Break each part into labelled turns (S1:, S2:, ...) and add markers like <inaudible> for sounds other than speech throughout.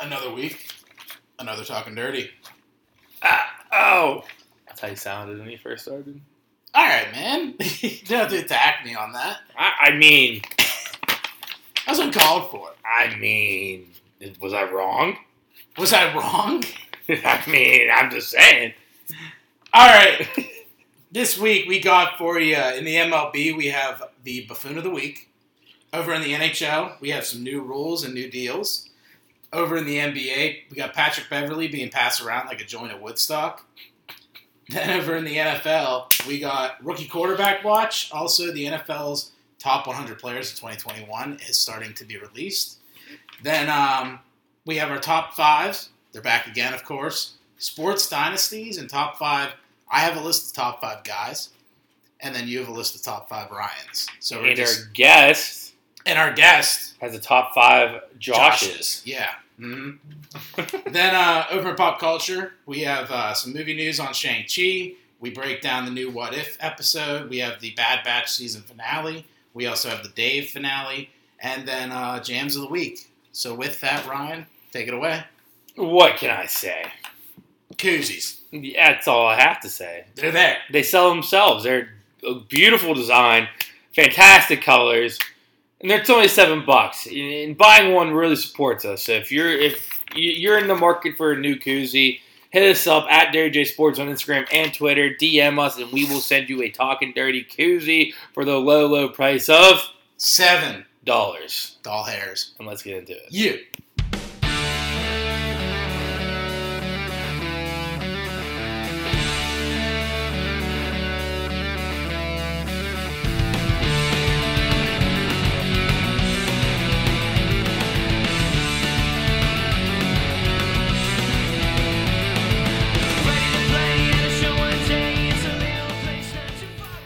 S1: Another week, another talking dirty.
S2: Ah, oh. That's how he sounded when he first started.
S1: All right, man. <laughs> you don't have to attack me on that.
S2: I, I mean,
S1: That's uncalled for.
S2: I mean, was I wrong? <laughs>
S1: Was I wrong?
S2: I mean, I'm just saying.
S1: All right. <laughs> this week we got for you in the MLB, we have the buffoon of the week. Over in the NHL, we have some new rules and new deals. Over in the NBA, we got Patrick Beverly being passed around like a joint of Woodstock. Then over in the NFL, we got rookie quarterback watch. Also, the NFL's top 100 players of 2021 is starting to be released. Then um, we have our top fives. They're back again, of course. Sports dynasties and top five I have a list of top five guys, and then you have a list of top five Ryans. So we're
S2: And
S1: just,
S2: our guest
S1: and our guest
S2: has a top five Joshes.
S1: Yeah. Mhm. <laughs> then uh, over in pop culture, we have uh, some movie news on Shang Chi. We break down the new What If episode. We have the Bad Batch season finale. We also have the Dave finale, and then uh, jams of the week. So with that, Ryan, take it away.
S2: What can I say?
S1: Koozies,
S2: That's all I have to say.
S1: they're there.
S2: They sell themselves. They're a beautiful design, fantastic colors, and they're only seven bucks. And buying one really supports us. So if you're if you- you're in the market for a new koozie, hit us up at Dairy J Sports on Instagram and Twitter. DM us, and we will send you a talking dirty koozie for the low low price of
S1: Seven
S2: dollars.
S1: doll hairs.
S2: And let's get into it.
S1: You.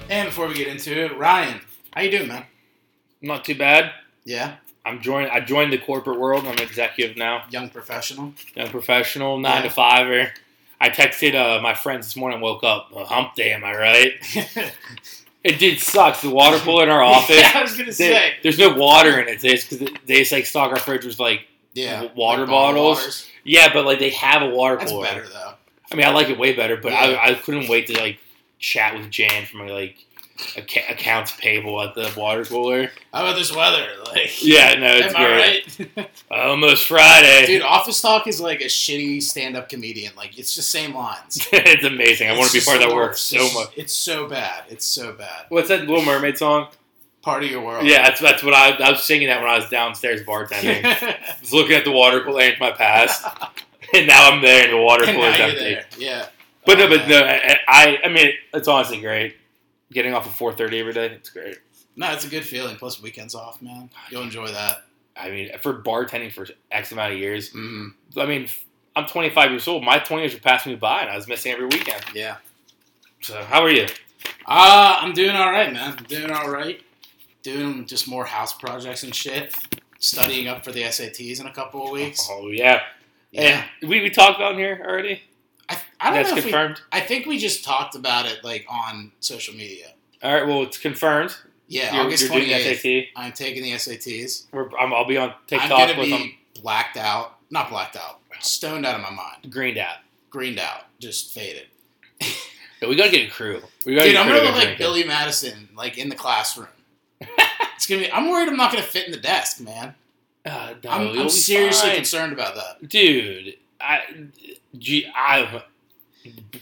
S1: And before we get into it, Ryan, how you doing, man?
S2: Not too bad.
S1: Yeah,
S2: I'm joined. I joined the corporate world. I'm an executive now.
S1: young <laughs> professional.
S2: a professional nine to fiver. I texted uh, my friends this morning. Woke up a hump day. Am I right? It did sucks. The water cooler in our
S1: <laughs>
S2: office.
S1: Yeah, I was gonna
S2: they-
S1: say.
S2: there's no water in it. It's because they just like stock our fridge with like
S1: Yeah,
S2: w- water
S1: like bottled
S2: bottles.
S1: waters.
S2: Yeah, but like they have a water
S1: That's
S2: cooler.
S1: better though.
S2: I mean, I like it way better. But
S1: Yeah.
S2: I, I couldn't wait to like chat with Jan from like acca- accounts payable at the water cooler.
S1: How about this weather? <laughs> Like,
S2: Yeah, no, it's
S1: am I
S2: great. <laughs>
S1: right,
S2: Almost Friday.
S1: dude? Office talk is like a shitty stand-up comedian. Like, it's just same
S2: <laughs>
S1: lines.
S2: <laughs> it's amazing. I
S1: It's
S2: want to be
S1: just
S2: part of
S1: the
S2: that work
S1: worst.
S2: so
S1: It's-
S2: much.
S1: It's so bad. It's so bad.
S2: What's that Little Mermaid song?
S1: Part of your world. <laughs>
S2: Yeah, that's that's what I, I was singing that when I was downstairs bartending. I <laughs> was looking at the water cooler in my past, <laughs> and now I'm there and the water
S1: And
S2: cooler
S1: now
S2: is
S1: you're
S2: empty.
S1: there. Yeah.
S2: But
S1: Oh,
S2: no, but
S1: man.
S2: no, I, I I mean it's honestly great. Getting off at 4:30 every day, it's great.
S1: no, it's a good feeling. Plus, weekends off, man. You'll enjoy that.
S2: I mean, for bartending for X amount of years,
S1: Mm,
S2: I mean, I'm 25 years old. My 20 years were passing me by, and I was missing every weekend.
S1: yeah.
S2: So how are you?
S1: Uh, I'm doing all right, man. I'm doing all right. Doing just more house projects and shit. Studying up for the SATs in a couple of weeks.
S2: Oh yeah,
S1: Yeah.
S2: And we we talked about it here already.
S1: I, I don't
S2: That's
S1: know if we
S2: confirmed.
S1: I think we just talked about it like on social media.
S2: All right, well it's confirmed.
S1: Yeah,
S2: You're-
S1: August
S2: you're doing
S1: twenty eighth.
S2: SAT.
S1: I'm taking the SATs.
S2: We're, I'm, I'll be on
S1: I'm
S2: TikTok
S1: gonna
S2: with
S1: be
S2: them.
S1: blacked out. Not blacked out. Stoned out of my mind.
S2: Greened out.
S1: Greened out. Just faded.
S2: Yeah, we gotta get a crew. We gotta
S1: Dude,
S2: get a
S1: I'm
S2: crew
S1: gonna look
S2: to go
S1: like
S2: drinking.
S1: Billy Madison, like in the
S2: <laughs>
S1: classroom. it's gonna be I'm worried I'm not gonna fit in the desk, man.
S2: Uh, no,
S1: I'm,
S2: you'll
S1: I'm
S2: be
S1: seriously
S2: fine.
S1: concerned about that.
S2: dude. I, gee, I,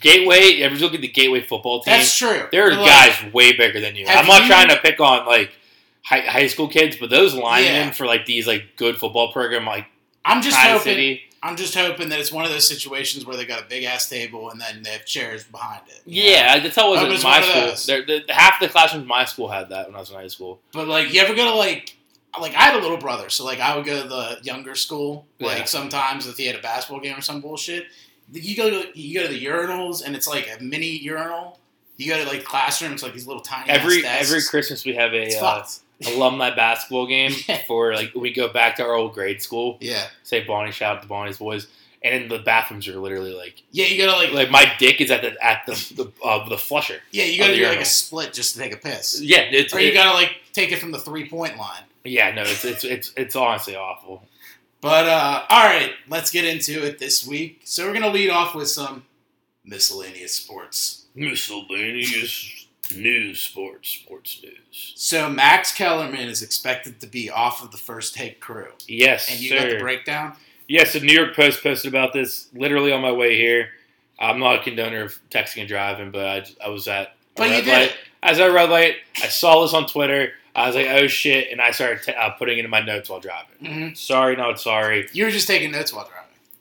S2: Gateway. Ever look at the Gateway football team?
S1: That's true.
S2: there are
S1: But, like,
S2: guys way bigger than you.
S1: have
S2: I'm not
S1: you-
S2: trying to pick on like high, high school kids, but those linemen
S1: Yeah.
S2: for like these like good football program like
S1: I'm just
S2: Kansas
S1: hoping
S2: City.
S1: I'm just hoping that it's one of those situations where they got a big ass table and then they have chairs behind it. you know?
S2: Yeah, that's how it was
S1: Oh,
S2: at
S1: it's
S2: my
S1: one of
S2: school.
S1: those.
S2: There, the, half the classrooms at my school had that when I was in high school.
S1: But like, you ever go to like, like I had a little brother, so like I would go to the younger school. Like
S2: Yeah.
S1: sometimes if he had a basketball game or some bullshit, you go to you go to the urinals and it's like a mini urinal. You go to like classrooms, like these little tiny
S2: Every
S1: ass desks.
S2: every Christmas we have
S1: It's
S2: a uh,
S1: fucked.
S2: alumni
S1: <laughs>
S2: basketball game for like we go back to our old grade school.
S1: yeah,
S2: say Bonnie, shout out to Bonnie's boys. And then the bathrooms are literally like,
S1: yeah. You go to like,
S2: like my dick is at the at the the, uh, the flusher.
S1: yeah. You go to
S2: other
S1: do like
S2: urinal.
S1: a split just to take a piss,
S2: Yeah, it's
S1: or you gotta like take it from the three point line.
S2: yeah no it's it's it's it's honestly awful.
S1: But uh, all right, let's get into it this week. So we're gonna lead off with some miscellaneous sports.
S2: Miscellaneous news, sports, sports news.
S1: So Max Kellerman is expected to be off of the first take crew,
S2: Yes,
S1: and you
S2: sir.
S1: got the breakdown.
S2: Yes, the New York Post posted about this literally on my way here. I'm not a condoner of texting and driving, but I, I was at a
S1: But you
S2: red
S1: did
S2: light.
S1: it.
S2: As I red light, I saw this on Twitter. I was like, oh shit, and I started t- uh, putting it in my notes while driving.
S1: Mhm.
S2: Sorry, not sorry.
S1: You were just taking notes while driving.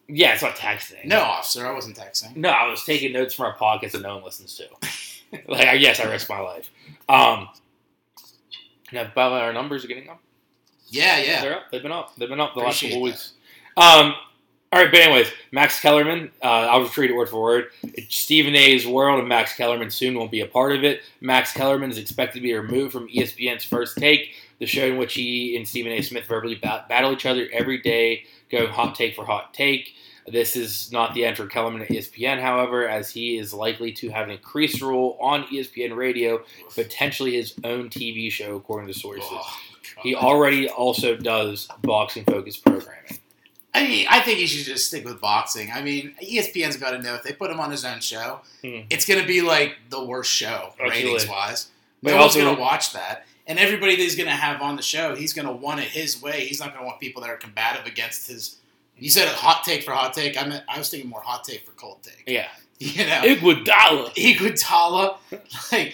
S2: Yeah, it's not texting.
S1: No, officer, I wasn't texting.
S2: No, I was taking notes from our pockets that no one listens to. <laughs> like, I yes, I risked my life. Um, now, by the way, our numbers are getting up.
S1: Yeah, yeah.
S2: They're up. They've been up. They've been up the last
S1: Appreciate
S2: couple
S1: that.
S2: weeks. Um, all right, but anyways, Max Kellerman. Uh, I'll just read it word for word. It's Stephen A's world, and Max Kellerman soon won't be a part of it. Max Kellerman is expected to be removed from E ESPN's First Take, the show in which he and Stephen A. Smith verbally bat- battle each other every day, going hot take for hot take. This is not the end for Kellerman at E ESPN, however, as he is likely to have an increased role on E ESPN Radio, potentially his own TV show, according to sources.
S1: Oh, God.
S2: He already also does boxing focused programming.
S1: I mean, I think he should just stick with boxing. I mean, E ESPN's got to know if they put him on his own show,
S2: Hmm.
S1: it's going to be like the worst show
S2: Absolutely.
S1: ratings wise.
S2: But
S1: No one's
S2: also-
S1: going to watch that. And everybody that he's going to have on the show, he's going to want it his way. He's not going to want people that are combative against his. You said a hot take for hot take. I meant I was thinking more hot take for cold take. <laughs>
S2: Yeah.
S1: You know,
S2: Iguodala.
S1: Iguodala, like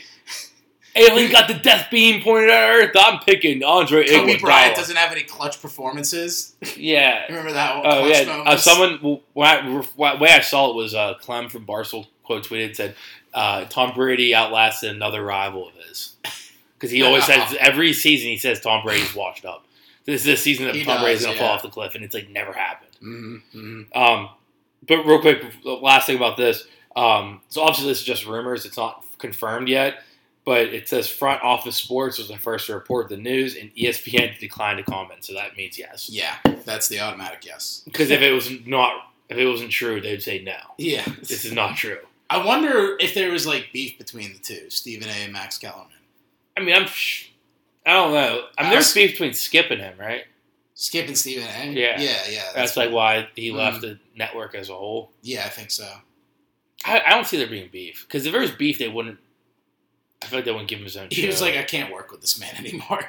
S2: Alien got the death beam pointed at Earth. I'm picking Andre
S1: Kobe Bryant
S2: Iguodala.
S1: doesn't have any clutch performances.
S2: Yeah.
S1: Remember that one?
S2: Oh
S1: clutch
S2: yeah. Uh,
S1: moments?
S2: someone w- when I- w- way I saw it was uh, Clem from Barcel quote tweeted said uh, Tom Brady outlasted another rival of his <laughs> because he always says every season he says Tom Brady's washed up. This is the season that
S1: He
S2: Tom Brady's
S1: does,
S2: gonna
S1: yeah.
S2: fall off the cliff, and it's like never happened.
S1: Mhm, mhm.
S2: Um, but real quick, the last thing about this. Um, so obviously this is just rumors; it's not confirmed yet. But it says front office sports was the first to report the news, and E ESPN declined to comment. So that means yes,
S1: Yeah, that's the automatic yes.
S2: because if it was not, if it wasn't true, they'd say no.
S1: Yeah.
S2: This is not true.
S1: I wonder if there was like beef between the two, Stephen A. and Max Kellerman.
S2: I mean, I'm, sh- I don't know. I mean, there's beef between Skip and him, right?
S1: Skip and Stephen A.
S2: Yeah.
S1: yeah, yeah.
S2: That's like why he
S1: Mm-hmm.
S2: left the network as a whole.
S1: yeah, I think so.
S2: I, I don't see there being beef because if there was beef, they wouldn't. I feel like they wouldn't give him his own.
S1: He was
S2: show.
S1: like, I can't work with this man anymore.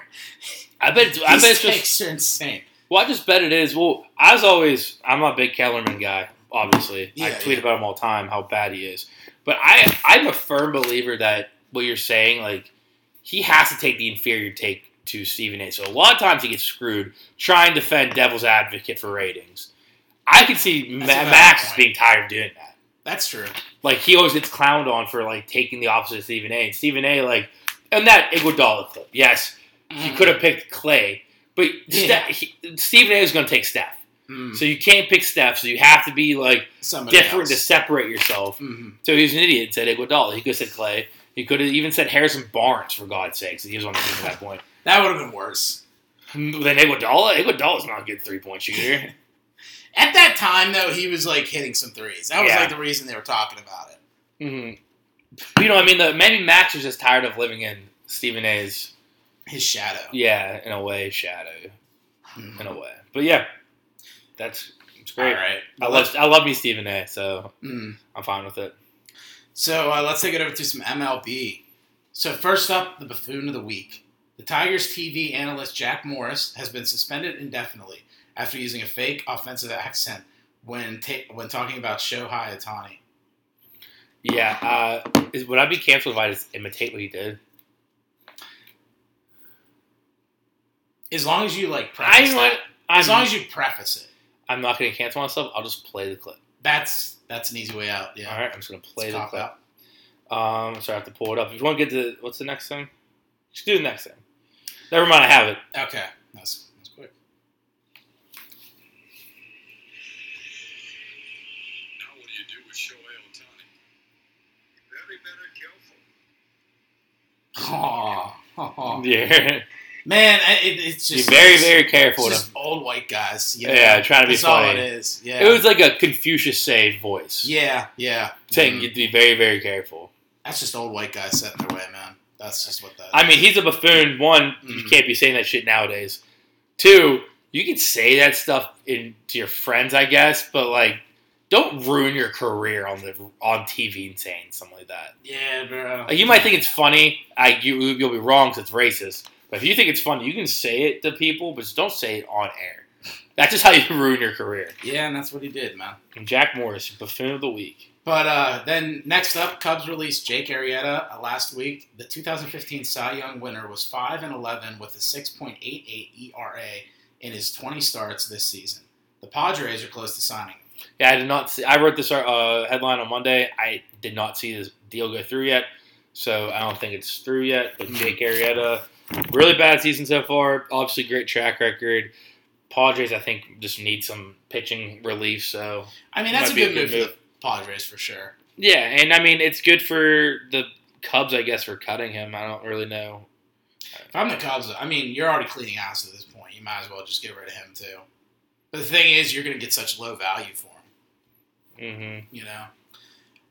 S2: I bet. It's, <laughs> I
S1: These
S2: bet it's just
S1: takes are insane.
S2: Well, I just bet it is. Well, as always, I'm a big Kellerman guy. Obviously, I
S1: Yeah,
S2: tweet
S1: yeah.
S2: about him all the time how bad he is. But I, I'm a firm believer that what you're saying, like he has to take the inferior take to Stephen A. So a lot of times he gets screwed trying to defend devil's advocate for ratings. I could see Ma-
S1: a valid
S2: Max
S1: point.
S2: being tired of doing that.
S1: That's true.
S2: Like he always gets clowned on for like taking the opposite of Stephen A. And Stephen A. like and that Iguodala clip. Yes, he could have picked Clay, but
S1: Mm. Yeah.
S2: Steph, he, Stephen A. is going to take Steph.
S1: Mm,
S2: So you can't pick Steph, so you have to be like
S1: Mm-hmm. somebody
S2: different to
S1: else.
S2: separate yourself.
S1: Mhm.
S2: So he's an idiot. Said Iguodala. He could have said Clay. He could have even said Harrison Barnes for God's sakes. He was on the team at that point.
S1: That would have been worse. Mm.
S2: Then Iguodala. Iguodala's not a good three point shooter.
S1: <laughs> At that time, though, he was like hitting some threes. That was
S2: Yeah.
S1: like the reason they were talking about it.
S2: Mhm. You know, I mean, the, maybe Max was just tired of living in Stephen A's,
S1: His shadow.
S2: yeah, in a way, shadow,
S1: Mm.
S2: in a way. But yeah, that's it's
S1: All
S2: great.
S1: right.
S2: I love I love me Stephen A. So
S1: Mm.
S2: I'm fine with it.
S1: So uh, let's take it over to some MLB. So first up, the buffoon of the week. The Tigers TV analyst Jack Morris has been suspended indefinitely after using a fake offensive accent when ta- when talking about Shohei Itani.
S2: Yeah, uh, is, would I be canceled if I just imitate what he did?
S1: As long as you like preface
S2: I
S1: that-
S2: want.
S1: as long
S2: I'm,
S1: as you preface it,
S2: I'm not going to cancel myself. I'll just play the clip.
S1: that's that's an easy way out. Yeah,
S2: All right, I'm just going to play
S1: It's
S2: the
S1: cop
S2: clip.
S1: out.
S2: Um, sorry, I have to pull it up. If you want to get to what's the next thing, just do the next thing. Never mind, I have it.
S1: Okay, that's that's quick.
S2: <laughs>
S1: <laughs>
S3: Now what do you do with Shohei Otani? Very better careful.
S1: Aw, aw.
S2: <laughs> Yeah,
S1: man, I- it, it's
S2: be
S1: Oh. just
S2: very, very
S1: it's
S2: careful.
S1: just old white guys. you know?
S2: Yeah, trying to be
S1: that's all it
S2: funny.
S1: is. Yeah,
S2: It was like a Confucius say voice,
S1: yeah, yeah.
S2: saying
S1: Mhm.
S2: you'd be very, very careful.
S1: That's just old white guys setting their way, man. That's just what that.
S2: I mean, he's a buffoon. One, you
S1: Mhm.
S2: can't be saying that shit nowadays. Two, you can say that stuff in to your friends, I guess, but like, don't ruin your career on the on TV and saying something like that.
S1: Yeah, bro.
S2: Like, Uh, you might think it's funny. I you, you'll be wrong because it's racist. But if you think it's funny, you can say it to people, but just don't say it on air. That's just how you <laughs> ruin your career.
S1: Yeah, and that's what he did, man.
S2: And Jack Morris, your buffoon of the week.
S1: But uh, then next up, Cubs released Jake Arrieta uh, last week. The 2015 Cy Young winner was 5 and 11 with a 6.88 ERA E in his 20 starts this season. The Padres are close to signing him.
S2: Yeah, I did not see. I wrote this uh, headline on Monday. I did not see this deal go through yet, so I don't think it's through yet. But
S1: Hmm.
S2: Jake Arrieta, really bad season so far. Obviously, great track record. Padres, I think, just need some pitching relief. So
S1: I mean, that's
S2: Might
S1: a good,
S2: be
S1: move, for the Padres for sure.
S2: yeah, and I mean, it's good for the Cubs, I guess, for cutting him. I don't really know.
S1: If I'm the Cubs, I mean, you're already cleaning house at this point. You might as well just get rid of him, too. But the thing is, you're going to get such low value for him.
S2: hmm
S1: you know.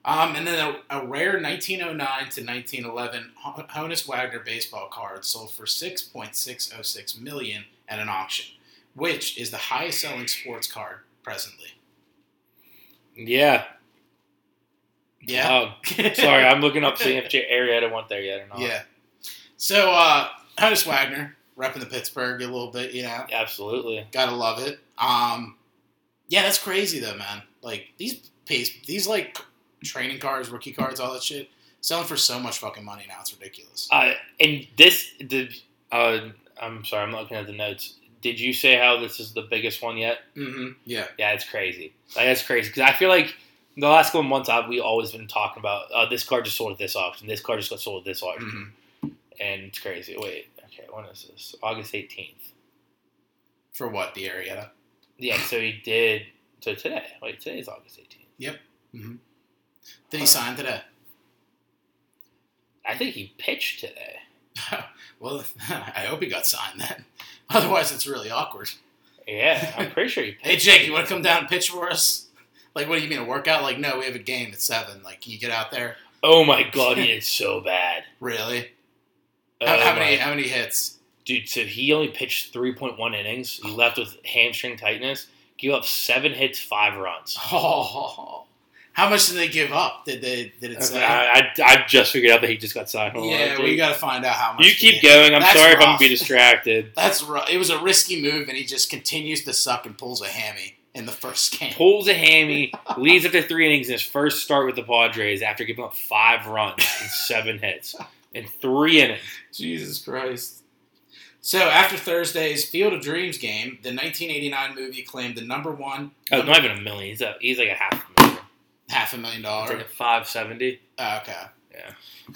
S1: Um, and then a, a rare 1909 to 1911 Hon- Honus Wagner baseball card sold for 6.606 million at an auction, which is the highest selling sports card presently.
S2: Yeah.
S1: Yeah.
S2: Oh,
S1: <laughs>
S2: sorry, I'm looking up seeing if Jake Arrieta went there yet or not.
S1: yeah. So uh, Honus Wagner repping the Pittsburgh a little bit, you know.
S2: Absolutely.
S1: Gotta love it. Um, yeah, that's crazy though, man. Like these pace, these like training cards, rookie cards, all that shit, selling for so much fucking money now. It's ridiculous.
S2: Uh, and this did. Uh, I'm sorry, I'm not looking at the notes. Did you say how this is the biggest one yet?
S1: Mm-hmm. Yeah.
S2: Yeah, it's crazy. Like, that's crazy because I feel like the last couple of months I've, we always been talking about uh, this card just sold at this auction, this card just got sold at this auction,
S1: Mhm.
S2: and it's crazy. Wait, okay, when is this? August 18th.
S1: For what the Arietta?
S2: Yeah, so he did. So today, wait, today's August 18th.
S1: Did
S2: Uh-huh.
S1: he sign today?
S2: I think he pitched today.
S1: Well, <laughs> I hope he got signed then. <laughs> Otherwise, it's really awkward.
S2: Yeah, I'm
S1: <laughs>
S2: pretty sure he pitched.
S1: Hey, Jake, you want to come down and pitch for us? Like, what do you mean a workout? Like, no, we have a game at seven. Like, can you get out there?
S2: Oh my god, he is so bad.
S1: Really?
S2: Oh
S1: how, how
S2: my-
S1: many? How many hits? <laughs>
S2: Dude, so he only pitched 3.1 innings. He left with hamstring tightness. Gave up seven hits, five runs.
S1: Oh, how much did they give up? Did they? Did it say?
S2: I, I, I just figured out that he just got signed. Hold on,
S1: yeah,
S2: dude.
S1: we got to find out how much.
S2: you
S1: they
S2: keep
S1: gave.
S2: going. I'm
S1: That's
S2: sorry if I'm
S1: rough.
S2: gonna be distracted.
S1: That's right. It was a risky move, and he just continues to suck and pulls a hammy in the first <laughs> game.
S2: Pulls
S1: <laughs>
S2: a hammy, leads after three innings in his first start with the Padres after giving up five runs and seven hits in three innings.
S1: Jesus Christ. So after Thursday's Field of Dreams game, the 1989 movie claimed the number one
S2: Oh, not even a million. He's a, he's like a half a million.
S1: half a million
S2: It's like
S1: dollar.
S2: a five seventy.
S1: Oh, okay.
S2: Yeah.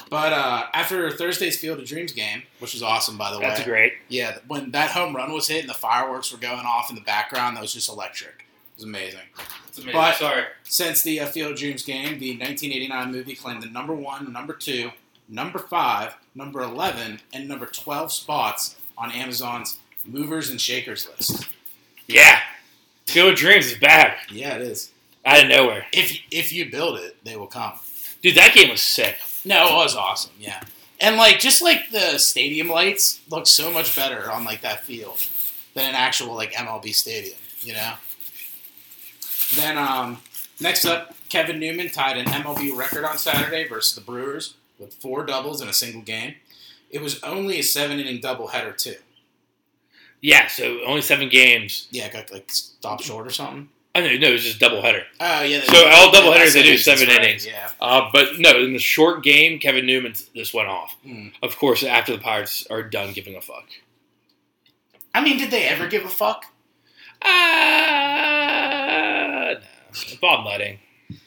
S1: But uh, after Thursday's Field of Dreams game, which was awesome by the
S2: That's
S1: way,
S2: great.
S1: yeah, when that home run was hit and the fireworks were going off in the background, that was just electric. It was amazing.
S2: That's amazing.
S1: But-
S2: sorry.
S1: Since the uh, Field of Dreams game, the 1989 movie claimed the number one, number two, number five, number 11, and number 12 spots on Amazon's movers and shakers list.
S2: Yeah. Field of Dreams is back
S1: Yeah, it is.
S2: out of nowhere.
S1: If if you build it, they will come.
S2: Dude, that game was sick.
S1: No, it was awesome. Yeah, and like just like the stadium lights look so much better on like that field than an actual like MLB stadium. You know. Then um, next up, Kevin Newman tied an MLB record on Saturday versus the Brewers with four doubles in a single game. It was only a seven inning doubleheader too.
S2: Yeah, so only seven games.
S1: Yeah, got like stopped short or something.
S2: Oh no, no, it was just double header.
S1: Oh yeah.
S2: So all doubleheaders, they do
S1: That's
S2: seven
S1: right,
S2: innings.
S1: Yeah.
S2: Uh, but no, in the short game, Kevin Newman just went off.
S1: Mm.
S2: Of course, after the Pirates are done giving a fuck.
S1: I mean, did they ever give a fuck?
S2: Ah, Uh, no. Bob Nutting. <laughs>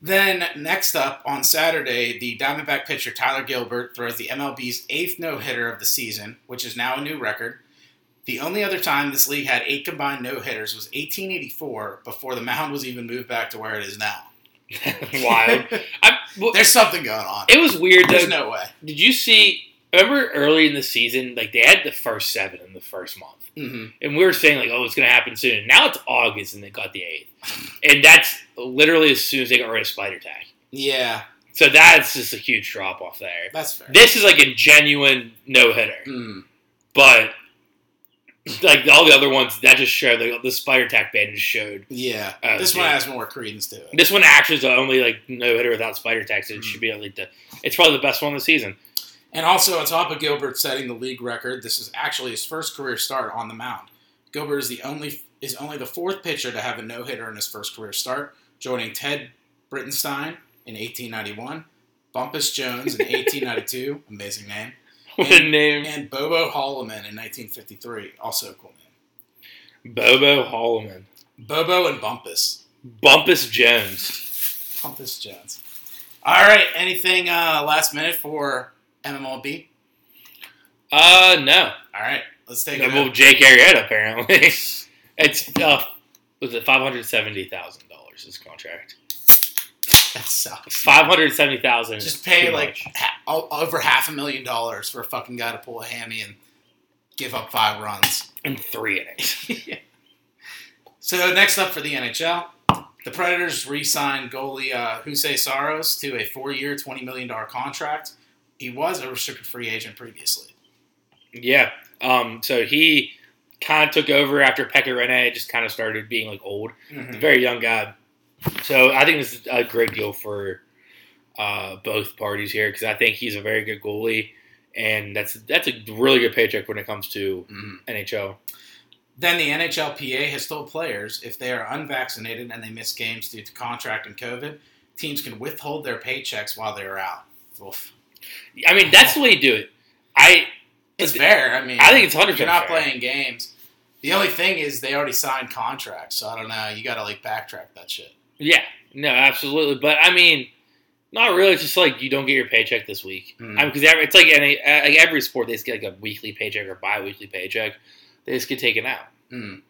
S1: Then next up on Saturday, the Diamondback pitcher Tyler Gilbert throws the MLB's eighth no hitter of the season, which is now a new record. The only other time this league had eight combined no hitters was 1884, before the mound was even moved back to where it is now.
S2: Wild. <laughs> I, well,
S1: There's something going on.
S2: it was weird though.
S1: There's no way.
S2: Did you see? Remember early in the season, like they had the first seven in the first month,
S1: hmm
S2: and we were saying like, "Oh, it's going to happen soon." Now it's August, and they got the eighth, and that's literally as soon as they got rid of Spider Tag.
S1: Yeah,
S2: So that's just a huge drop off there.
S1: that's fair.
S2: This is like a genuine no hitter,
S1: Mm.
S2: but like all the other ones that just showed like the spider attack band just showed
S1: Yeah,
S2: Oh,
S1: this one
S2: yeah.
S1: has more credence to it.
S2: this one actually is the only like no hitter without spider attack so it
S1: Mhm.
S2: should be like the it's probably the best one of the season
S1: <laughs> And also, on top of Gilbert setting the league record, this is actually his first career start on the mound. Gilbert is the only is only the fourth pitcher to have a no hitter in his first career start, joining Ted Brittenstein in 1891, Bumpus Jones in 1892, <laughs> amazing name,
S2: what a name
S1: and Bobo Holloman in 1953, also a cool name.
S2: Bobo Holloman
S1: Bobo and Bumpus,
S2: Bumpus Jones
S1: Bumpus Jones. All right, anything uh, last minute for MMLB?
S2: uh no
S1: All right, let's take
S2: they
S1: it. out.
S2: moved Jake Arrieta apparently <laughs> it's uh was it five hundred seventy thousand dollars this contract
S1: That <laughs> sucks.
S2: five hundred seventy thousand
S1: Just pay like ha- o- over half a million dollars for a fucking guy to pull a hammy and give up five
S2: <laughs>
S1: runs.
S2: in three innings
S1: So next up for the NHL, the Predators re-signed goalie uh, Jose Saros to a four-year, twenty million dollar contract. He was a restricted free agent previously.
S2: yeah um so he kind of took over after Pekka Rene just kind of started being like old.
S1: Mhm.
S2: very young guy. So I think this is a great deal for uh, both parties here because I think he's a very good goalie, and that's that's a really good paycheck when it comes to
S1: Mhm.
S2: NHL.
S1: Then the NHLPA has told players if they are unvaccinated and they miss games due to contract and COVID, teams can withhold their paychecks while they are out. Oof.
S2: I mean, that's the way you do it. I
S1: It's fair. I mean,
S2: I think it's hundred
S1: You're not
S2: percent.
S1: playing games. The only thing is they already signed contracts, so I don't know. You got to like backtrack that shit.
S2: Yeah, no, absolutely. But I mean, not really. It's just like you don't get your paycheck this week.
S1: Hmm.
S2: I mean, because every, it's like any uh, like every sport, they just get like a weekly paycheck or bi-weekly paycheck. They just get taken out.
S1: Mm.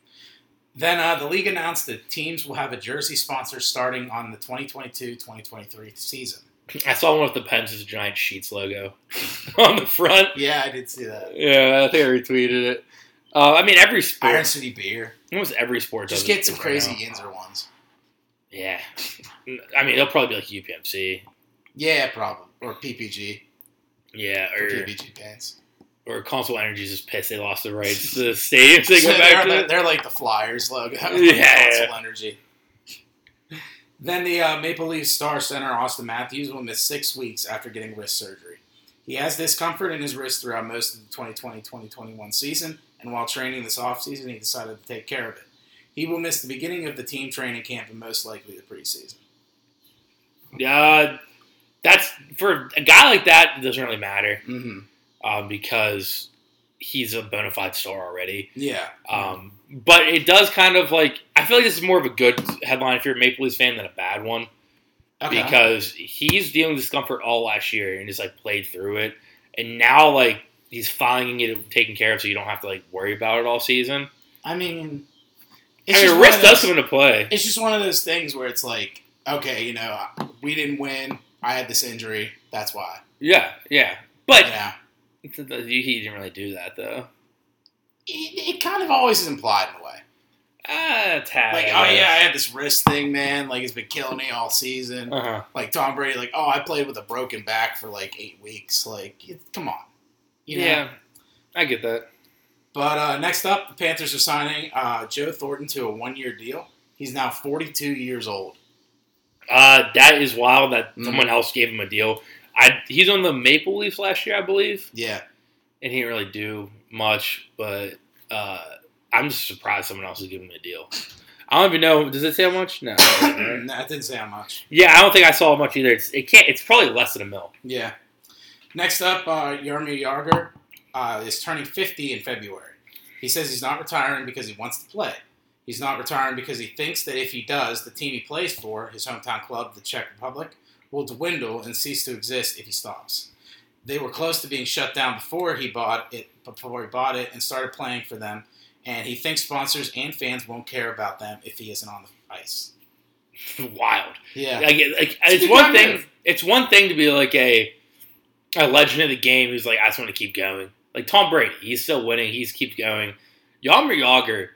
S1: Then uh, the league announced that teams will have a jersey sponsor starting on the 2022-2023 season.
S2: I saw one with the Pens as a giant sheets logo <laughs> on the front.
S1: Yeah, I did see that.
S2: Yeah, I think I retweeted it. Uh, I mean, every sport,
S1: Iron City beer.
S2: almost every sport.
S1: Just
S2: does
S1: get
S2: it
S1: some
S2: right
S1: crazy
S2: now.
S1: Yinzer ones.
S2: Yeah, I mean, they'll probably be like UPMC.
S1: Yeah, probably. Or PPG.
S2: Yeah,
S1: Or
S2: or
S1: PPG pants.
S2: or Console Energy's just pissed. They lost the rights to the stadium. They
S1: So
S2: go back
S1: <laughs> they're,
S2: to
S1: they're like the Flyers logo. <laughs>
S2: Yeah.
S1: Console energy. Then the uh, Maple Leafs star center Austin Matthews will miss six weeks after getting wrist surgery. He has discomfort in his wrist throughout most of the 2020-2021 season, and while training this offseason, he decided to take care of it. He will miss the beginning of the team training camp and most likely the preseason.
S2: Uh, that's for a guy like that. It doesn't really matter
S1: Mm-hmm.
S2: um, because he's a bona fide star already.
S1: Yeah.
S2: Um, but it does kind of like I feel like this is more of a good headline if you're a Maple Leafs fan than a bad one
S1: Okay.
S2: because he's dealing with discomfort all last year and just like played through it, and now like he's finally getting it taken care of, so you don't have to like worry about it all season.
S1: I mean,
S2: I
S1: just
S2: mean,
S1: one of
S2: risk does
S1: those-
S2: come into play.
S1: it's just one of those things where it's like, okay, you know, we didn't win. I had this injury. That's why.
S2: Yeah, yeah,
S1: You
S2: but
S1: know,
S2: he didn't really do that though.
S1: it, it kind of always is implied in a way.
S2: Ah, tad.
S1: Like, oh yeah, I had this wrist thing, man. Like it's been killing me all season.
S2: <laughs> Uh huh.
S1: Like Tom Brady, like, oh, I played with a broken back for like eight weeks. Like, it, come on. You know?
S2: Yeah, I get that.
S1: But uh, next up, the Panthers are signing uh, Joe Thornton to a one-year deal. He's now 42 years old.
S2: Uh, that is wild that
S1: Mhm.
S2: someone else gave him a deal. I he's on the Maple Leafs last year, I believe. <clears throat>
S1: Yeah.
S2: and he didn't really do much, but uh, I'm just surprised someone else is giving him a deal. I don't even know. Does it say how much? No.
S1: Nah, that didn't say how much.
S2: yeah, I don't think I saw much either. It's, it can't. It's probably less than a mil.
S1: Yeah. Next up, uh, Yarmir Yager uh, is turning 50 in February. He says he's not retiring because he wants to play. He's not retiring because he thinks that if he does, the team he plays for, his hometown club, the Czech Republic, will dwindle and cease to exist if he stops. They were close to being shut down before he bought it, before he bought it and started playing for them. And he thinks sponsors and fans won't care about them if he isn't on the ice.
S2: Wild.
S1: Yeah,
S2: Like, it- like,
S1: It's a
S2: it's
S1: big
S2: one
S1: time
S2: thing.
S1: move.
S2: It's one thing to be like a a legend of the game who's like, I just want to keep going. Like Tom Brady, he's still winning. He's keeps going. Yammer Yager,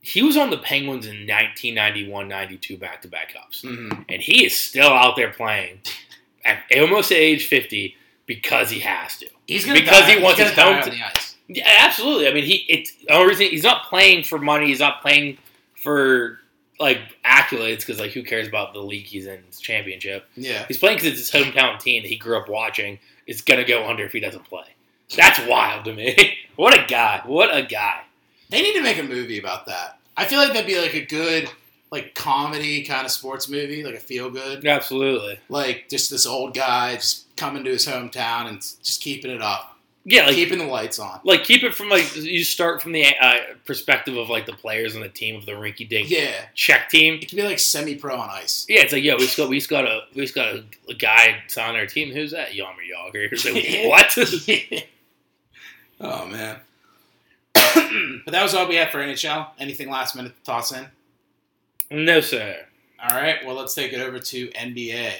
S2: he was on the Penguins in 1991, 92 back to back cups.
S1: Mhm.
S2: and he is still out there playing at almost age 50 because he has to.
S1: he's
S2: Because he wants
S1: he's
S2: his
S1: gonna
S2: home
S1: die
S2: to-
S1: on the ice.
S2: Yeah, absolutely. I mean, he it's the only reason he's not playing for money. He's not playing for like accolades because like who cares about the league he's in? It's championship.
S1: Yeah.
S2: He's playing because it's his hometown team that he grew up watching. It's gonna go under if he doesn't play. That's wild to me. <laughs> what a guy! What a guy!
S1: They need to make a movie about that. I feel like that'd be like a good like comedy kind of sports movie, like a feel good.
S2: Absolutely.
S1: Like just this old guy just coming to his hometown and s- just keeping it up,
S2: Yeah, like
S1: keeping the lights on.
S2: like keep it from like you start from the uh, perspective of like the players and the team of the rinky dink
S1: Yeah.
S2: Czech team.
S1: It could be like semi pro on ice.
S2: Yeah, it's like yeah, we just got we just got a we just got a, a guy on our team. Who's that? Yammer Yager. It's <laughs> like, what?
S1: oh man. <clears throat> but that was all we had for NHL. Anything last minute to toss in?
S2: no, sir.
S1: All right, well let's take it over to NBA.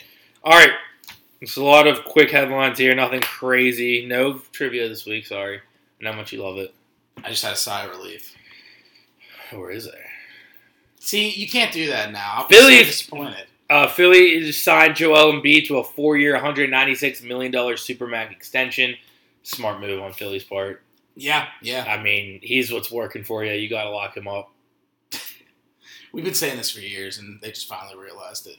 S2: All right. It's a lot of quick headlines here. Nothing crazy. No trivia this week. Sorry. And how much you love it.
S1: I just had a sigh of relief.
S2: Where is there?
S1: See, you can't do that now. I'm
S2: Billy-
S1: so disappointed.
S2: Uh, Philly just signed Joel Embiid to a four-year, $196 million Supermax extension. Smart move on Philly's part.
S1: Yeah, yeah.
S2: I mean, he's what's working for you. You got to lock him up.
S1: We've been saying this for years, and they just finally realized it.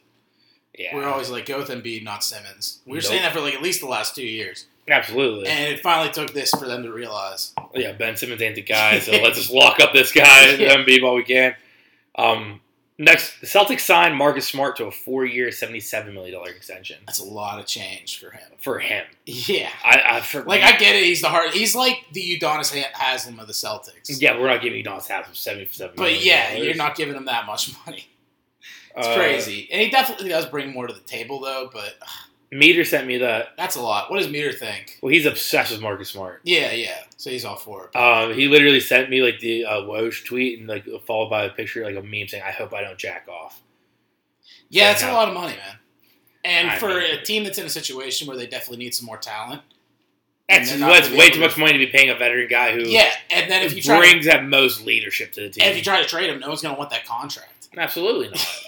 S2: Yeah.
S1: We're always like, go with Embiid, not Simmons. We were
S2: Nope.
S1: saying that for like at least the last two years,
S2: Absolutely.
S1: and it finally took this for them to realize.
S2: yeah, Ben Simmons ain't the guy, so let's just lock up
S1: <laughs>
S2: this guy,
S1: Yeah.
S2: Embiid, while we can. Um, next, the Celtics signed Marcus Smart to a four-year, $77 million extension
S1: That's a lot of change for him.
S2: for him.
S1: Yeah,
S2: I, I for,
S1: like I get it. He's the hard. He's like the Udonis Ha- Haslam of the Celtics.
S2: yeah, we're not giving Don's half of seventy seven.
S1: but yeah, you're not giving him that much <laughs> money. It's
S2: Uh,
S1: crazy, and he definitely does bring more to the table, though. But ugh,
S2: Meter sent me that.
S1: that's a lot. What does Meter think?
S2: Well, he's obsessed with Marcus Smart.
S1: Yeah, yeah. So he's all for it.
S2: Um, he literally sent me like the uh, Woj tweet and like followed by a picture like a meme saying, "I hope I don't jack off."
S1: Yeah, it's
S2: Yeah.
S1: a lot of money, man. And
S2: I
S1: for
S2: mean-
S1: a team that's in a situation where they definitely need some more talent, and
S2: That's,
S1: they're not
S2: that's
S1: gonna be
S2: way
S1: able
S2: too
S1: to-
S2: much money to be paying a veteran guy who
S1: Yeah, and then if you try, to,
S2: brings at most leadership to the team.
S1: and if you try to trade him, no one's gonna want that contract.
S2: Absolutely not.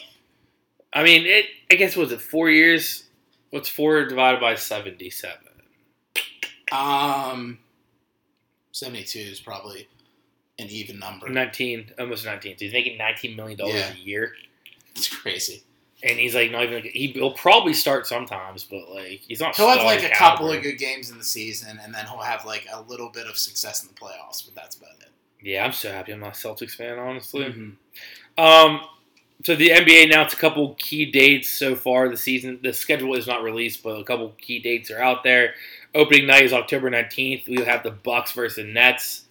S2: I mean, it. I guess was it four years? What's four divided by seventy seven?
S1: Um, seventy-two is probably an even number.
S2: Nineteen, almost nineteen. So he's making nineteen million dollars
S1: Yeah.
S2: a year.
S1: It's crazy.
S2: and he's like not even. He, he'll probably start sometimes, but like he's not.
S1: He'll have
S2: star
S1: like a
S2: caliber.
S1: couple of good games in the season, and then he'll have like a little bit of success in the playoffs, but that's about it.
S2: Yeah, I'm so happy I'm not a Celtics fan, honestly.
S1: Mhm.
S2: Um, so the NBA announced a couple key dates so far the season. The schedule is not released, but a couple key dates are out there. Opening night is October 19th. We'll have the Bucks versus the Nets,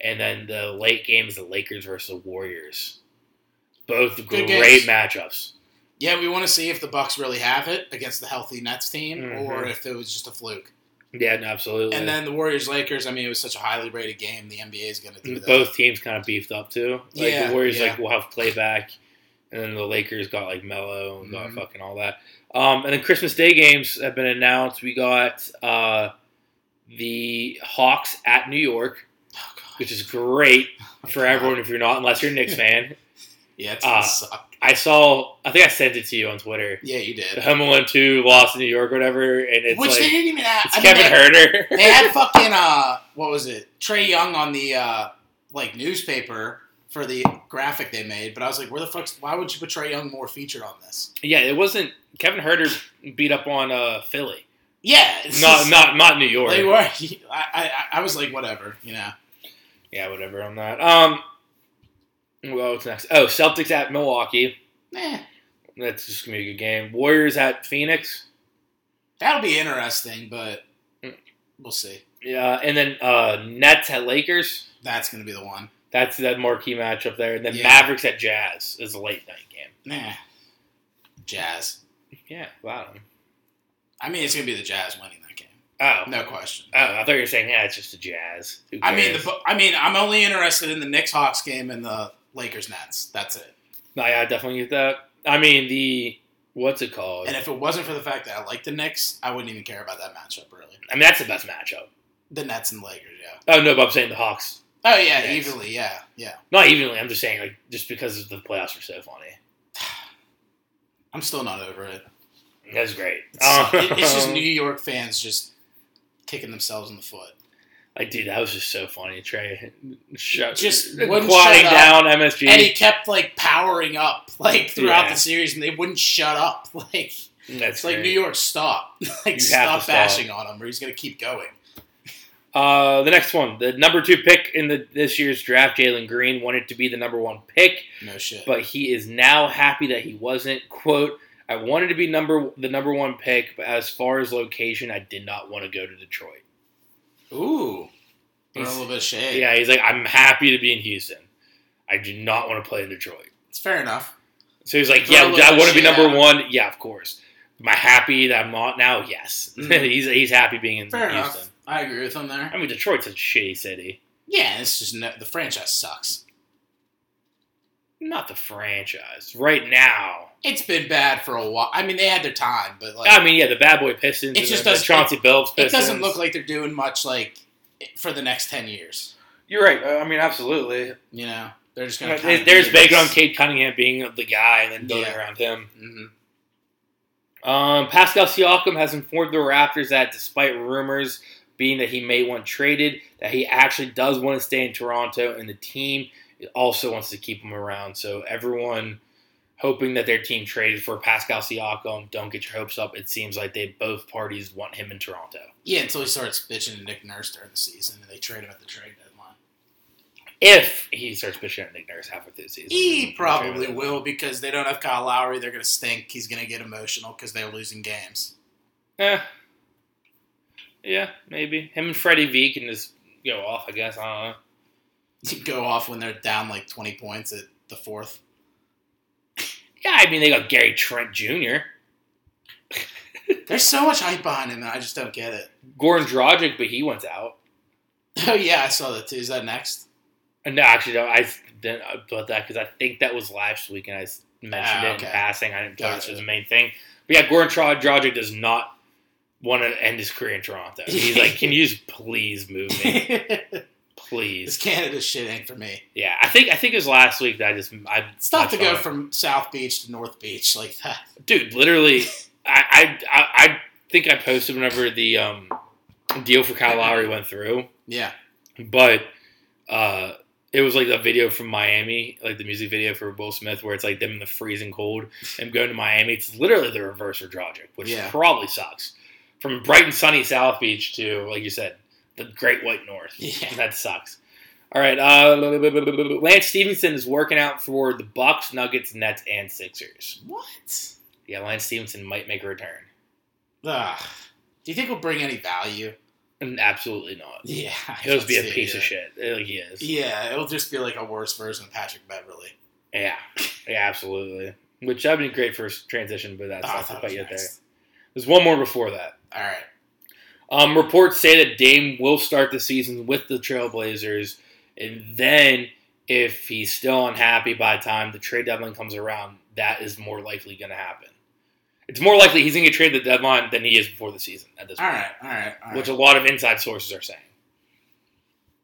S2: and then the late game is the Lakers versus the Warriors. Both great
S1: games.
S2: matchups.
S1: Yeah, we want to see if the Bucks really have it against the healthy Nets team, or
S2: Mhm.
S1: if it was just a fluke.
S2: Yeah, no, absolutely.
S1: And then the Warriors Lakers. I mean, it was such a highly rated game. The NBA is going to do that.
S2: Mm, both teams kind of beefed up too. Like
S1: Yeah,
S2: the Warriors,
S1: yeah.
S2: like will have playback, and then the Lakers got like Melo and got
S1: Mhm.
S2: fucking all that. Um, and then Christmas Day games have been announced. We got uh, the Hawks at New York,
S1: Oh, God.
S2: which is great
S1: Oh,
S2: for everyone if you're not, unless you're
S1: <laughs>
S2: a Knicks fan.
S1: Yeah, it's gonna
S2: Uh,
S1: suck.
S2: I saw, I think I sent it to you on Twitter.
S1: Yeah, you
S2: The
S1: did.
S2: Home Alone Two lost in New York, or whatever, and <laughs> it's
S1: Which
S2: like
S1: they didn't even have.
S2: it's
S1: I mean,
S2: Kevin
S1: they-
S2: Herter. <laughs>
S1: they had fucking uh what was it trey young on the uh like newspaper for the graphic they made but i was like where the fuck's why would you put trey young more featured on this
S2: yeah, it wasn't Kevin Herter beat up on uh, Philly,
S1: yeah it's
S2: not
S1: just- <laughs>
S2: not not New York.
S1: they were I, I i was like whatever you know
S2: Yeah, whatever on that. Um, well, what's next? Oh, Celtics at Milwaukee.
S1: eh,
S2: That's just gonna be a good game. Warriors at Phoenix.
S1: that'll be interesting but
S2: Mm.
S1: we'll see
S2: Yeah, and then uh, Nets at Lakers.
S1: that's gonna be the one
S2: That's that marquee matchup there. And then
S1: Yeah.
S2: Mavericks at Jazz is a late night game.
S1: nah jazz
S2: Yeah, wow.
S1: i mean it's gonna be the jazz winning that game
S2: Oh,
S1: no question
S2: oh, I thought you were saying yeah, it's just the Jazz. Who
S1: i mean the
S2: cares?
S1: Bu- i mean i'm only interested in the knicks hawks game and the lakers nets that's it
S2: no, yeah, I definitely get that. I mean the what's it called?
S1: And if it wasn't for the fact that I like the Knicks, I wouldn't even care about that matchup really.
S2: I mean that's the best matchup.
S1: The Nets and Lakers, yeah.
S2: Oh no, but I'm saying the Hawks.
S1: Oh yeah,
S2: Yes.
S1: evenly, yeah, yeah.
S2: Not evenly. I'm just saying like just because the playoffs are so funny.
S1: I'm still not over it.
S2: That's great. Um, Oh. <laughs>
S1: It's, it- it's just New York fans just kicking themselves in the foot.
S2: Like, dude, that was just so funny, Trey. Shut, uh,
S1: Just wouldn't
S2: quadding
S1: shut up.
S2: down MSG.
S1: And he kept like powering up <laughs> like throughout
S2: Yeah.
S1: the series, and they wouldn't shut up. <laughs> Like
S2: That's
S1: it's like
S2: great.
S1: New York, stop! <laughs>
S2: You
S1: Like
S2: have to
S1: stop
S2: stop.
S1: bashing on him, or he's gonna keep going.
S2: Uh, the next one, the number two pick in the this year's draft, Jalen Green wanted to be the number one pick,
S1: No shit.
S2: but he is now happy that he wasn't. "Quote: I wanted to be number the number one pick, but as far as location, I did not want to go to Detroit."
S1: Ooh, a
S2: He's-
S1: little bit of shade.
S2: Yeah, he's like, "I'm happy to be in Houston. I do not want to play in Detroit."
S1: it's fair enough.
S2: So he's like,
S1: Throw a
S2: "Yeah,
S1: little
S2: I want to be
S1: shit
S2: number
S1: out.
S2: one. Yeah, of course. Am I happy that I'm not now? Yes.
S1: Mhm.
S2: <laughs> he's he's happy being in
S1: Fair
S2: Houston.
S1: enough. I agree with him there.
S2: I mean, Detroit's a shitty city.
S1: Yeah, it's just no, the franchise sucks.
S2: Not the franchise right now."
S1: It's been bad for a while. I mean, they had their time, but like
S2: I mean, yeah, the bad boy Pistons.
S1: It
S2: and
S1: just
S2: the
S1: doesn't-
S2: Chauncey Billups
S1: it
S2: Pistons.
S1: doesn't look like they're doing much like for the next ten years.
S2: You're right. I mean, absolutely.
S1: You know, they're just gonna. kinda
S2: There's
S1: do
S2: Baker on
S1: this.
S2: Cade Cunningham being the guy, and then building
S1: Yeah.
S2: around him.
S1: Mhm.
S2: Um, Pascal Siakam has informed the Raptors that, despite rumors being that he may want traded, that he actually does want to stay in Toronto, and the team also wants to keep him around. So everyone hoping that their team traded for Pascal Siakam. Don't get your hopes up. It seems like they both parties want him in Toronto.
S1: Yeah, until he starts bitching to Nick Nurse during the season, and they trade him at the trade deadline.
S2: If he starts pitching at Nick Nurse halfway through the season,
S1: He probably will because they don't have Kyle Lowry. They're gonna stink. He's gonna get emotional because they're losing games. <laughs>
S2: Yeah, Eh. yeah, maybe him and Freddie V can just go off. I guess I don't know.
S1: Go off when they're down like twenty points at the fourth.
S2: Yeah, I mean they got Gary Trent Jr.,
S1: There's so much hype behind him, and I just don't get it. <laughs>
S2: Goran Dragic, but he went out.
S1: Oh yeah, I saw that too. Is that next?
S2: And Uh, No, actually, no, I didn't about that because I think that was last week, and I s- mentioned
S1: Ah,
S2: it in
S1: okay.
S2: passing. I didn't touch
S1: Gotcha.
S2: it the main thing. But yeah, Goran Tra- Dragic does not want to end his career in Toronto. He's like, can you just please move
S1: <laughs>
S2: me,
S1: this
S2: please?
S1: Canada shit ain't for me.
S2: Yeah, I think I think it was last week that I just I
S1: It's tough to
S2: touched
S1: go
S2: on it.
S1: from South Beach to North Beach like that.
S2: dude literally I, I i i think i posted whenever the um deal for kyle lowry went through
S1: Yeah.
S2: Mm-hmm. but uh it was like the video from miami like the music video for will smith where it's like them in the freezing cold and going to miami it's literally the reverse for Dragic, which
S1: Yeah.
S2: probably sucks from bright and sunny south beach to like you said the great white north
S1: Yeah.
S2: that sucks all right uh, lance stevenson is working out for the bucks nuggets nets and sixers
S1: What?
S2: yeah, Lance Stevenson might make a return.
S1: Ugh. Do you think we'll bring any value?
S2: And Absolutely not.
S1: Yeah. <laughs> I
S2: He'll just
S1: don't
S2: be a
S1: see
S2: piece
S1: it.
S2: of shit. Uh, He is.
S1: Yeah, it'll just be like a worse version of Patrick Beverly.
S2: Yeah. Yeah, absolutely. Which that'd be great for a transition, but that's
S1: Oh, I
S2: not
S1: thought it
S2: quite
S1: was
S2: yet there.
S1: next.
S2: There's one more before that.
S1: All right.
S2: Um, reports say that Dame will start the season with the Trailblazers, and then if he's still unhappy by the time the trade deadline comes around, that is more likely going to happen. It's more likely he's going to get traded at the deadline than he is before the season at this
S1: All
S2: point,
S1: right. All right. All right.
S2: which a lot of inside sources are saying.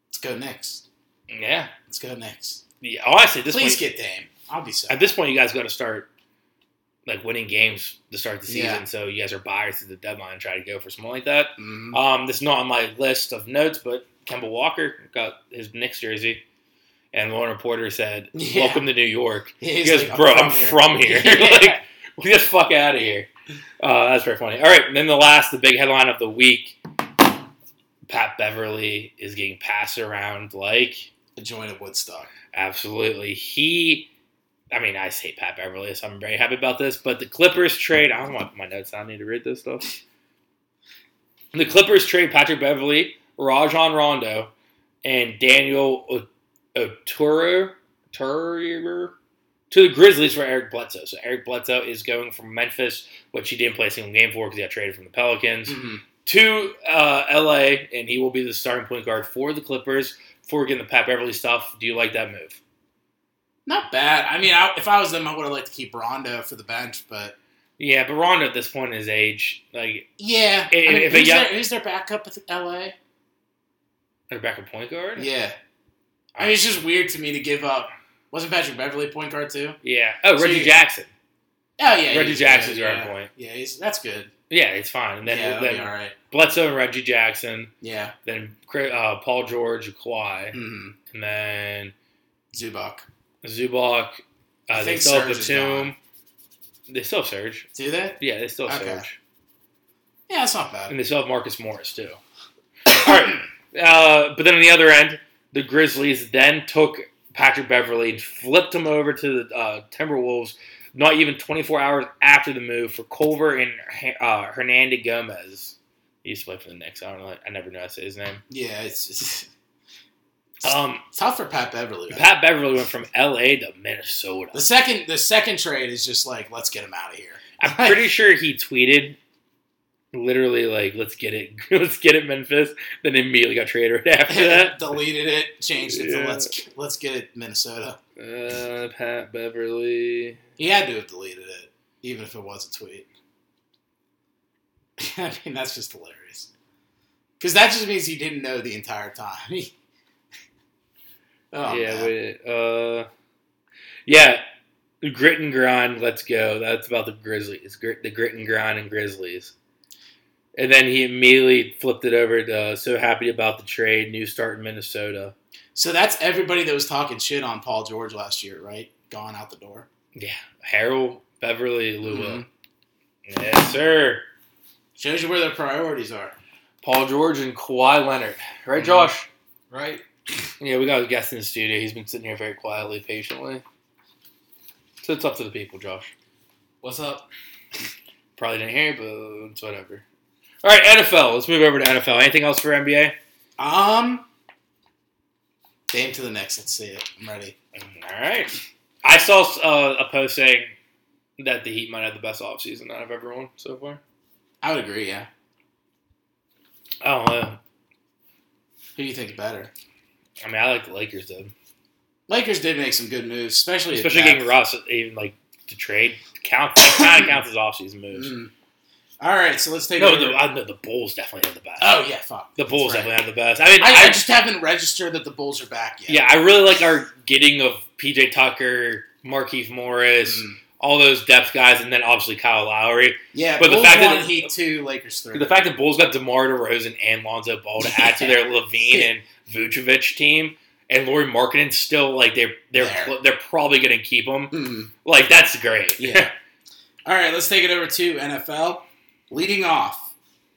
S1: Let's go next.
S2: Yeah.
S1: Let's go next.
S2: yeah honestly, at this
S1: Please get
S2: point,
S1: Dame. I'll be so.
S2: at this point, you guys got to start like winning games to start the season.
S1: Yeah.
S2: So you guys are buyers to the deadline. Try to go for something like that.
S1: Mhm.
S2: Um, this is not on my list of notes, but Kemba Walker got his Knicks jersey, and one reporter said,
S1: <laughs> <laughs> Yeah.
S2: "Welcome to New York." <laughs>
S1: He's
S2: He goes,
S1: like,
S2: "Bro, I'm from here.
S1: <laughs>
S2: <laughs> like,
S1: Yeah.
S2: get the fuck out of here." Uh, that's very funny. All right, and then the last, the big headline of the week: Pat Beverly is getting passed around like.
S1: A joint of Woodstock.
S2: Absolutely. He, I mean, I say Pat Beverly, so I'm very happy about this. But the Clippers trade, I don't want my notes. I don't need to read this stuff. The Clippers trade Patrick Beverly, Rajon Rondo, and Daniel O- Oturu Oturu, to the Grizzlies for Eric Bledsoe. So Eric Bledsoe is going from Memphis, which he didn't play a single game for because he got traded from the Pelicans
S1: Mhm.
S2: to uh, LA, and he will be the starting point guard for the Clippers. Before we get into the Pat Beverly stuff, do you like that move?
S1: Not bad. I mean, I, if I was them, I would have liked to keep Rondo for the bench, but
S2: Yeah, but Rondo at this point in his age, like
S1: yeah. I
S2: If-
S1: mean,
S2: if a
S1: who's,
S2: young-
S1: their, who's their backup at LA?
S2: their backup point guard.
S1: Yeah. I mean, it's just weird to me to give up. Wasn't Patrick Beverly point guard too?
S2: Yeah. Oh,
S1: So
S2: Reggie
S1: you-
S2: Jackson.
S1: Oh yeah,
S2: Reggie
S1: he's
S2: Jackson's
S1: good,
S2: your
S1: yeah.
S2: point.
S1: Yeah, he's that's good.
S2: Yeah, it's fine. And then,
S1: yeah, that'll be
S2: then
S1: all right.
S2: Bledsoe and Reggie Jackson,
S1: Yeah.
S2: then Cra- uh, Paul George, Kawhi,
S1: Mm-hmm.
S2: and then
S1: Zubac.
S2: Zubac.
S1: I
S2: Uh, they
S1: think
S2: still have
S1: Serge is
S2: Batum. They still have Serge.
S1: Do they?
S2: Yeah, they still have
S1: Okay.
S2: Serge.
S1: Yeah, it's not bad.
S2: And they still have Marcus Morris, too. All right. Uh, but then on the other end, the Grizzlies then took Patrick Beverly and flipped him over to the uh, Timberwolves not even 24 hours after the move for Culver and uh, Hernando Gomez. He used to play for the Knicks. I don't know. I never know how to say his name.
S1: Yeah, it's, it's <laughs>
S2: Um,
S1: tough for Pat Beverly.
S2: <laughs> Pat Beverly went from L.A. to Minnesota.
S1: The second the second trade is just like let's get him out of here.
S2: I'm pretty sure he tweeted literally like let's get it <laughs> let's get it Memphis then immediately got traded right after <laughs>
S1: <laughs>
S2: that.
S1: Deleted it, changed it
S2: Yeah.
S1: to let's let's get it Minnesota.
S2: Uh, Pat Beverly.
S1: He had to have deleted it, even if it was a tweet. <laughs> I mean, that's just hilarious. Because that just means he didn't know the entire time. <laughs> oh,
S2: yeah,
S1: yeah,
S2: wait. Uh, yeah, grit and grind. Let's go. That's about the Grizzlies. Grit, the grit and grind and Grizzlies. And then he immediately flipped it over to uh, so happy about the trade. New start in Minnesota.
S1: So that's everybody that was talking shit on Paul George last year, right? Gone out the door.
S2: Yeah, Harold Beverly Lua. Yes, sir.
S1: Shows you where their priorities are.
S2: Paul George and Kawhi Leonard. Right, Josh.
S1: Right.
S2: Yeah, we got a guest in the studio. He's been sitting here very quietly, patiently. So it's up to the people, Josh.
S1: What's up?
S2: Probably didn't hear, it, but it's whatever. All right, NFL. Let's move over to NFL. Anything else for NBA?
S1: Um, Dame to the next. Let's see it. I'm ready.
S2: All right. I saw uh, a post saying that the Heat might have the best offseason out of everyone so far.
S1: I would agree. Yeah.
S2: I don't know.
S1: Who do you think's better?
S2: I mean, I like the Lakers, though.
S1: Lakers did make some good moves, especially at
S2: Especially
S1: depth.
S2: getting Russ, even like to trade. Count, kind of counts as offseason moves.
S1: Mm. All right, so let's take.
S2: No,
S1: over.
S2: the, I, no, the Bulls definitely have the best.
S1: oh yeah, fuck.
S2: the Bulls
S1: That's right.
S2: definitely have the best. I mean,
S1: I, I
S2: I,
S1: just haven't registered that the Bulls are back yet.
S2: yeah, I really like our getting of PJ Tucker, Markeith Morris,
S1: Mm.
S2: all those depth guys, and then obviously Kyle Lowry.
S1: yeah.
S2: But the
S1: Bulls
S2: fact that
S1: one,
S2: it-
S1: Heat two, Lakers three.
S2: The fact that Bulls got DeMar DeRozan and Lonzo Ball to add to their Levine and Vucevic team, and Lori Markkinen still like they're they're
S1: There.
S2: pl- they're probably going to keep him.
S1: Mm.
S2: Like that's great.
S1: Yeah. All right, let's take it over to NFL. Leading off,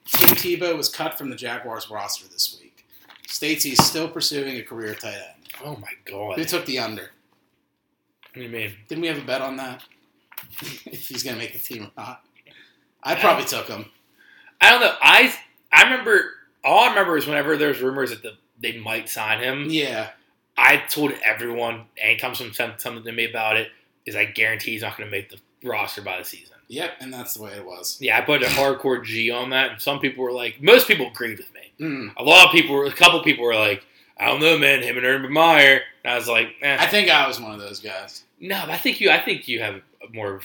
S1: Tim Tebow was cut from the Jaguars roster this week. States he's still pursuing a career tight end.
S2: <laughs> oh my
S1: Who
S2: god.
S1: took the under?
S2: What do you mean?
S1: Didn't we have a bet on that? <laughs> if he's gonna make the team or not? I probably took him.
S2: I don't know. I I remember all I remember is whenever there's rumors that the, they might sign him.
S1: Yeah.
S2: I told everyone anytime someone sent something to me about it is I guarantee he's not going to make the roster by the season.
S1: Yep. And that's the way it was.
S2: Yeah, I put a hardcore G on that, and some people were like, most people agreed with me.
S1: Mm.
S2: a lot of people, were- a couple people were like, I don't know, man, him and Urban Meyer. And I was like,
S1: I
S2: eh.
S1: think I was one of those guys.
S2: no, but I think you, I think you have more of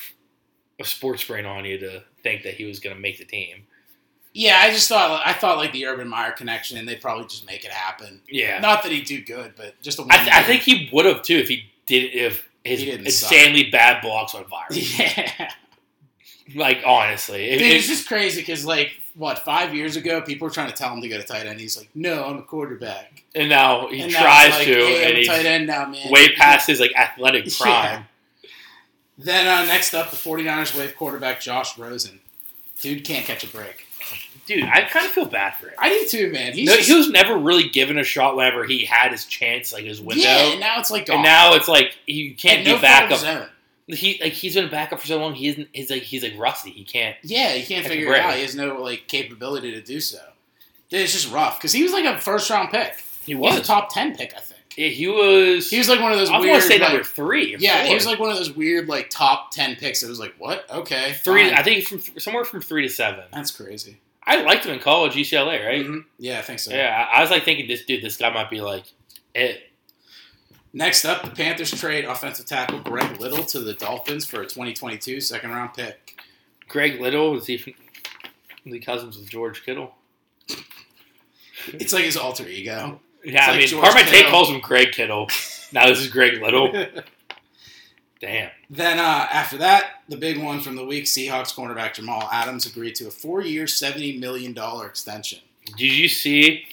S2: a sports brain on you to think that he was going to make the team.
S1: Yeah, I just thought I thought like the Urban Meyer connection, and they probably just make it happen.
S2: Yeah,
S1: Not that he'd do good, but just a
S2: I, th- I think he would have too if he did if his
S1: He didn't
S2: insanely bad blocks on fire.
S1: <laughs> yeah,
S2: like honestly, if,
S1: dude, it's
S2: if,
S1: just crazy because like what five years ago, people were trying to tell him to go to tight end. He's like, no, I'm a quarterback.
S2: and now he
S1: And now
S2: tries
S1: he's like,
S2: to,
S1: "Hey, I'm
S2: and
S1: a tight
S2: he's
S1: end now, man.
S2: way past his like athletic
S1: Yeah.
S2: prime.
S1: <laughs> Then uh, next up, the 49ers wave quarterback Josh Rosen. Dude can't catch a break.
S2: Dude, I kind of feel bad for him.
S1: I do too, man. He's
S2: No,
S1: just,
S2: he was never really given a shot whenever he had his chance, like his window.
S1: yeah. and Now it's like
S2: And now it's like you can't
S1: no
S2: be backup.
S1: fault of his own.
S2: He like he's been a backup for so long. He isn't. He's like he's like rusty. He can't.
S1: Yeah, he can't
S2: Catch a
S1: figure it
S2: break.
S1: out. He has no like capability to do so. Dude, It's just rough because he was like a first round pick.
S2: He
S1: He was a
S2: was.
S1: top ten pick, I think.
S2: Yeah, he was.
S1: He was like one of those
S2: I want
S1: weird.
S2: to say
S1: like-
S2: number three. Or
S1: yeah,
S2: four.
S1: he was like one of those weird like top ten picks. It was like what? Okay,
S2: three.
S1: fine.
S2: I think from somewhere from three to seven.
S1: That's crazy.
S2: I liked him in college, UCLA, right?
S1: Mhm. Yeah, I think so.
S2: Yeah, I, I was like thinking this dude, this guy might be like it.
S1: Next up, the Panthers trade offensive tackle Greg Little to the Dolphins for a 2022 second round pick.
S2: Greg Little is he from the cousins with George Kittle?
S1: It's like his alter ego.
S2: Yeah, I
S1: like
S2: mean,
S1: George
S2: part of my take
S1: Kittle. <laughs>
S2: calls him Greg Kittle. now this is Greg Little. Damn.
S1: Then uh, after that, the big one from the week: Seahawks cornerback Jamal Adams agreed to a four-year, seventy million dollar extension.
S2: Did you see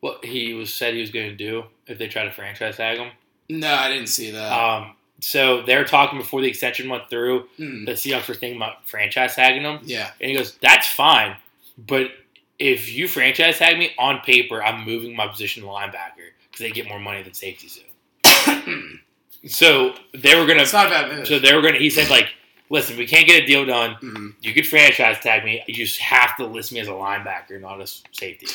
S2: what he was said he was going to do if they try to franchise tag him?
S1: No, I didn't see that.
S2: Um, so they were talking before the extension went through.
S1: Hmm.
S2: The Seahawks were thinking about franchise tagging him,
S1: Yeah,
S2: and he goes, "That's fine, but if you franchise tag me on paper, I'm moving my position to linebacker because they get more money than safeties do." <clears throat> so they were gonna.
S1: it's not a bad move.
S2: So they were gonna. He said like. Listen, we can't get a deal done. <laughs>
S1: Mhm.
S2: You could franchise tag me. You just have to list me as a linebacker, not as safety.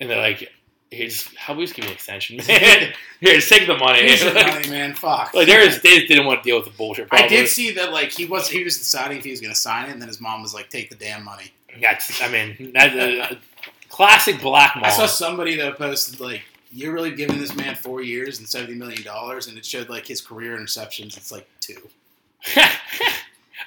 S2: And they're like, "Here's how we just give me an extension, <laughs> man. Here, just take the money."
S1: Here's
S2: <laughs>
S1: your
S2: Like-
S1: money, man. Fuck.
S2: like there is, they just didn't want to deal with the bullshit.
S1: <laughs> I
S2: Probably.
S1: did see that like he was he was deciding if he was going to sign it, and then his mom was like, "Take the damn money."
S2: That's, I mean, that's a, classic black mom.
S1: I saw somebody that posted like, "You're really giving this man four years and seventy million dollars," and it showed like his career interceptions. It's like two.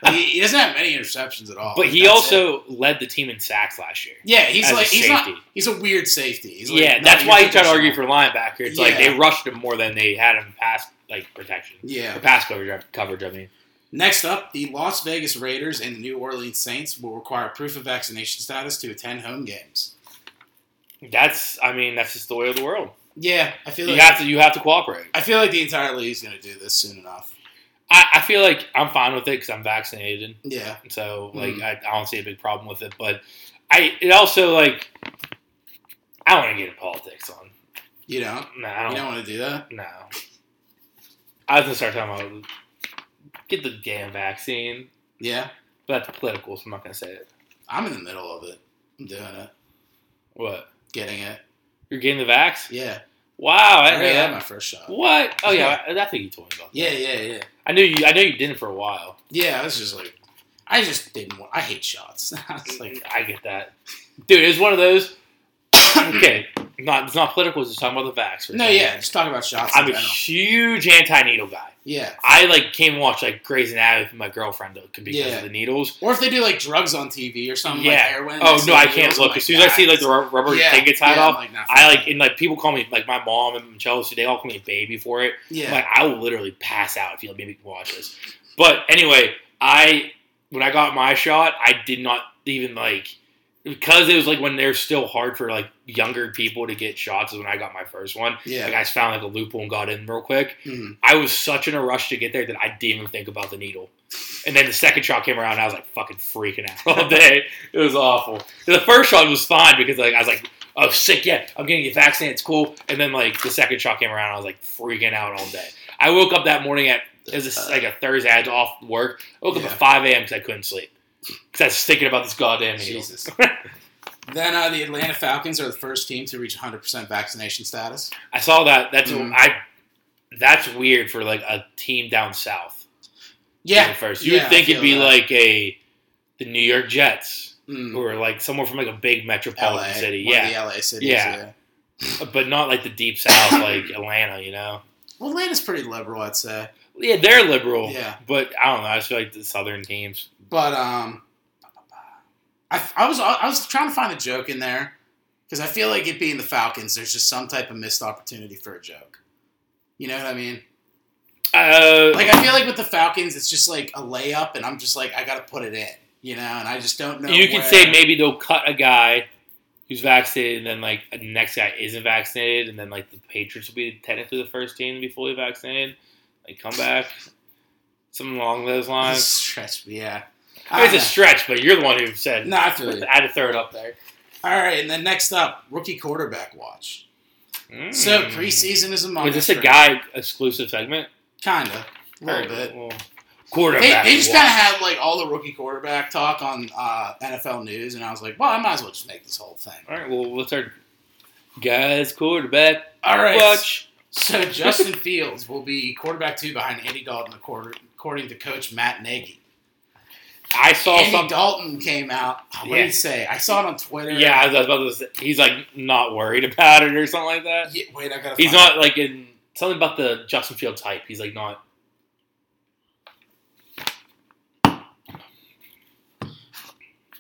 S1: Like, he, he doesn't have many interceptions at all.
S2: <laughs> but
S1: Like,
S2: he
S1: Oh, that's it.
S2: also led the team in sacks last year.
S1: yeah, he's
S2: as a
S1: like he's not
S2: safety.
S1: he's a weird safety. He's like,
S2: yeah,
S1: not
S2: that's
S1: your
S2: why he tried to
S1: traditional-
S2: argue for linebacker. It's like
S1: Yeah.
S2: they rushed him more than they had him pass like protection,
S1: Yeah.
S2: or pass coverage. uh, Coverage, I mean.
S1: Next up, the Las Vegas Raiders and the New Orleans Saints will require proof of vaccination status to attend home games.
S2: That's, I mean, that's just the way of the world.
S1: Yeah, I feel
S2: You
S1: like
S2: have to, you have to cooperate.
S1: I feel like the entire league's going to do this soon enough.
S2: I, I feel like I'm fine with it because I'm vaccinated,
S1: Yeah,
S2: so like
S1: Mhm.
S2: I, I don't see a big problem with it. But I, it also like, I want to get in politics on.
S1: you don't
S2: No, I
S1: you
S2: don't.
S1: don't want to do that.
S2: No. I was gonna start talking about get the damn vaccine,
S1: Yeah,
S2: but that's political, so I'm not gonna say it.
S1: I'm in the middle of it. I'm doing it,
S2: What?
S1: getting it.
S2: You're getting the vax?
S1: Yeah,
S2: Wow,
S1: I
S2: I didn't
S1: already
S2: know
S1: had
S2: that.
S1: my first shot.
S2: What? Oh yeah, I, I think you told me about that.
S1: Yeah, yeah, yeah,
S2: I knew you. I know you didn't for a while.
S1: yeah. I was just like, I just didn't. want I hate shots. <laughs> I was like,
S2: Like I get that, dude. It's one of those. <coughs> okay, not it's not political. It's just talking about the vax. for a
S1: no,
S2: second.
S1: yeah. Just talk about shots. in
S2: I'm a
S1: general.
S2: huge anti-needle guy.
S1: yeah.
S2: I like came and watched like Grey's Anatomy with my girlfriend though, because
S1: Yeah.
S2: of the needles.
S1: Or if they do like drugs on TV or something.
S2: Yeah.
S1: Like heroin,
S2: Oh
S1: that's
S2: no,
S1: the
S2: I
S1: needles,
S2: can't
S1: I'm
S2: look. As soon as I see like the rub- rubber
S1: Yeah,
S2: thing gets tied
S1: yeah, I'm
S2: off,
S1: like, nah,
S2: I
S1: fuck
S2: like
S1: it.
S2: and like people call me like my mom and Chelsea. They all call me a baby for it.
S1: Yeah.
S2: Like I will literally pass out if you let me watch this. But anyway, I when I got my shot, I did not even like because it was like when they're still hard for like younger people to get shots. Is when I got my first one.
S1: yeah.
S2: Like I just found like a loophole and got in real quick.
S1: Mhm.
S2: I was such in a rush to get there that I didn't even think about the needle. And then the second shot came around, and I was like fucking freaking out all day. <laughs> it was awful. The first shot was fine because like I was like, oh sick, yeah, I'm getting get vaccinated, it's cool. And then like the second shot came around, I was like freaking out all day. I woke up that morning at it was a, like a Thursday, I had off work. I woke up
S1: Yeah.
S2: at five a.m. because I couldn't sleep because I was thinking about this goddamn needle.
S1: Jesus. <laughs> then uh, the Atlanta Falcons are the first team to reach 100% vaccination status.
S2: I saw that. That's
S1: Mhm.
S2: I. That's weird for like a team down south.
S1: Yeah.
S2: at first. You
S1: Yeah,
S2: would think
S1: I
S2: it'd be
S1: feel that.
S2: like a the New York Jets
S1: Mm.
S2: or like somewhere from like a big metropolitan
S1: LA,
S2: city,
S1: one of
S2: yeah,
S1: the LA cities.
S2: Yeah.
S1: yeah.
S2: but not like the deep
S1: <coughs>
S2: south, like Atlanta, you know.
S1: Well, Atlanta's pretty liberal, I'd say.
S2: Yeah, they're liberal,
S1: Yeah.
S2: but I don't know. I just feel like the southern teams.
S1: But um, I, I was I was trying to find a joke in there because I feel like it being the Falcons, there's just some type of missed opportunity for a joke. You know what I mean?
S2: Uh,
S1: Like I feel like with the Falcons, it's just like a layup, and I'm just like I got to put it in, you know. And I just don't know.
S2: you could
S1: where-
S2: say maybe they'll cut a guy who's vaccinated, and then like the next guy isn't vaccinated, and then like the Patriots will be technically the first team to be fully vaccinated. Like come back, something along those lines.
S1: stretch, yeah. I
S2: It's
S1: don't
S2: a stretch, but you're the one who said.
S1: know. no, I feel you.
S2: I had to throw it up there.
S1: All right, and then next up, rookie quarterback watch. So
S2: Mm.
S1: preseason is among.
S2: Was this
S1: us
S2: a
S1: for-
S2: guy exclusive segment?
S1: Kinda, a
S2: Very
S1: little bit.
S2: Well,
S1: They,
S2: quarterback.
S1: they just
S2: watch.
S1: kind of had like all the rookie quarterback talk on uh, NFL news, and I was like, well, I might as well just make this whole thing.
S2: All right. Well, what's our guys quarterback
S1: All right.
S2: watch?
S1: So Justin <laughs> Fields will be quarterback two behind Andy Dalton, according, according to Coach Matt Nagy.
S2: I saw
S1: Andy
S2: something.
S1: Dalton came out. What did
S2: Yeah.
S1: he say? I saw it on Twitter.
S2: Yeah, I was about to say he's like not worried <laughs> about it or something like that.
S1: Yeah, wait, I gotta.
S2: He's
S1: find
S2: not like in something about the Justin Fields type. He's like not.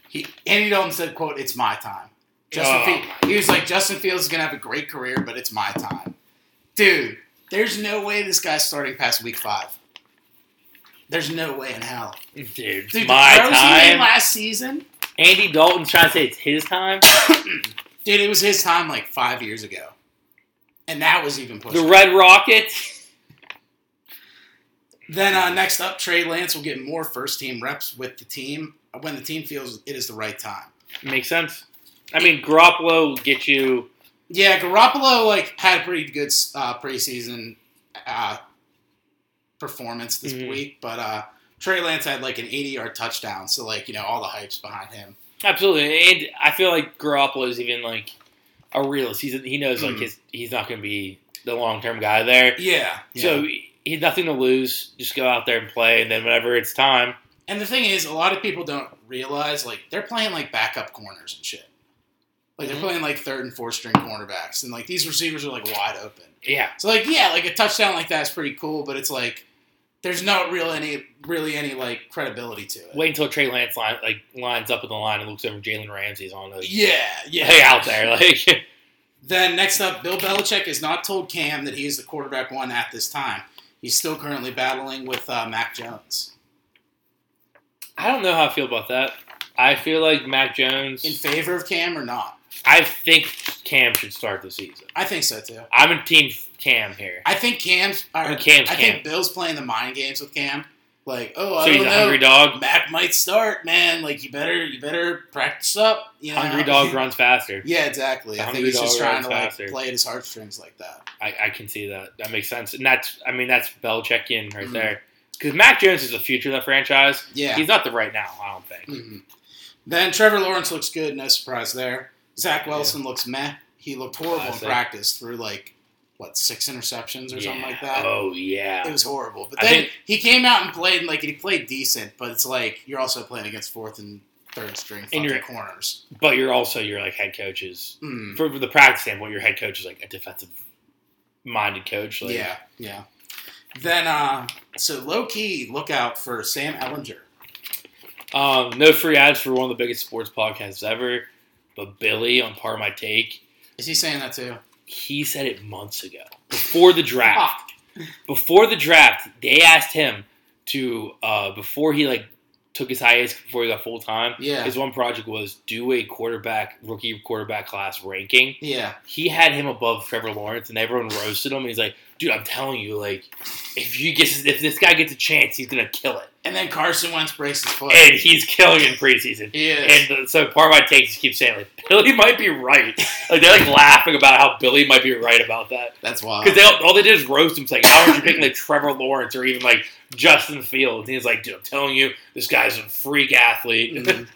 S1: He, Andy Dalton said, "quote It's my time." Justin
S2: Oh,
S1: Fields. He was like, "Justin Fields is gonna have a great career, but it's my time." Dude, there's no way this guy's starting past week five. There's no way in hell.
S2: Dude, it's
S1: Dude,
S2: my
S1: the throws he made
S2: time.
S1: last season,
S2: Andy Dalton's trying to say it's his time.
S1: dude, it was his time like five years ago, and that was even
S2: The
S1: pushing.
S2: Red Rocket.
S1: then uh, next up, Trey Lance will get more first team reps with the team when the team feels it is the right time.
S2: Makes sense. I mean, Garoppolo will get you.
S1: Yeah, Garoppolo like had a pretty good uh, preseason uh, performance this
S2: Mhm.
S1: week, but uh, Trey Lance had like an 80-yard touchdown, so like you know all the hype's behind him.
S2: Absolutely. And I feel like Garoppolo is even like a realist. He's, he knows like
S1: Mm.
S2: his, he's not going to be the long term guy there.
S1: Yeah. yeah.
S2: So he had nothing to lose. Just go out there and play. And then whenever it's time,
S1: and the thing is, a lot of people don't realize like they're playing like backup corners and shit. Like they're
S2: Mhm.
S1: playing like third and fourth string cornerbacks, and like these receivers are like wide open.
S2: yeah.
S1: So like yeah, like a touchdown like that's pretty cool, but it's like there's not real any really any like credibility to it.
S2: Wait until Trey Lance line, like lines up in the line and looks over Jalen Ramsey's on the
S1: Yeah,
S2: <laughs>
S1: yeah.
S2: hey out there like <laughs>
S1: Then next up, Bill Belichick has not told Cam that he is the quarterback one at this time. He's still currently battling with uh, Mac Jones
S2: I don't know how I feel about that. I feel like Mac
S1: in
S2: Jones.
S1: favor of Cam or not.
S2: I think Cam should start the season.
S1: I think so too.
S2: I'm in Team Cam here.
S1: I think Cam's. I,
S2: I'm Cam's
S1: I
S2: Cam.
S1: think Bill's playing the mind games with Cam. Like, oh, I
S2: So he's
S1: don't
S2: a
S1: know.
S2: hungry dog.
S1: Mac might start, man. Like, you better, you better practice up. You know?
S2: Hungry dog runs faster.
S1: <laughs> Yeah, exactly.
S2: The
S1: I think
S2: hungry
S1: he's just
S2: dog
S1: trying
S2: runs
S1: to like
S2: faster.
S1: play at his heartstrings like that.
S2: I, I can see that. That makes sense. And that's I mean that's Belichickian right
S1: Mhm.
S2: there. Because Mac Jones is the future of that franchise.
S1: Yeah.
S2: He's not the right now. I don't think.
S1: hmm Then Trevor Lawrence looks good, no surprise there. Zach Wilson looks meh. He looked horrible
S2: Classic.
S1: in practice through like what six interceptions or something like
S2: Yeah.
S1: that.
S2: Oh yeah.
S1: It was horrible. But
S2: I
S1: then
S2: think-
S1: he came out and played and like he played decent, but it's like you're also playing against fourth and third string fucking
S2: you're-
S1: corners.
S2: But you're also your like head coaches
S1: Mm,
S2: for the practice standpoint. Your head coach is like a defensive minded coach. Like,
S1: yeah, yeah. Then uh so low key look out for Sam Ellinger.
S2: Um, no free ads for one of the biggest sports podcasts ever, but Billy on Part of My Take,
S1: Is he saying that too?
S2: he said it months ago before
S1: <laughs>
S2: the draft. before the draft, they asked him to uh, before he like took his hiatus before he got full time.
S1: Yeah.
S2: His one project was do a quarterback rookie quarterback class ranking.
S1: Yeah.
S2: He had him above Trevor Lawrence, and everyone roasted him. And he's like, "Dude, I'm telling you, like, if you get if this guy gets a chance, he's gonna kill it."
S1: And then Carson Wentz breaks his foot.
S2: And he's killing it in preseason.
S1: He is.
S2: And uh, so part of my takes is keep saying like <laughs> Billy might be right. Like they're like laughing about how Billy might be right about that
S1: That's wild.
S2: because they all, all they did is roast him saying how are you picking <laughs> like Trevor Lawrence or even like Justin Fields? And he's like, dude, I'm telling you, this guy's a freak athlete. <laughs>
S1: Mhm.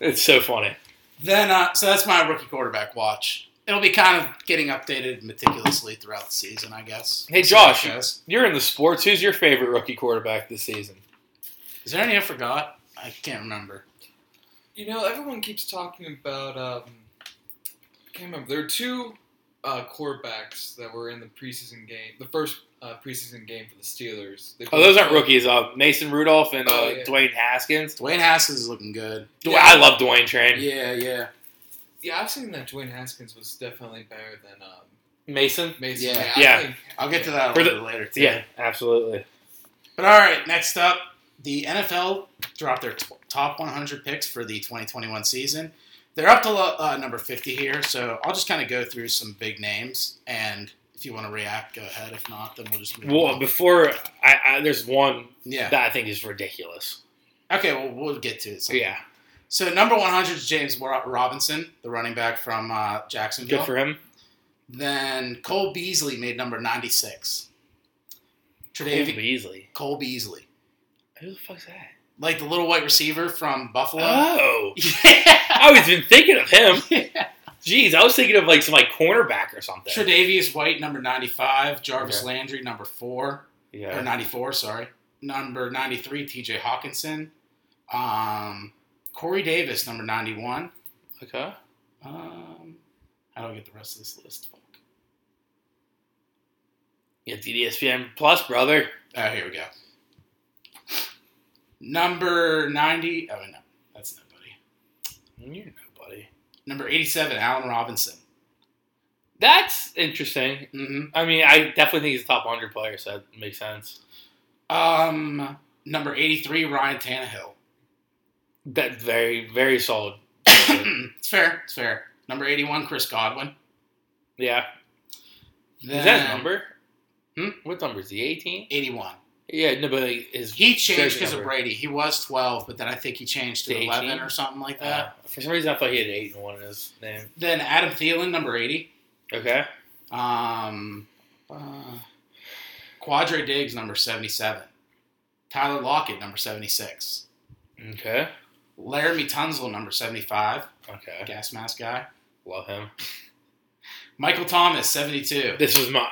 S2: it's so funny.
S1: Then, uh, so that's my rookie quarterback watch. It'll be kind of getting updated meticulously throughout the season, I guess.
S2: Hey,
S1: See how it
S2: Josh.
S1: goes.
S2: You're in the sports. Who's your favorite rookie quarterback this season?
S1: is there any I forgot? I can't remember.
S4: You know, everyone keeps talking about. Um, I can't remember. There are two uh, quarterbacks that were in the preseason game, the first uh, preseason game for the Steelers. They
S2: Oh, those
S4: both-
S2: aren't rookies. Uh, Mason Rudolph and uh,
S4: Oh, yeah.
S2: Dwayne Haskins.
S1: Dwayne Haskins is looking good.
S2: Dw-
S4: Yeah.
S2: I love Dwayne Train.
S1: Yeah, yeah.
S4: Yeah, I've seen that Dwayne Haskins was definitely better than um,
S2: Mason.
S4: Mason.
S1: Yeah.
S4: I
S2: Yeah.
S4: think-
S1: I'll get to that a
S2: For
S1: little
S2: the-
S1: bit later, too.
S2: Yeah, absolutely.
S1: But all right, next up, the NFL dropped their t- top 100 picks for the 2021 season. They're up to lo- uh, number 50 here, so I'll just kind of go through some big names. And if you want to react, go ahead. If not, then we'll just move
S2: Well,
S1: on.
S2: before I, I there's one
S1: Yeah.
S2: that I think is ridiculous.
S1: Okay, well, we'll get to it. sometime.
S2: Yeah,
S1: So number 100 is James Wa- Robinson, the running back from uh, Jacksonville.
S2: good for him.
S1: Then Cole Beasley made number 96. Tredavious
S2: Cole
S1: Cole,
S2: Beasley.
S1: Beasley,
S2: Who the fuck's that?
S1: like the little white receiver from Buffalo.
S2: Oh,
S1: <laughs> yeah.
S2: I was even thinking of him. Jeez, I was thinking of like some like cornerback or something.
S1: Tre'Davious White number 95, Jarvis
S2: Okay.
S1: Landry number 4 or
S2: Yeah,
S1: 94, sorry. Number 93 TJ Hawkinson. Um Corey Davis number 91.
S2: okay.
S1: Um how do I get the rest of this list? Fuck.
S2: Yeah, E ESPN Plus, brother.
S1: Oh, here we go. Number 90. Oh, no. That's nobody.
S2: You're nobody.
S1: Number 87, Allen Robinson.
S2: That's interesting.
S1: hmm
S2: I mean, I definitely think he's a top 100 player, so that makes sense.
S1: Um, number 83, Ryan Tannehill. <coughs>
S2: That very very solid.
S1: it's fair. It's fair. Number 81, Chris Godwin.
S2: yeah.
S1: Then
S2: Is that his number?
S1: Hmm?
S2: What number is he? Eighteen.
S1: 81.
S2: Yeah. No, but like, his
S1: He changed
S2: jersey
S1: because of
S2: number.
S1: Brady. He was 12, but then I think he changed to
S2: To
S1: 11
S2: 18?
S1: or something like that.
S2: Uh, for some reason, I thought he had eight and one in his name.
S1: Then Adam Thielen, number 80.
S2: Okay.
S1: Um, uh, Quadre Diggs, number 77. Tyler Lockett, number 76.
S2: Okay.
S1: Laramie Tunzel, number 75.
S2: Okay.
S1: Gas mask guy.
S2: Love him.
S1: Michael Thomas, 72.
S2: This was my.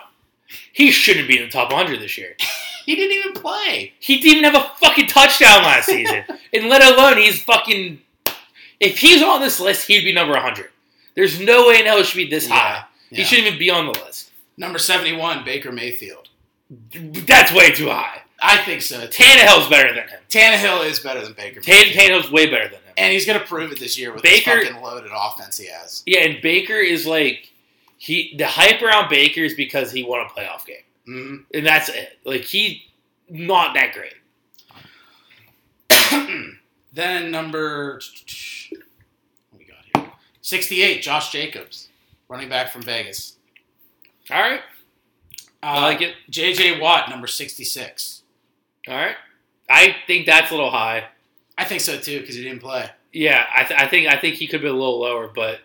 S2: He shouldn't be in the top 100 this year.
S1: He didn't even play.
S2: He didn't even have a fucking touchdown last season.
S1: <laughs>
S2: and let alone he's fucking. If he's on this list, he'd be number 100. There's no way in hell he should be this
S1: Yeah,
S2: high. He
S1: yeah.
S2: shouldn't even be on the list.
S1: Number 71, Baker Mayfield.
S2: That's way too high.
S1: I think so. T-
S2: Tannehill's better than him.
S1: Tannehill is better than Baker
S2: Tan-
S1: Mayfield.
S2: Tannehill's way better than him.
S1: and he's going to prove it this year with
S2: Baker-
S1: this fucking loaded offense he has.
S2: Yeah, and Baker is like. he. The hype around Baker is because he won a playoff game.
S1: Mhm.
S2: And that's it. Like, he's not that great.
S1: <clears throat> then number. What we got here? 68, Josh Jacobs, running back from Vegas.
S2: All right.
S1: Uh,
S2: I like it.
S1: JJ Watt, number 66.
S2: All right. I think that's a little high.
S1: I think so too because he didn't play.
S2: Yeah, I, th- I think I think he could be a little lower, but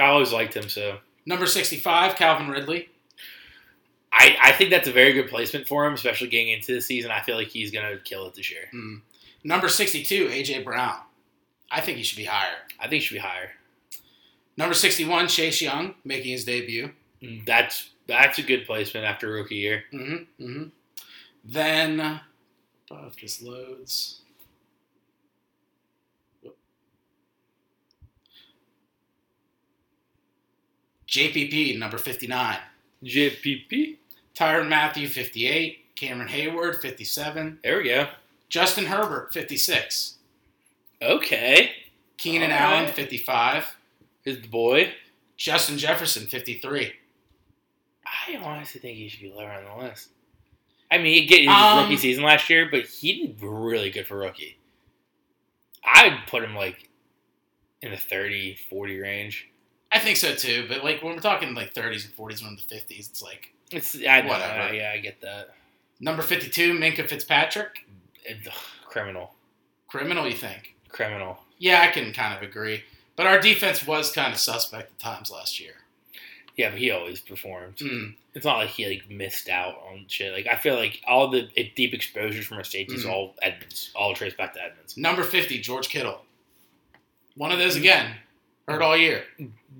S2: I always liked him, so
S1: Number 65, Calvin Ridley.
S2: I, I think that's a very good placement for him, especially getting into the season. I feel like he's gonna kill it this year.
S1: Mm. Number 62, AJ Brown. I think he should be higher.
S2: I think he should be higher.
S1: Number 61, Chase Young, making his debut.
S2: Mm, That's that's a good placement after rookie year.
S1: hmm hmm Then, uh, if this loads. JPP, number 59.
S2: JPP.
S1: Tyron Matthew, 58. Cameron Hayward, 57.
S2: There we go.
S1: Justin Herbert, 56.
S2: Okay,
S1: Keenan
S2: All
S1: Allen,
S2: right.
S1: 55.
S2: his boy.
S1: Justin Jefferson, 53.
S2: I honestly think he should be lower on the list. I mean, he get his
S1: Um,
S2: rookie season last year, but he did really good for rookie. I'd put him like in the 30, 40 range.
S1: I think so too, but like when we're talking like 30s and 40s, when the 50s, it's like
S2: It's I know,
S1: Whatever.
S2: yeah, I get that.
S1: number 52, Minka Fitzpatrick.
S2: It- ugh, criminal,
S1: Criminal, you think?
S2: criminal.
S1: Yeah, I can kind of agree. But our defense was kind of suspect at times last year.
S2: Yeah, but he always performed.
S1: Mm,
S2: It's not like he like missed out on shit. Like I feel like all the eh, deep exposures from our safeties
S1: Mhm.
S2: all Edmonds, all traced back to Edmonds.
S1: Number 50, George Kittle. One of
S2: Hmm.
S1: those again. Heard all year.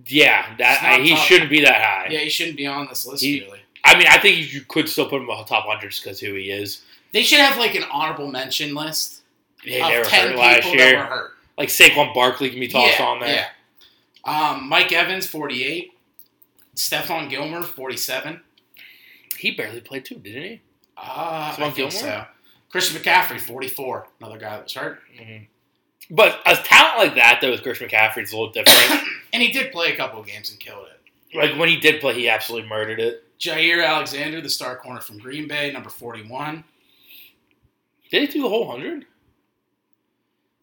S2: Yeah, that
S1: It's not
S2: I, he
S1: top-
S2: shouldn't be that high.
S1: Yeah, he shouldn't be on this list,
S2: He-
S1: really.
S2: I mean, I think you could still put him on top hundred just because who he is.
S1: They should have like an honorable mention list
S2: They
S1: of
S2: they were
S1: 10
S2: hurt
S1: people
S2: last
S1: that
S2: year.
S1: were hurt.
S2: Like Saquon Barkley can be tossed on there.
S1: Yeah. Um, Mike Evans, 48. Stephon Gilmer, 47.
S2: He barely played too, didn't he?
S1: Uh, I
S2: Stephon
S1: think
S2: Gilmore?
S1: So. Christian McCaffrey, 44. Another guy that was hurt.
S2: Mm-hmm. But a talent like that, though, with Christian McCaffrey, it's a little different.
S1: <coughs> And he did play a couple of games and killed it.
S2: like when he did play, he absolutely murdered it.
S1: Jair Alexander, the star corner from Green Bay, number 41.
S2: Did he do the whole hundred?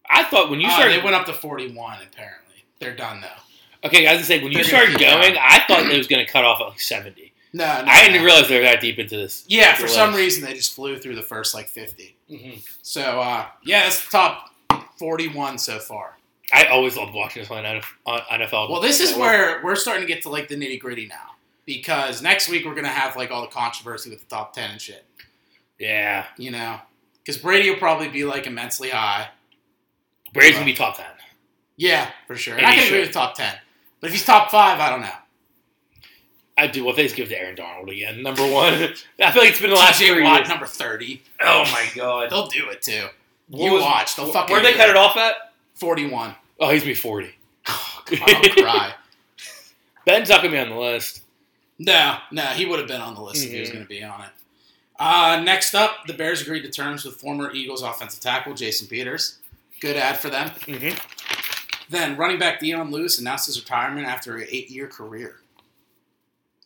S2: I thought when you
S1: Uh,
S2: started
S1: they went up to 41, apparently. They're done, though.
S2: Okay, I was gonna say when you
S1: They're gonna
S2: started
S1: keep
S2: going, I thought it was gonna cut off at like seventy.
S1: No, no
S2: I didn't
S1: no.
S2: realize they were that deep into this.
S1: Yeah, for some
S2: realize.
S1: reason, they just flew through the first, like, 50.
S2: Mm-hmm.
S1: So, uh, yeah, that's the top 41 so far.
S2: I always loved watching this on NF- on NFL.
S1: Well, this is where we're starting to get to like the nitty gritty now because next week we're gonna have like all the controversy with the top ten and shit.
S2: yeah,
S1: You know, because Brady will probably be like immensely high.
S2: Brady's gonna be top ten.
S1: Yeah, for sure. And
S2: And
S1: I
S2: he
S1: can agree
S2: should.
S1: with top ten, but if he's top five, I don't know.
S2: I do. Well, if they just give it to Aaron Donald again, number one. <laughs> I feel like it's been the last
S1: TJ
S2: three
S1: Watt
S2: years.
S1: number thirty.
S2: Oh my god!
S1: They'll do it too.
S2: What
S1: you
S2: was-
S1: watch. They'll fucking.
S2: Where they cut it off at?
S1: Forty
S2: <laughs>
S1: one.
S2: Oh, he's gonna be forty. <laughs>
S1: Oh, God, I'll cry.
S2: Ben's not gonna be on the list.
S1: No, no, he would have been on the list if he was
S2: Mhm.
S1: going to be on it. Uh, next up, the Bears agreed to terms with former Eagles offensive tackle Jason Peters. Good ad for them.
S2: Mm-hmm.
S1: Then running back Dion Lewis announced his retirement after an eight-year career.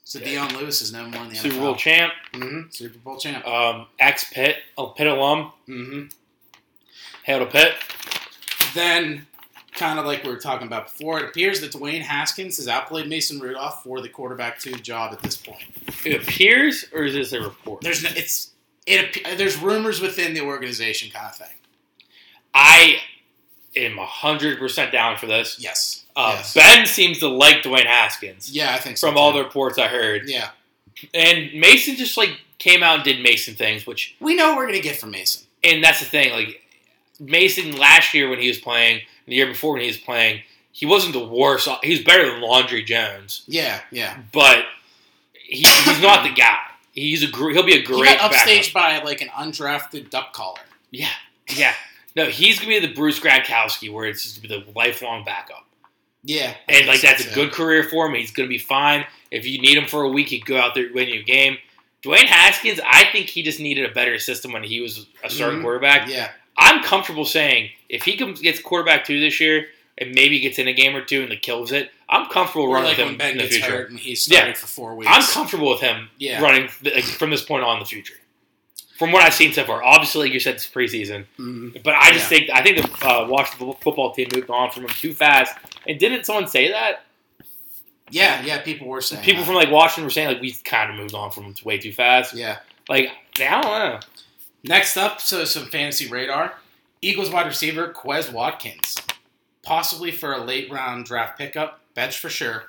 S1: So
S2: Yeah.
S1: Dion Lewis is number one in the
S2: Super
S1: NFL.
S2: Bowl champ,
S1: Mhm. Super Bowl champ.
S2: um, ex Pitt, Pitt alum.
S1: Mhm.
S2: Hail to Pitt.
S1: Then, kind of like we were talking about before, it appears that Dwayne Haskins has outplayed Mason Rudolph for the quarterback two job at this point.
S2: It appears, or is this a report?
S1: There's no, it's it appe- there's rumors within the organization kind of thing.
S2: I am 100% down for this.
S1: Yes.
S2: Uh,
S1: yes.
S2: Ben seems to like Dwayne Haskins
S1: Yeah, I think so.
S2: from all the
S1: too.
S2: reports I heard.
S1: yeah,
S2: And Mason just like came out and did Mason things, which,
S1: we know what we're gonna get from Mason.
S2: and that's the thing. Like, Mason last year when he was playing, the year before when he was playing, he wasn't the worst. He was better than Laundry Jones,
S1: Yeah, yeah.
S2: but he, he's not the guy. He's a gr- he'll be a great
S1: he got
S2: backup.
S1: upstaged by like an undrafted duck caller.
S2: Yeah, yeah. No, he's gonna be the Bruce Gronkowski, where it's just gonna be the lifelong backup,
S1: Yeah, I
S2: and
S1: think
S2: like
S1: so,
S2: that's a
S1: too.
S2: good career for him. He's gonna be fine. If you need him for a week, he'd go out there and win you a game. Dwayne Haskins, I think he just needed a better system when he was a starting
S1: Mhm.
S2: quarterback.
S1: Yeah,
S2: I'm comfortable saying if he comes, gets quarterback two this year and maybe gets in a game or two and kills it, I'm comfortable
S1: or
S2: running
S1: like
S2: with
S1: when
S2: him
S1: Ben
S2: in the
S1: gets
S2: future.
S1: hurt and he's started
S2: Yeah.
S1: for four weeks.
S2: I'm comfortable with him
S1: yeah,
S2: running like, from this point on in the future. From what I've seen so far, obviously, like you said, it's preseason.
S1: Mhm.
S2: But I just think I think the uh, Washington football team moved on from him too fast. And didn't someone say that?
S1: yeah, yeah. People were saying
S2: People
S1: that.
S2: from like Washington were saying like we kind of moved on from him way too fast. uh,
S1: yeah.
S2: Like I don't know.
S1: Next up, so some fantasy radar. Eagles wide receiver Quez Watkins, possibly for a late round draft pickup, bench for sure.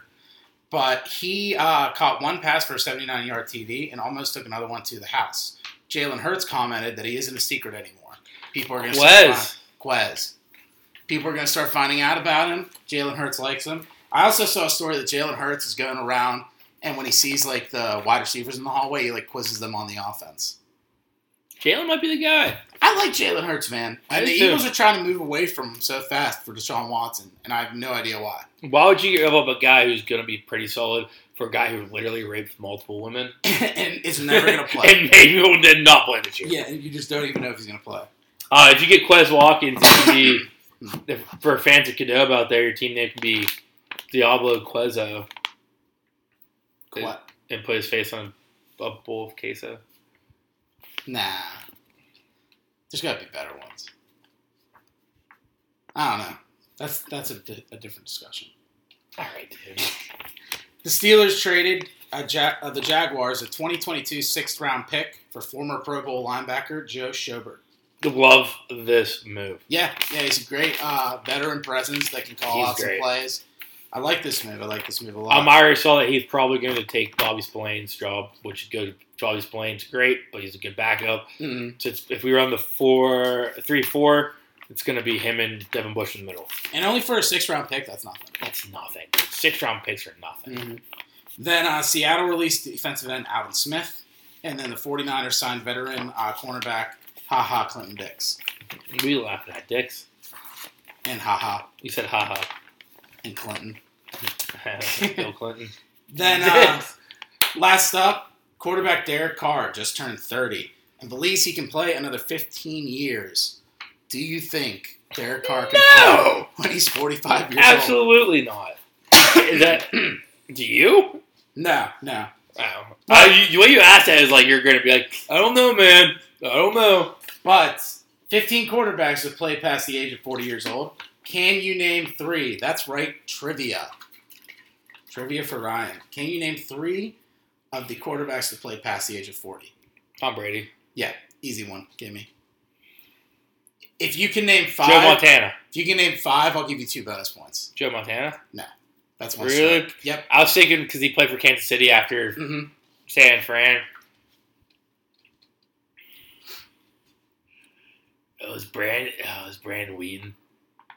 S1: But he uh, caught one pass for a 79 yard TV and almost took another one to the house. Jalen Hurts commented that he isn't a secret anymore. People are going to
S2: Wes,
S1: Quez. People are going to start finding out about him. Jalen Hurts likes him. I also saw a story that Jalen Hurts is going around, and when he sees like the wide receivers in the hallway, he like quizzes them on the offense.
S2: Jalen might be the guy.
S1: I like Jalen Hurts, man.
S2: I
S1: And the
S2: do too.
S1: Eagles are trying to move away from him so fast for Deshaun Watson, and I have no idea why. <laughs>
S2: Why would you give up a guy who's going to be pretty solid for a guy who literally raped multiple women
S1: and is never going to
S2: <laughs>
S1: play.
S2: and maybe will did not play this year?
S1: yeah, and you just don't even know if he's going to play.
S2: Uh, if you get Quez Watkins, it could be <laughs> if- for fans of Cadobe out there. Your team name could be Diablo Quezzo Good.
S1: What?
S2: and put his face on a bowl of queso.
S1: Nah. There's got to be better ones. I don't know. That's that's a, di- a different discussion.
S2: All right, dude.
S1: The Steelers traded uh, ja- uh, the Jaguars a 2022 sixth round pick for former Pro Bowl linebacker Joe Schobert.
S2: Love this move.
S1: Yeah, yeah, he's a great uh, veteran presence that can call
S2: He's
S1: out some
S2: great.
S1: plays. I like this move. I like this move a lot.
S2: Um, I already saw that he's probably going to take Bobby Spillane's job, which is good. Bobby Spillane's great, but he's a good backup.
S1: Mhm.
S2: So it's, if we run the four, three, four, it's going to be him and Devin Bush in the middle.
S1: And only for a six round pick, that's nothing.
S2: That's nothing. Six round picks are nothing.
S1: Then uh, Seattle released defensive end Alvin Smith, and then the 49ers signed veteran uh, cornerback Ha Ha Clinton Dix.
S2: We laugh at that, Dix.
S1: And Ha Ha
S2: You said haha.
S1: and Clinton.
S2: <laughs>
S1: <laughs>
S2: Bill Clinton. <laughs>
S1: Then uh, last up, quarterback Derek Carr just turned 30 and believes he can play another 15 years. Do you think Derek Carr can
S2: No!
S1: play when he's 45 years old?
S2: Absolutely not. Is that <clears throat> do you?
S1: No, no.
S2: Oh. Uh, you, the way you asked that is like you're going to be like, I don't know, man. I don't know.
S1: But 15 quarterbacks have played past the age of 40 years old. Can you name three? That's right, trivia. Trivia for Ryan. Can you name three of the quarterbacks that played past the age of 40?
S2: Tom Brady.
S1: Easy one. Give me. If you can name
S2: Joe
S1: five,
S2: Montana.
S1: if you can name five, I'll give you two bonus points.
S2: Joe Montana.
S1: That's one.
S2: Really?
S1: strike. Yep.
S2: I was thinking because he played for Kansas City after
S1: hmm
S2: San Fran. It was Brand. Oh, it was Brandon Wheaton.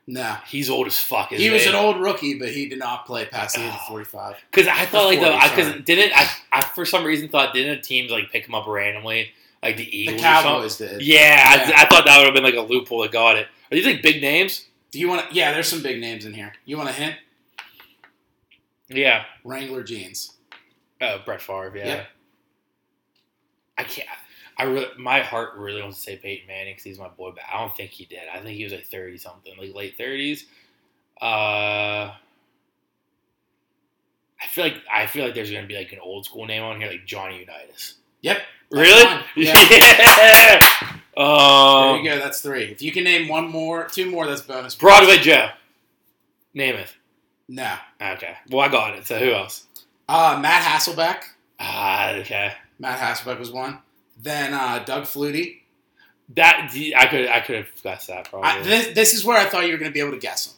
S1: No.
S2: He's old as fuck. Isn't
S1: He was an old rookie, but he did not play past the age of
S2: Oh.
S1: 45.
S2: Because I thought like the
S1: Forty,
S2: because
S1: sorry.
S2: didn't I, I for some reason thought didn't teams like pick him up randomly like the
S1: The
S2: Eagles. Or something?
S1: Cowboys did.
S2: Yeah,
S1: Yeah.
S2: I, I thought that would have been like a loophole that got it. Are these like big names?
S1: Do you want to? Yeah, there's some big names in here. You want a hint?
S2: Yeah.
S1: Wrangler jeans.
S2: Uh, Brett Favre. Yeah.
S1: Yeah.
S2: I can't. I really, my heart really wants to say Peyton Manning because he's my boy, but I don't think he did. I think he was like thirty something, like late thirties. Uh, I feel like I feel like there's gonna be like an old school name on here, like Johnny Unitas.
S1: Yep.
S2: <laughs> Really?
S1: mine. Yeah.
S2: yeah.
S1: There you
S2: Um,
S1: go. That's three. If you can name one more, two more, that's bonus.
S2: Broadway Joe. Name it.
S1: No.
S2: Okay. Well, I got it. So who else?
S1: Uh, Matt Hasselbeck.
S2: Ah, okay.
S1: Matt Hasselbeck was one. Then uh, Doug Flutie.
S2: That I could I could have guessed that probably.
S1: I, this, this is where I thought you were going to be able to guess them.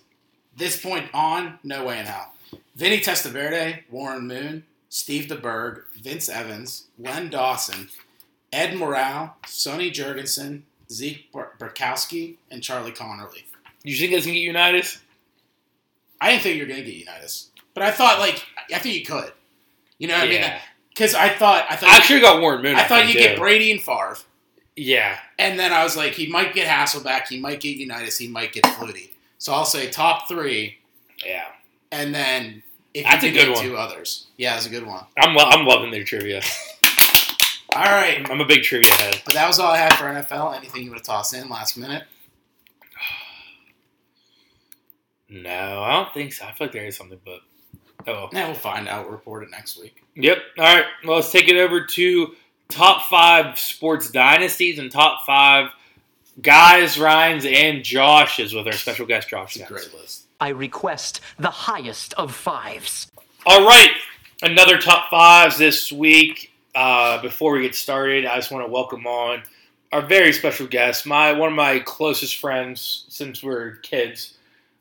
S1: This point on, no way in hell. Vinny Testaverde, Warren Moon, Steve DeBerg, Vince Evans, Len Dawson, Ed Morale, Sonny Jurgensen, Zeke Bar- Barkowski, and Charlie Connerly.
S2: you think it's gonna get Unitas?
S1: I didn't think you were going to get Unitas, but I thought like I think you could. You know what I mean?
S2: yeah.
S1: Because I thought I
S2: I
S1: thought
S2: should have got Warren Moon.
S1: I thought
S2: think,
S1: you'd get
S2: too.
S1: Brady and Favre.
S2: Yeah.
S1: And then I was like, he might get Hasselback, he might get Unitas, he might get Flutie. So I'll say top three,
S2: Yeah.
S1: and then if
S2: That's
S1: you
S2: a
S1: can
S2: good
S1: get
S2: one.
S1: two others, yeah, it's a good one.
S2: I'm lo- I'm loving their trivia.
S1: All right,
S2: I'm a big trivia head.
S1: but that was all I had for NFL. Anything you would have tossed in last minute?
S2: No, I don't think so. I feel like there is something, but oh. well.
S1: Yeah, we'll find out. We'll report it next week.
S2: Yep. All right. Well, let's take it over to top five sports dynasties and top five guys, Ryan's, and Josh is with our special guest, Josh.
S1: It's a
S2: Nance.
S1: great list.
S5: I request the highest of fives.
S2: All right. Another top fives this week. Uh, before we get started, I just want to welcome on our very special guest, my one of my closest friends since we are kids,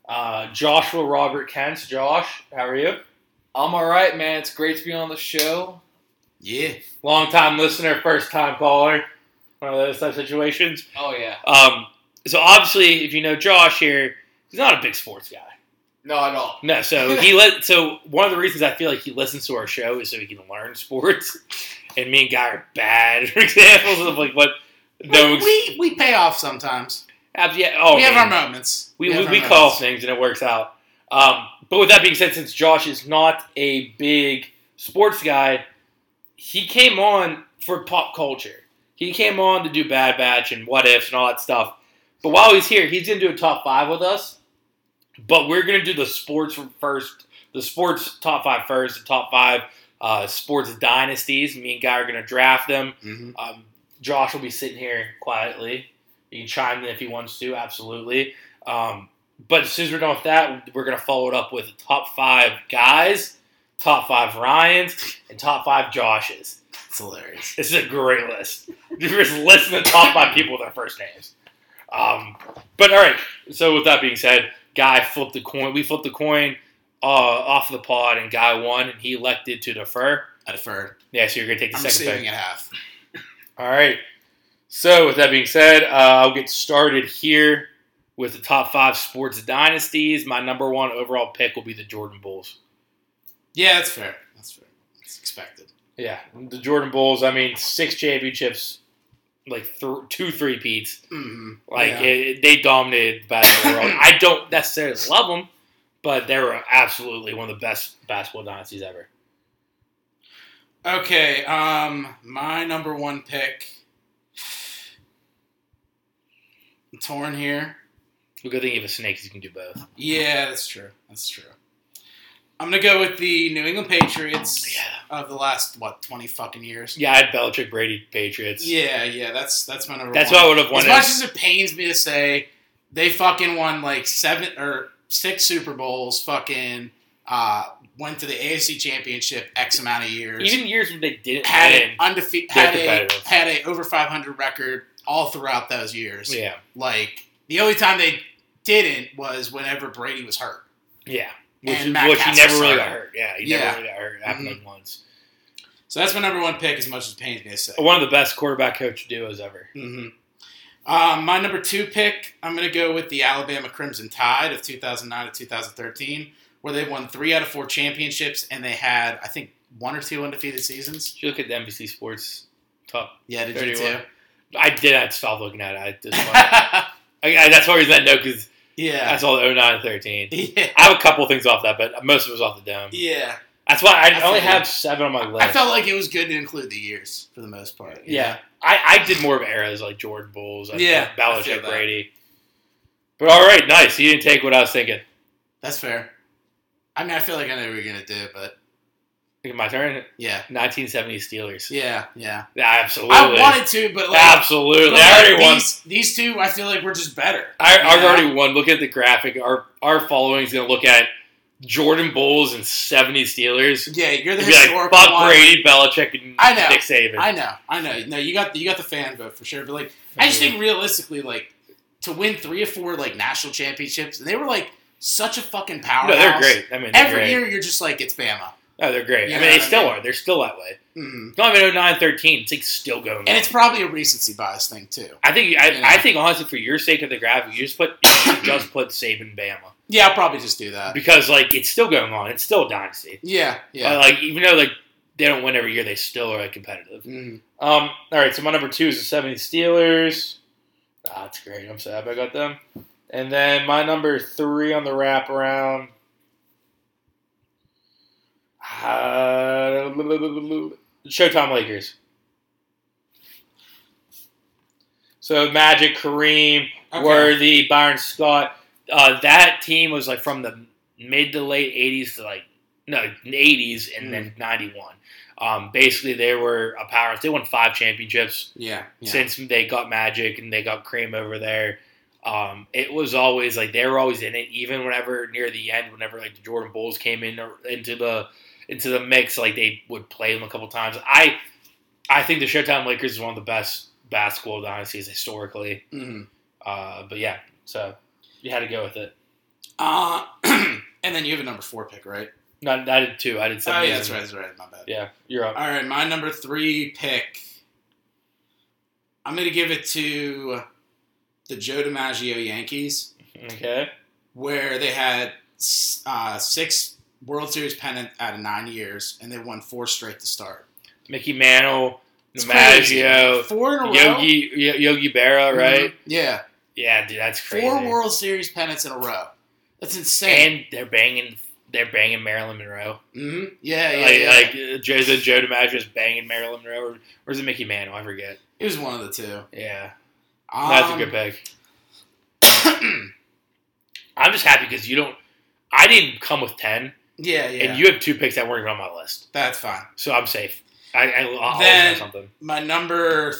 S2: uh, Joshua Robert Kent. Josh, how are you?
S4: I'm all right, man. It's great to be on the show.
S1: Yeah,
S2: Long time listener, first time caller. One of those type situations.
S4: Oh yeah.
S2: Um, so obviously, if you know Josh here, he's not a big sports guy.
S4: No, at all.
S1: <laughs>
S2: No, so he let. So one of the reasons I feel like he listens to our show is so he can learn sports. And me and Guy are bad <laughs> examples of like what. No,
S1: we, we we pay off sometimes.
S2: abs- yeah, oh,
S1: we have
S2: man.
S1: our moments.
S2: we
S1: have
S2: we,
S1: our
S2: we call
S1: moments.
S2: things and it works out. Um, but with that being said, since Josh is not a big sports guy, he came on for pop culture. He came on to do Bad Batch and What Ifs and all that stuff. But while he's here, he's gonna do a top five with us. But we're gonna do the sports first, the sports top five first, the top five uh, sports dynasties. Me and Guy are gonna draft them.
S1: Mhm.
S2: Um, Josh will be sitting here quietly. He can chime in if he wants to, absolutely. Um, but as soon as we're done with that, we're going to follow it up with top five guys, top five Ryans, and top five Joshes.
S1: It's hilarious.
S2: This is a great list. <laughs> You're just listing the top five people with their first names. Um, but all right. So with that being said, guy flipped the coin. We flipped the coin uh, off the pod, and guy won, and he elected to defer.
S1: I deferred.
S2: Yeah, so you're going to take the
S1: I'm
S2: second pick.
S1: saving it half.
S2: All right. So, with that being said, uh, I'll get started here with the top five sports dynasties. My number one overall pick will be the Jordan Bulls.
S1: Yeah, that's fair. That's fair. It's expected.
S2: Yeah, the Jordan Bulls. I mean, six championships, like th- two three peats.
S1: Mhm.
S2: Like
S1: Yeah.
S2: it, they dominated
S1: <coughs>
S2: basketball world. I don't necessarily love them, but they were absolutely one of the best basketball dynasties ever.
S1: Okay, um, my number one pick. I'm torn here.
S2: The good thing you have a snake is you can do both.
S1: Yeah, that's true. That's true. I'm gonna go with the New England Patriots of the last what twenty fucking years.
S2: Yeah, I had Belichick, Brady, Patriots.
S1: Yeah, yeah, that's that's my number.
S2: That's
S1: one.
S2: what I would have
S1: As
S2: wanted.
S1: much as it pains me to say, they fucking won like seven or six Super Bowls. Fucking uh, went to the AFC Championship X amount of years.
S2: Even years when they didn't
S1: had
S2: win.
S1: a undefeated
S2: They're
S1: had a
S2: competitive.
S1: had a over 500 record all throughout those years.
S2: Yeah,
S1: Like the only time they didn't was whenever Brady was hurt.
S2: yeah. Which,
S1: And
S2: is-
S1: Matt
S2: which he
S1: Castle
S2: never really
S1: started.
S2: got hurt. Yeah, he
S1: Yeah. Mm-hmm.
S2: never really got hurt. It happened like once.
S1: So that's my number one pick. As much as it pains me to say.
S2: One of the best quarterback coach duos ever.
S1: hmm Um, my number two pick, I'm going to go with the Alabama Crimson Tide of 2009 to 2013, where they won three out of four championships and they had, I think, one or two undefeated seasons.
S2: Did you look at the NBC Sports top?
S1: Yeah, did you
S2: 31.
S1: too? <laughs>
S2: I did. I stopped looking at it. I just. wanted- I, I, that's the reason I know because
S1: yeah.
S2: that's all the 09 13.
S1: <laughs> Yeah.
S2: I have a couple things off that, but most of it was off the dome.
S1: Yeah.
S2: That's why I,
S1: I
S2: only
S1: feel you.
S2: have seven on my list.
S1: I felt like it was good to include the years for the most part. you
S2: yeah.
S1: know?
S2: I, I did more of eras like Jordan Bulls, I-
S1: Yeah, I feel
S2: Belichick,
S1: that.
S2: Brady. But all right, nice. You didn't take what I was thinking.
S1: That's fair. I mean, I feel like I know what you're going to do, but
S2: Think my turn.
S1: Yeah.
S2: 1970 Steelers.
S1: Yeah. Yeah.
S2: Yeah, absolutely.
S1: I wanted to, but like,
S2: absolutely.
S1: but,
S2: I
S1: like,
S2: already won.
S1: these, these two, I feel like we're just better.
S2: I, I've
S1: Yeah.
S2: already won. Look at the graphic. Our our following is going to look at Jordan Bulls and 70 Steelers.
S1: Yeah, you're the
S2: It'd be like
S1: historical
S2: Buck
S1: one.
S2: Brady, Belichick, and
S1: I know.
S2: Nick Saban.
S1: I know, I know. No, you got the, you got the fan vote for sure. But like, I just think realistically, like, to win three or four like national championships, and they were like such a fucking powerhouse.
S2: no, they're great. I mean, they're
S1: Every
S2: great.
S1: year, you're just like it's Bama,
S2: no, they're great.
S1: You
S2: I
S1: know
S2: mean, they
S1: what I
S2: still
S1: mean?
S2: are. They're still that way.
S1: mm.
S2: It's not even 09 13. It's like still going. on.
S1: and it's probably a recency bias thing too.
S2: I think I,
S1: you know.
S2: I think honestly, for your sake of the graphic, you just put you should just put Saban Bama
S1: Yeah, I'll probably just do that.
S2: because like it's still going on. It's still a dynasty.
S1: Yeah,
S2: Uh,
S1: yeah.
S2: like even though like they don't win every year, they still are like competitive.
S1: Mm.
S2: Um, all right, so my number two is the 70 Steelers. Ah, that's great. I'm so happy I got them. And then my number three on the wraparound. Uh, Showtime Lakers. So Magic, Kareem,
S1: Okay.
S2: Worthy, Byron Scott. Uh, that team was like from the mid to late 80s to like, no, 80s and then 91. Um, basically, they were a powerhouse. They won five championships
S1: Yeah, yeah.
S2: since they got Magic and they got Cream over there. Um, it was always like they were always in it, even whenever near the end, whenever like the Jordan Bulls came in or into the into the mix, like they would play them a couple times. I I think the Showtime Lakers is one of the best basketball dynasties historically.
S1: Mhm.
S2: Uh, but yeah, so you had to go with it.
S1: Uh, <clears throat> and then you have a number four pick, right?
S2: Not I did two. I did
S1: Oh,
S2: seven.
S1: yeah, that's right. That's right. My bad.
S2: Yeah, you're up.
S1: All right, my number three pick. I'm going to give it to the Joe DiMaggio Yankees,
S2: Okay.
S1: where they had uh, six World Series pennant out of nine years, and they won four straight to start.
S2: Mickey Mantle,
S1: It's crazy.
S2: DiMaggio,
S1: four in a row.
S2: Yogi Yo- Yogi Berra, right?
S1: Mhm. Yeah,
S2: Yeah, dude, that's crazy.
S1: four World Series pennants in a row. That's insane.
S2: and they're banging, they're banging Marilyn Monroe.
S1: hmm Yeah, yeah,
S2: like,
S1: yeah.
S2: like uh, Jose Joe DiMaggio is banging Marilyn Monroe, or, or is it Mickey Mantle? I forget.
S1: it was one of the two.
S2: Yeah,
S1: Um,
S2: that's a good pick. <clears throat> I'm just happy because you don't. I didn't come with ten,
S1: yeah, yeah.
S2: and you have two picks that weren't even on my list,
S1: that's fine.
S2: so I'm safe. I, I I'll always
S1: Then-
S2: have something.
S1: my number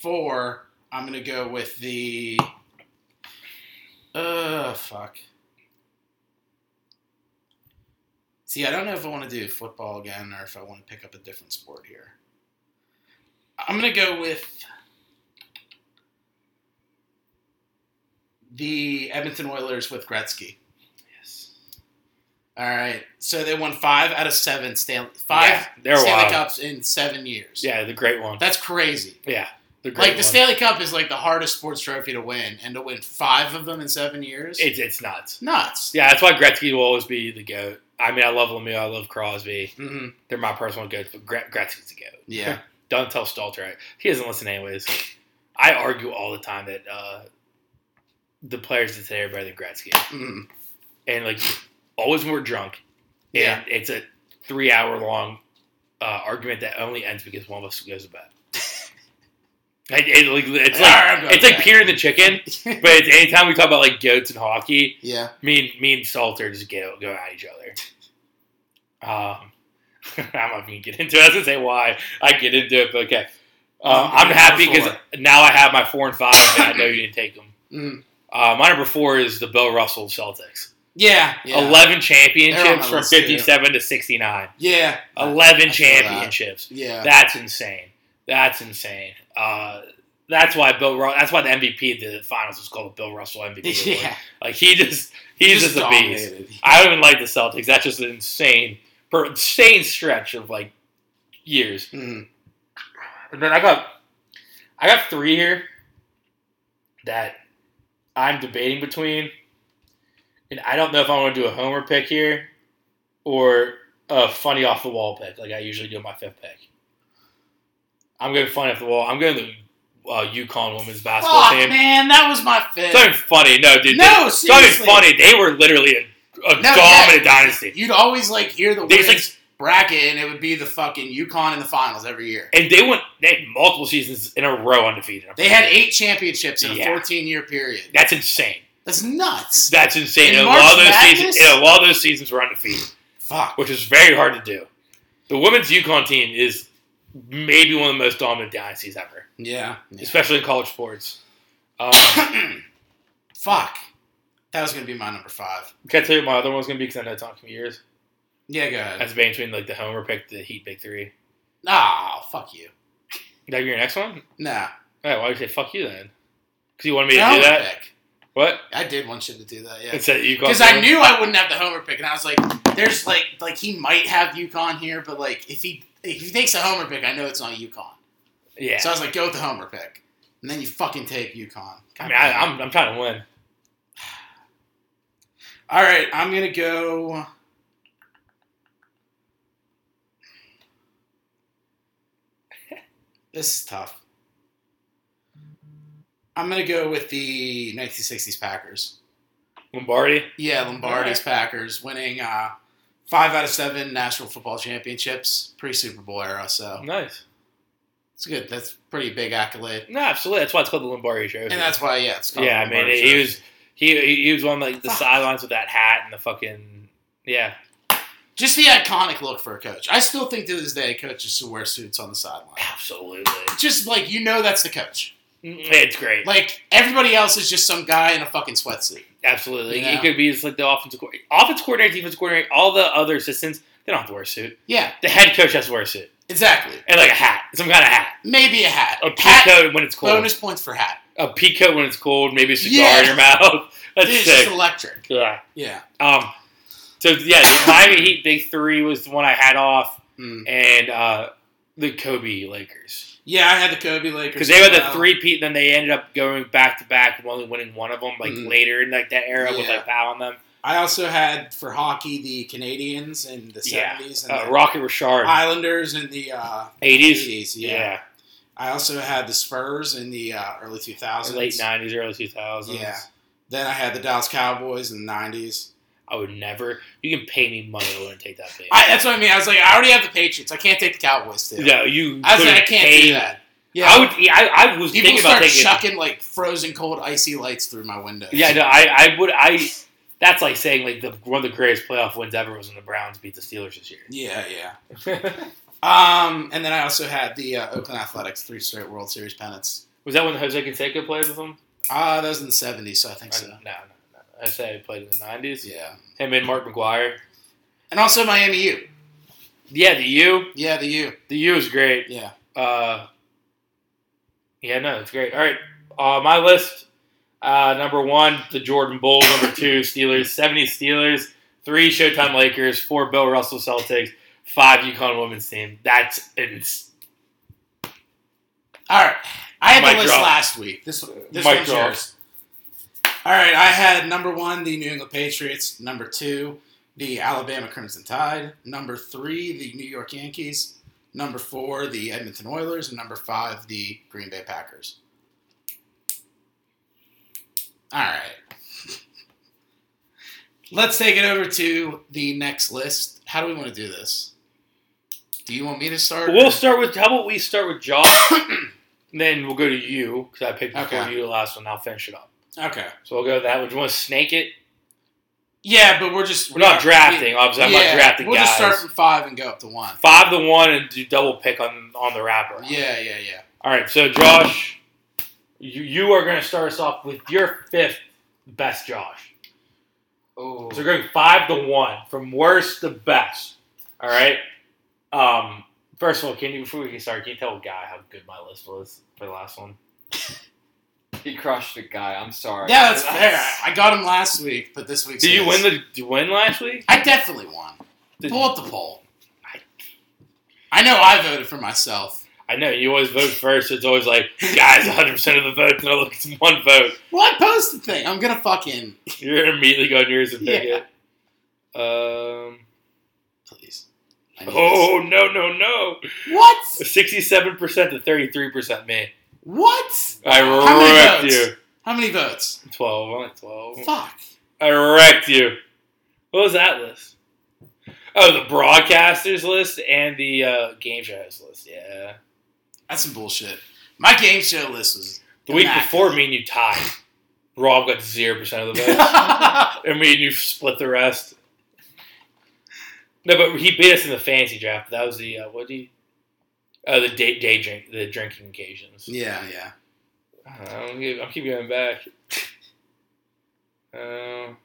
S1: four, I'm gonna go with the. Uh, fuck. See, I don't know if I want to do football again or if I want to pick up a different sport here. I'm gonna go with the Edmonton Oilers with Gretzky.
S2: Yes.
S1: All right, so they won five out of seven Stanley five
S2: Yeah, they're
S1: Stanley
S2: wild.
S1: Cups in seven years.
S2: Yeah, the great one.
S1: that's crazy.
S2: Yeah, the great
S1: Like
S2: one.
S1: the Stanley Cup is like the hardest sports trophy to win, and to win five of them in seven years,
S2: It's it's nuts.
S1: nuts.
S2: Yeah, that's why Gretzky will always be the goat. I mean, I love Lemieux, I love Crosby.
S1: hmm
S2: They're my personal goats, but Gre- Gretzky's the goat.
S1: Yeah,
S2: Don't tell Stalter. I- He doesn't listen anyways. I argue all the time that uh, the players of today are better than Gretzky,
S1: Mhm.
S2: and like always when we're drunk. And
S1: Yeah.
S2: it's a three-hour long uh, argument that only ends because one of us goes to bed. <laughs> Like, it- like, it's
S1: All right, I'm
S2: like
S1: going
S2: it's like
S1: back.
S2: Peter and the Chicken, but it's anytime we talk about like goats and hockey,
S1: yeah.
S2: me and me and Salter just go go at each other. Um, <laughs> I'm not gonna get into it. I was gonna say why I get into it, but okay. Um, I'm happy because now I have my four and five, and I know you didn't take them.
S1: Mm.
S2: Uh, my number four is the Bill Russell Celtics.
S1: yeah, yeah,
S2: Eleven
S1: They're on my
S2: championships from
S1: list, too.
S2: fifty-seven to sixty-nine.
S1: yeah,
S2: Eleven
S1: I saw that.
S2: championships.
S1: yeah.
S2: That's insane. That's insane. Uh, that's why Bill. Ru- that's why the MVP of the finals was called Bill Russell MVP. award.
S1: <laughs> yeah.
S2: Like he just he's just, a beast.
S1: dominated.
S2: I don't even like the Celtics. That's just an insane, per, insane stretch of like years.
S1: Mhm.
S2: And then I got, I got three here that I'm debating between, and I don't know if I want to do a homer pick here or a funny off the wall pick, like I usually do my fifth pick. I'm going funny off the wall. I'm going the uh, UConn women's basketball
S1: Fuck,
S2: team.
S1: man, that was my fifth.
S2: It's not even funny, no, dude.
S1: no,
S2: It's not even
S1: seriously.
S2: funny. They were literally a, a
S1: No, yeah.
S2: dominant dynasty.
S1: You'd always like hear the
S2: They
S1: wins
S2: just, like-
S1: bracket, and it would be the fucking UConn in the finals every year.
S2: And they went they had multiple seasons in a row undefeated.
S1: They had eight championships in a
S2: Yeah.
S1: 14 year period.
S2: That's insane.
S1: That's nuts.
S2: That's insane.
S1: In
S2: And a
S1: March
S2: lot of those
S1: Madness?
S2: seasons, and a lot of those seasons were undefeated,
S1: Fuck.
S2: which is very hard to do. The women's UConn team is maybe one of the most dominant dynasties ever,
S1: Yeah.
S2: especially in college sports. Um, <coughs>
S1: <clears throat> Fuck. That was gonna be my number five.
S2: can I tell you what my other one's going to be? Because I know it's not going to be yours.
S1: Yeah, go ahead.
S2: That's between like the homer pick, the Heat pick three.
S1: Ah, fuck you.
S2: That be your next one?
S1: Nah.
S2: All right, why would you say fuck you then? Because Oh, you wanted me to
S1: Homer
S2: do that?
S1: pick.
S2: What?
S1: I did want you to do that, yeah.
S2: Instead of UConn.
S1: Because I
S2: team?
S1: knew I wouldn't have the homer pick, and I was like, "There's like, like he might have UConn here, but like if he if he takes a homer pick, I know it's not UConn."
S2: Yeah.
S1: So I was like, "Go with the homer pick," and then you fucking take UConn.
S2: I mean, I, I'm, I'm trying to win.
S1: All right, I'm gonna go. <laughs> This is tough. I'm gonna go with the 1960s Packers.
S2: Lombardi.
S1: Yeah, Lombardi's Packers winning uh, five out of seven national football championships pre Super Bowl era. So
S2: Nice.
S1: it's good. That's a pretty big accolade,
S2: No, absolutely. That's why it's called the Lombardi Trophy.
S1: and that's why yeah, it's called
S2: yeah, I mean,
S1: Lombardi
S2: he
S1: Trophy.
S2: was he he- he was on like the
S1: Fuck.
S2: sidelines with that hat and the fucking yeah.
S1: just the iconic look for a coach. I still think to this day coaches should wear suits on the sideline.
S2: Absolutely,
S1: just like you know that's the coach.
S2: it's great.
S1: Like everybody else is just some guy in a fucking sweatsuit.
S2: Absolutely,
S1: Yeah.
S2: it could be just like the offensive coordinator, offense coordinator, defense coordinator, all the other assistants. They don't have to wear a suit.
S1: Yeah,
S2: The head coach has to wear a suit
S1: exactly.
S2: and like a hat, some kind of hat,
S1: Maybe a hat.
S2: a
S1: hat
S2: peacoat when it's cold,
S1: bonus points for hat.
S2: a peacoat when it's cold, maybe a cigar
S1: Yeah.
S2: in your mouth. <laughs> That's
S1: It's
S2: sick.
S1: just electric.
S2: yeah.
S1: Yeah.
S2: Um. So yeah, the Miami Heat Big Three was the one I had off,
S1: Mm.
S2: and uh, the Kobe Lakers.
S1: Yeah, I had the Kobe Lakers
S2: Because they were the
S1: Uh,
S2: three Pete, then they ended up going back to back, only winning one of them, like
S1: Mhm.
S2: later in like that era with
S1: Yeah.
S2: like Powell and them.
S1: I also had for hockey the Canadians in the
S2: Yeah.
S1: seventies
S2: Uh,
S1: and the
S2: Rocket Richard,
S1: Islanders in the uh,
S2: eighties,
S1: 80s. Yeah.
S2: yeah,
S1: I also had the Spurs in the uh, early two
S2: Or
S1: thousands.
S2: late nineties, early two thousands.
S1: Yeah. Then I had the Dallas Cowboys in the nineties.
S2: I would never. You can pay me money, I wouldn't take that thing.
S1: I, that's what I mean. I was like, I already have the Patriots. I can't take the Cowboys too.
S2: no, you.
S1: I was like,
S2: couldn't
S1: I can't
S2: pay
S1: do
S2: me.
S1: that.
S2: I would. Yeah, I, I was
S1: People
S2: thinking
S1: start
S2: about taking.
S1: chucking like frozen cold icy lights through my window.
S2: Yeah, no, I, I would.
S1: <laughs>
S2: I. That's like saying like the one of the greatest playoff wins ever was when the Browns beat the Steelers this year.
S1: yeah, yeah. Um, and then I also had the uh, Oakland Athletics three straight World Series pennants.
S2: was that when Jose Canseco played with them?
S1: Ah, that was in the '70s, so I think so.
S2: No, no, no. I say he played in the nineties.
S1: Yeah,
S2: Him and Mark McGuire.
S1: and also Miami U.
S2: Yeah, the U.
S1: Yeah, the U.
S2: The U is great.
S1: Yeah,
S2: Uh, yeah, no, it's great. All right, uh, my list: uh, number one, the Jordan Bulls;
S1: <laughs>
S2: number two, Steelers, seventy Steelers; three, Showtime Lakers; four, Bill Russell Celtics; five, UConn women's team. That's it's
S1: All right. I had
S2: Mic
S1: the list
S2: drop.
S1: last week. This, this
S2: Mic
S1: one's
S2: drop.
S1: yours. All right. I had number one, the New England Patriots. Number two, the Alabama Crimson Tide. Number three, the New York Yankees. Number four, the Edmonton Oilers. And number five, the Green Bay Packers. All right. Let's take it over to the next list. How do we want to do this? Do you want me to start?
S2: We'll start with how about we start
S1: <coughs>
S2: with Josh, and then we'll go to you because I picked before
S1: Okay.
S2: you the last one. I'll finish it up.
S1: Okay.
S2: So we'll go to that. Would you want to snake it?
S1: Yeah, but we're just
S2: We're not
S1: drafting.
S2: drafting, obviously. I'm not drafting
S1: We'll
S2: guys.
S1: just start from five and go up to one.
S2: Five to one and do double pick on on the wrapper.
S1: Yeah, yeah, yeah.
S2: All right, so Josh, you, you are going to start us off with your fifth best, Josh.
S4: Oh,
S2: So we're going five to one from worst to best. All right. Um, first of all, can you before we can start, can you tell Guy how good my list was for the last one?
S4: he crushed the guy. I'm sorry.
S1: Yeah, that's fair.
S4: <laughs>
S1: I got him last week, but this week's.
S2: Did you
S1: his.
S2: win the did you win last week?
S1: I definitely won.
S2: Did
S1: Pull
S2: you-
S1: up the poll. I know I voted for myself.
S2: I know you always vote first. It's always like guys, 100 percent of the votes, and I look at one vote.
S1: Well, I posted the thing. I'm gonna fucking
S2: You're immediately going yours and pick
S1: <laughs> Yeah.
S2: it. Um.
S1: please. I need
S2: Oh no no no!
S1: this. What?
S2: Sixty-seven percent to thirty-three percent me.
S1: What? How many
S2: I wrecked
S1: votes?
S2: you.
S1: How many votes?
S2: 12, only 12.
S1: Fuck.
S2: I wrecked you. What was that list? Oh, the broadcasters list and the uh, game shows list. Yeah.
S1: That's some bullshit. My game show list was.
S2: The week
S1: Immaculate. <laughs>
S2: before, me and you tied. Rob got 0% of the vote,
S1: yeah,
S2: and me and you split the rest. No, but he beat us in the fancy draft. That was the uh, what do you? Oh, the day, day drink, the drinking occasions.
S1: Yeah, yeah.
S2: I don't give- I'll keep going back. Um,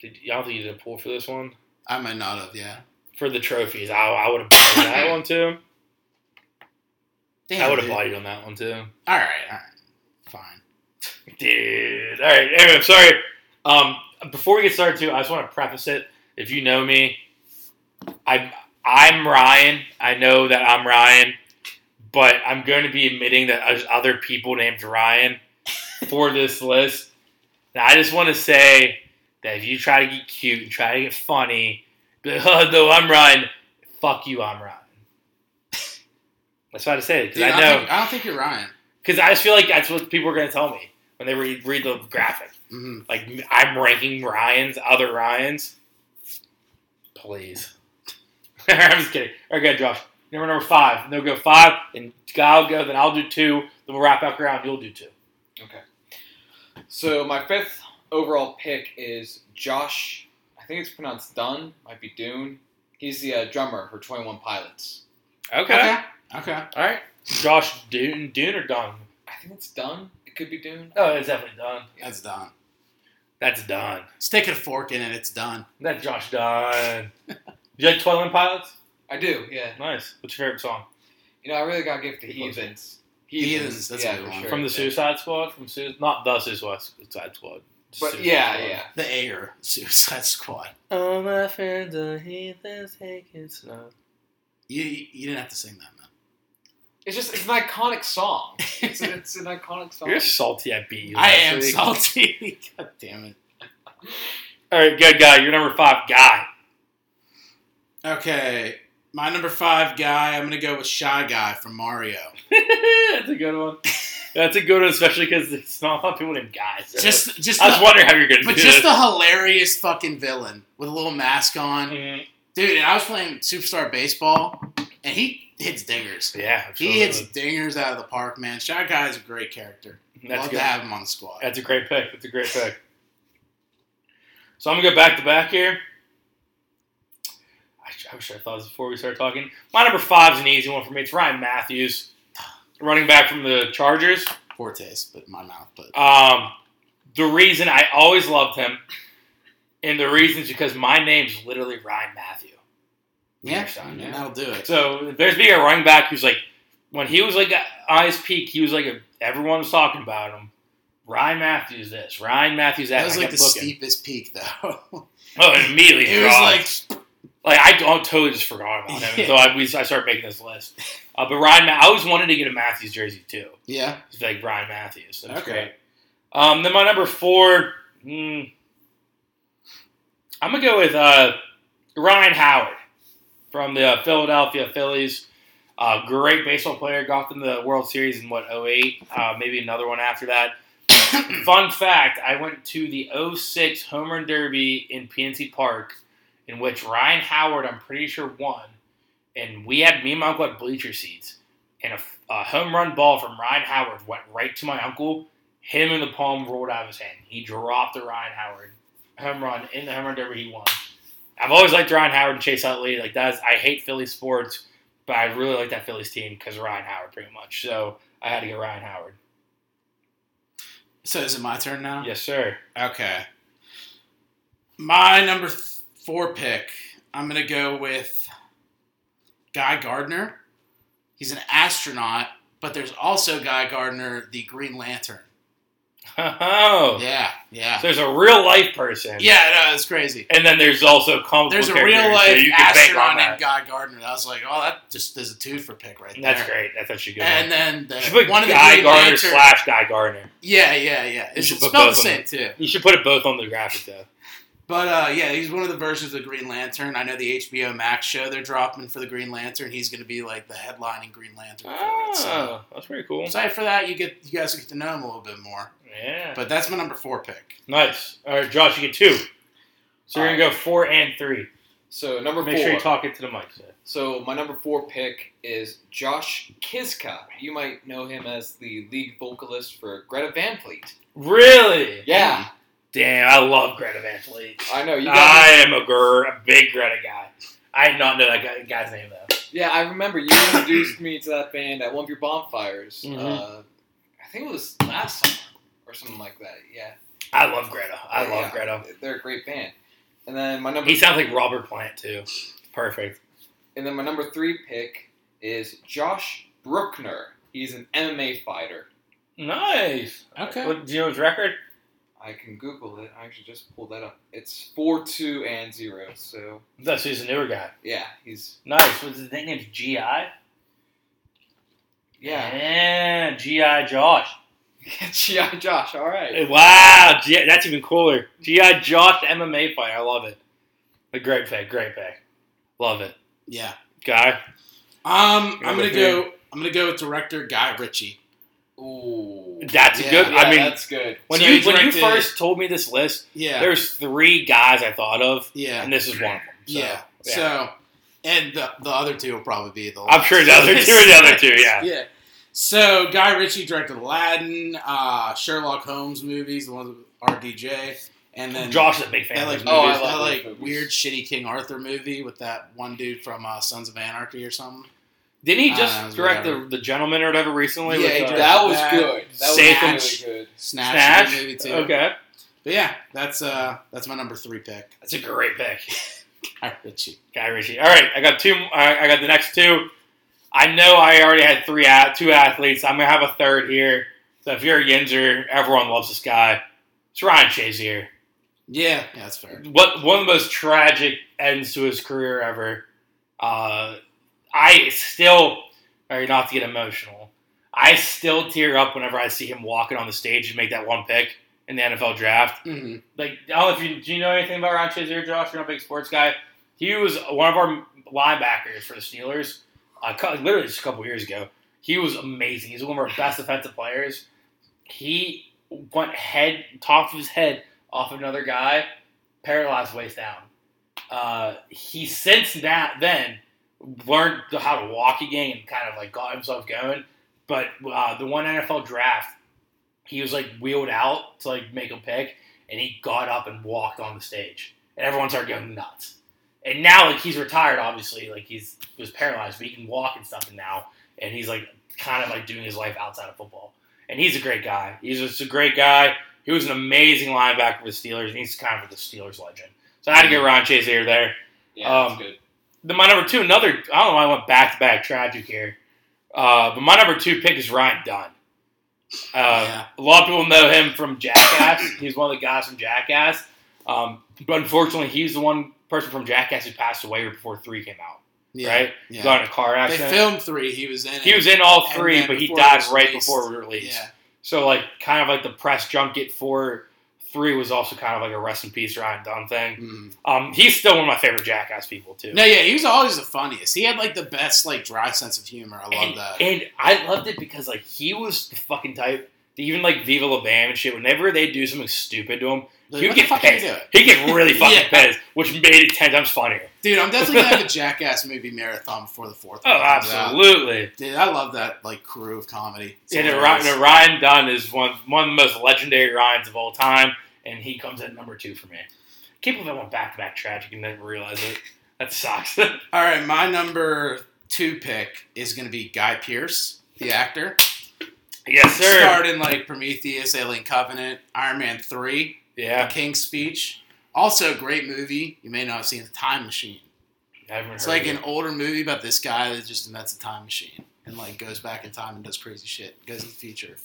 S2: did y'all think you did a pool for this one?
S1: I might not have. Yeah.
S2: For the trophies, I, I would have bought that one too.
S1: Damn,
S2: I would have
S1: dude.
S2: bought you on that one too.
S1: All right, all right, fine.
S2: Dude. All right. Anyway, I'm sorry. Um, before we get started, too, I just want to preface it. If you know me, I'm I'm Ryan. I know that I'm Ryan, but I'm going to be admitting that there's other people named Ryan for this list. Now, I just want to say that if you try to get cute and try to get funny, be like, oh, no, I'm Ryan. Fuck you, I'm Ryan. That's what I had to say because
S1: Dude,
S2: I
S1: I,
S2: know
S1: don't think, I don't think you're Ryan.
S2: because I just feel like that's what people are going to tell me when they read, read the graphic.
S1: Mhm.
S2: Like I'm ranking Ryan's other Ryan's. Please, <laughs> I'm just kidding. All right, good, Josh. Number number five. And they'll go five, and I'll go. Then I'll do two. Then we'll wrap back around. You'll do two.
S4: So my fifth overall pick is Josh. I think it's pronounced Dunn. Might be Dune. He's the uh, drummer for Twenty One Pilots.
S1: Okay. Okay.
S2: All right. Josh Dune, Dune or Dunn?
S4: I think it's Dunn. It could be Dune.
S2: Oh, it's definitely Dunn.
S1: That's done.
S2: That's Dunn.
S1: Stick a fork in it. It's done.
S2: That's Josh Dunn. you like Toilet Pilots?
S4: I do. Yeah.
S2: Nice. What's your favorite song?
S4: You know, I really got gift to
S2: He loves it.
S4: heathens.
S1: Heathens, that's a
S4: yeah,
S1: good
S4: for
S1: one.
S4: sure.
S2: From the Suicide Squad? From Su- not the Suicide
S4: But
S2: Squad. Suicide
S4: yeah,
S2: Squad.
S4: yeah.
S1: The Air <laughs> Suicide Squad.
S2: All my friends are heathens, take it slow.
S1: You you didn't have to sing that, man.
S4: It's just it's an iconic song. It's, it's an iconic song.
S2: You're salty at bees.
S1: I am salty. <laughs> God damn it.
S2: All right, good guy. You're number five guy. <laughs>
S1: Okay, my number five guy. I'm gonna go with Shy Guy from Mario.
S2: That's a good
S1: <laughs>
S2: one. That's a good one, especially because it's not a lot of people named guys. So.
S1: Just just
S2: I was
S1: the,
S2: wondering how you're going to do
S1: but just
S2: this.
S1: the hilarious fucking villain with a little mask on,
S2: Mhm.
S1: dude. And I was playing Superstar Baseball, and he hits dingers.
S2: yeah, absolutely.
S1: He hits dingers out of the park, man. Shy Guy is a great character.
S2: That's
S1: Love
S2: good.
S1: to have him on the squad.
S2: That's a great pick. That's a great pick. So I'm gonna go back to back here. I, I wish I thought this before we started talking. My number five is an easy one for me. It's Ryan Matthews, running back from the Chargers.
S1: Poor taste, but my mouth. But
S2: Um, the reason I always loved him, and the reason is because my name's literally Ryan Matthew.
S1: yeah,
S2: Understand,
S1: man,
S2: yeah.
S1: that'll do it.
S2: So if there's being a running back who's like, when he was like uh, on his peak, he was like a, everyone was talking about him. Ryan Matthews this, Ryan Matthews that.
S1: That was
S2: I
S1: like
S2: kept
S1: the
S2: looking.
S1: steepest peak, though. <laughs>
S2: Oh, it immediately
S1: it was
S2: dropped.
S1: like
S2: Like I, I totally just forgot about him
S1: <laughs> Yeah.
S2: until I, we, I started making this list. Uh, but Ryan, Ma- I always wanted to get a Matthews jersey too.
S1: yeah.
S2: It's like Ryan Matthews. That's
S1: Okay.
S2: great. Um, then my number four, mm, I'm gonna go with uh, Ryan Howard from the uh, Philadelphia Phillies. Uh, great baseball player. Got them the World Series in what 08, uh, maybe another one after that. Fun fact: I went to the 06 Home Run Derby in PNC Park, in which Ryan Howard, I'm pretty sure, won. And we had me and my uncle had bleacher seats, and a, a home run ball from Ryan Howard went right to my uncle. Hit him in the palm, rolled out of his hand. He dropped the Ryan Howard home run in the home run derby. He won. I've always liked Ryan Howard and Chase Utley. Like that's I hate Philly sports, but I really like that Phillies team because Ryan Howard pretty much. So I had to get Ryan Howard.
S1: So is it my turn now?
S2: Yes, sir. <laughs>
S1: Okay. My number th- four pick, I'm going to go with Guy Gardner. He's an astronaut, but there's also Guy Gardner, the Green Lantern.
S2: Oh,
S1: Yeah, yeah.
S2: So there's a real life person.
S1: Yeah, no, it's crazy.
S2: And then there's also comic
S1: There's a
S2: book
S1: real
S2: characters, so
S1: life
S2: you can bank on
S1: astronaut
S2: that.
S1: named Guy Gardner. I was like, oh, that just is a two for pick right there.
S2: That's great. That's actually good.
S1: And then
S2: you should put
S1: the, one of the
S2: Guy
S1: Green
S2: Gardner
S1: Lantern.
S2: slash Guy Gardner.
S1: yeah, yeah, yeah.
S2: You
S1: It's
S2: should put
S1: spelled the
S2: both of
S1: same
S2: them.
S1: too.
S2: You should put it both on the graphic though.
S1: But uh, yeah, he's one of the versions of the Green Lantern. I know the HBO Max show they're dropping for the Green Lantern. He's going to be like the headlining Green Lantern. For it, so.
S4: Ah,
S2: Oh, that's pretty cool.
S1: Aside for that, you get you guys get to know him a little bit more.
S2: Yeah.
S1: But that's my number four pick.
S2: nice. All right, Josh, you get two. So you're gonna go four and three.
S4: So number
S2: Make
S4: four.
S2: sure you talk into the mic. Sir.
S4: So my number four pick is Josh Kizka. You might know him as the lead vocalist for Greta Van Fleet.
S2: Really?
S4: Yeah,
S2: Damn, I love Greta Van Fleet.
S4: I know you. Got
S2: I am a gr- a big Greta guy. I did not know that guy, guy's name though.
S4: Yeah, I remember you introduced me to that band at one of your bonfires.
S2: Mhm.
S4: Uh, I think it was last summer or something like that. Yeah,
S2: I love Greta. I
S4: Yeah,
S2: love Greta.
S4: They're a great band. And then my number
S2: He sounds like Robert Plant too. Perfect.
S4: and then my number three pick is Josh Bruckner. He's an MMA fighter.
S2: Nice.
S1: Okay.
S2: What, do you know his record?
S4: I can Google it. I actually just pulled that up. It's four two and zero. So
S2: That's he's a newer guy.
S4: yeah, he's
S2: Nice. What's his nickname? GI.
S4: <laughs> yeah.
S2: Yeah, GI Josh.
S4: GI Josh. All right.
S2: Wow, G- that's even cooler. GI Josh MMA fight. I love it. A great pick. Great pick. Love it,
S1: Yeah.
S2: guy.
S1: Um, I'm
S2: Number
S1: gonna go. I'm gonna go with director Guy Ritchie.
S4: Ooh.
S2: That's a
S4: yeah,
S2: good- I
S4: yeah,
S2: mean-
S4: that's good.
S2: When
S1: So
S2: you
S1: he
S2: when you
S1: directed-
S2: first told me this list,
S1: Yeah.
S2: there's three guys I thought of,
S1: yeah.
S2: and this is one of them. So,
S1: yeah. So, and the, the other two will probably be the.
S2: I'm sure the other two are the
S1: <laughs>
S2: other two. Yeah.
S1: yeah. So Guy Ritchie directed Aladdin, uh, Sherlock Holmes movies, the ones with RDJ, and then
S2: Josh is a big fan.
S1: that
S2: of
S1: like,
S2: those
S4: Oh, I
S1: movies-
S4: love
S1: that,
S4: those
S1: like
S4: movies.
S1: weird shitty King Arthur movie with that one dude from uh, Sons of Anarchy or something.
S2: Didn't he
S1: Uh,
S2: just direct
S1: whatever.
S2: the, the gentleman or whatever recently?
S1: Yeah,
S2: with,
S1: he
S2: uh,
S1: directed
S4: That was
S1: that.
S4: good.
S2: Safe
S4: That
S2: and-
S4: was really good.
S1: Snatch,
S2: Snatch.
S1: movie too.
S2: Okay,
S1: But yeah, that's uh that's my number three pick.
S2: that's a great pick,
S1: Guy Ritchie.
S2: Guy Ritchie. All right, I got two. I, I got the next two. I know I already had three at two athletes. I'm gonna have a third here. So if you're a Yinzer, everyone loves this guy. It's Ryan Shazier.
S1: Yeah, yeah, that's fair.
S2: What one of the most tragic ends to his career ever. Uh, I still, or not to get emotional, I still tear up whenever I see him walking on the stage and make that one pick in the NFL draft.
S1: hmm
S2: like I don't know if you do you know anything about Ron Chazier, Josh? You're not a big sports guy. He was one of our linebackers for the Steelers. Uh, cou- literally just a couple years ago, he was amazing. He's one of our best defensive players. He went head top of his head off another guy, paralyzed waist down. Uh, he since that then learned how to walk again and kind of like got himself going. But uh, the one NFL draft, he was like wheeled out to like make a pick and he got up and walked on the stage, and everyone started going nuts. And now, like he's retired, obviously, like he's he was paralyzed, but he can walk and stuff now, and he's like kind of like doing his life outside of football. And he's a great guy. He's just a great guy. He was an amazing linebacker for the Steelers, and he's kind of the Steelers legend. So I had to get Ron Chazier there.
S4: Yeah, that's
S2: Um,
S4: good.
S2: The, my number two, another, I don't know why I went back to back tragic here. Uh, but my number two pick is Ryan Dunn. Uh,
S1: Yeah.
S2: A lot of people know him from Jackass. <coughs> he's one of the guys from Jackass. Um, but unfortunately, he's the one person from Jackass who passed away right before three came out.
S1: Yeah,
S2: Right?
S1: Yeah.
S2: Got in a car
S1: They
S2: accident.
S1: filmed three. He was in.
S2: He
S1: it.
S2: was in all
S1: and
S2: three,
S1: then
S2: but he
S1: before
S2: died
S1: it was
S2: right
S1: released.
S2: before we released.
S1: Yeah.
S2: So like kind of like the press junket for three was also kind of like a rest in peace Ryan Dunn thing.
S1: Mhm.
S2: Um, he's still one of my favorite Jackass people too.
S1: No, yeah, he was always the funniest. He had like the best like dry sense of humor. I love
S2: and,
S1: that.
S2: and I loved it because like he was the fucking type. that Even like Viva La Bam and shit. Whenever they do something stupid to him,
S1: Like,
S2: you
S1: what the
S2: get
S1: fuck are you
S2: paid.
S1: doing?
S2: he
S1: <laughs>
S2: get really fucking
S1: Yeah.
S2: pissed, which made it ten times funnier.
S1: Dude, I'm definitely gonna have a Jackass movie marathon before the fourth.
S2: Oh,
S1: one comes out.
S2: absolutely.
S1: Dude, I love that like crew of comedy. It's
S2: And the Ryan,
S1: hilarious.
S2: the Ryan Dunn is one one of the most legendary Ryans of all time, and he comes in number two for me. Can't believe I went back to back tragic and didn't realize it. That sucks. <laughs>
S1: All right, my number two pick is gonna be Guy Pierce, the actor.
S2: yes, sir.
S1: Starred in like Prometheus, Alien Covenant, Iron Man Three, The
S2: Yeah,
S1: King's Speech. Also, a great movie. You may not have seen The Time Machine.
S2: I haven't
S1: It's
S2: heard
S1: like
S2: of
S1: an
S2: it.
S1: older movie about this guy that just invents a time machine and like goes back in time and does crazy shit. Goes in the future.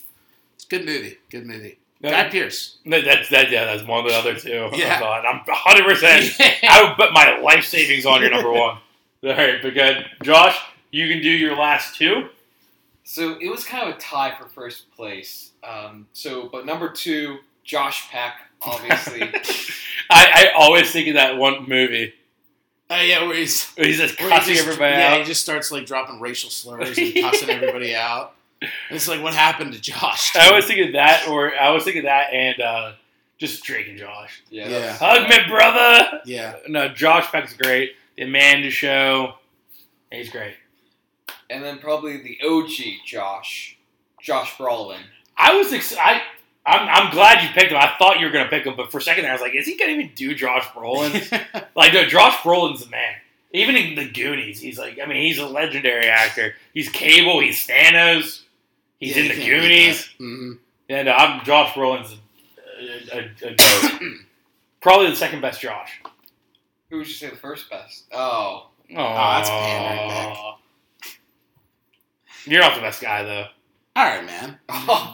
S1: It's a good movie. Good movie. Guy
S2: No,
S1: Pierce.
S2: no, that's that. Yeah, that's one of the other two.
S1: Yeah.
S2: Oh, God, I'm 100
S1: <laughs>
S2: percent I would put my life savings on your number one. All right, but good. Josh, you can do your last two.
S4: So it was kind of a tie for first place. Um, so, but number two, Josh Pack, obviously.
S2: I, I always think of that one movie.
S1: Oh yeah, where he's
S2: where He's just
S1: where he
S2: cussing
S1: just-
S2: everybody
S1: yeah, he
S2: out.
S1: just starts like dropping racial slurs
S2: <laughs>
S1: and cussing everybody out. It's like what happened to Josh?
S2: I always think of that, or I always think of that and uh, just Drake and Josh.
S4: yeah.
S1: Yeah.
S4: that's-
S2: Hug me, brother.
S1: yeah,
S2: No, Josh Peck's great. The Amanda Show. He's great.
S4: And then probably the OG Josh, Josh Brolin.
S2: I was ex- I I'm, I'm glad you picked him. I thought you were going to pick him, but for a second there, I was like, is he going to even do Josh
S1: <laughs>
S2: Brolin? Like, no, Josh Brolin's the man. Even in the Goonies, he's like, I mean, he's a legendary actor. He's Cable, he's Thanos, he's
S1: Yeah,
S2: in
S1: you
S2: the
S1: can't beat
S2: Goonies.
S1: that. Mhm.
S2: Yeah, no, I'm Josh Brolin's a, a, a
S1: <clears throat>
S2: goat. Probably the second best Josh.
S1: Oh,
S4: Who would you say the first best? Oh, <laughs>
S2: Oh,
S1: that's pandering back.
S2: You're not the best guy, though.
S1: All right, man.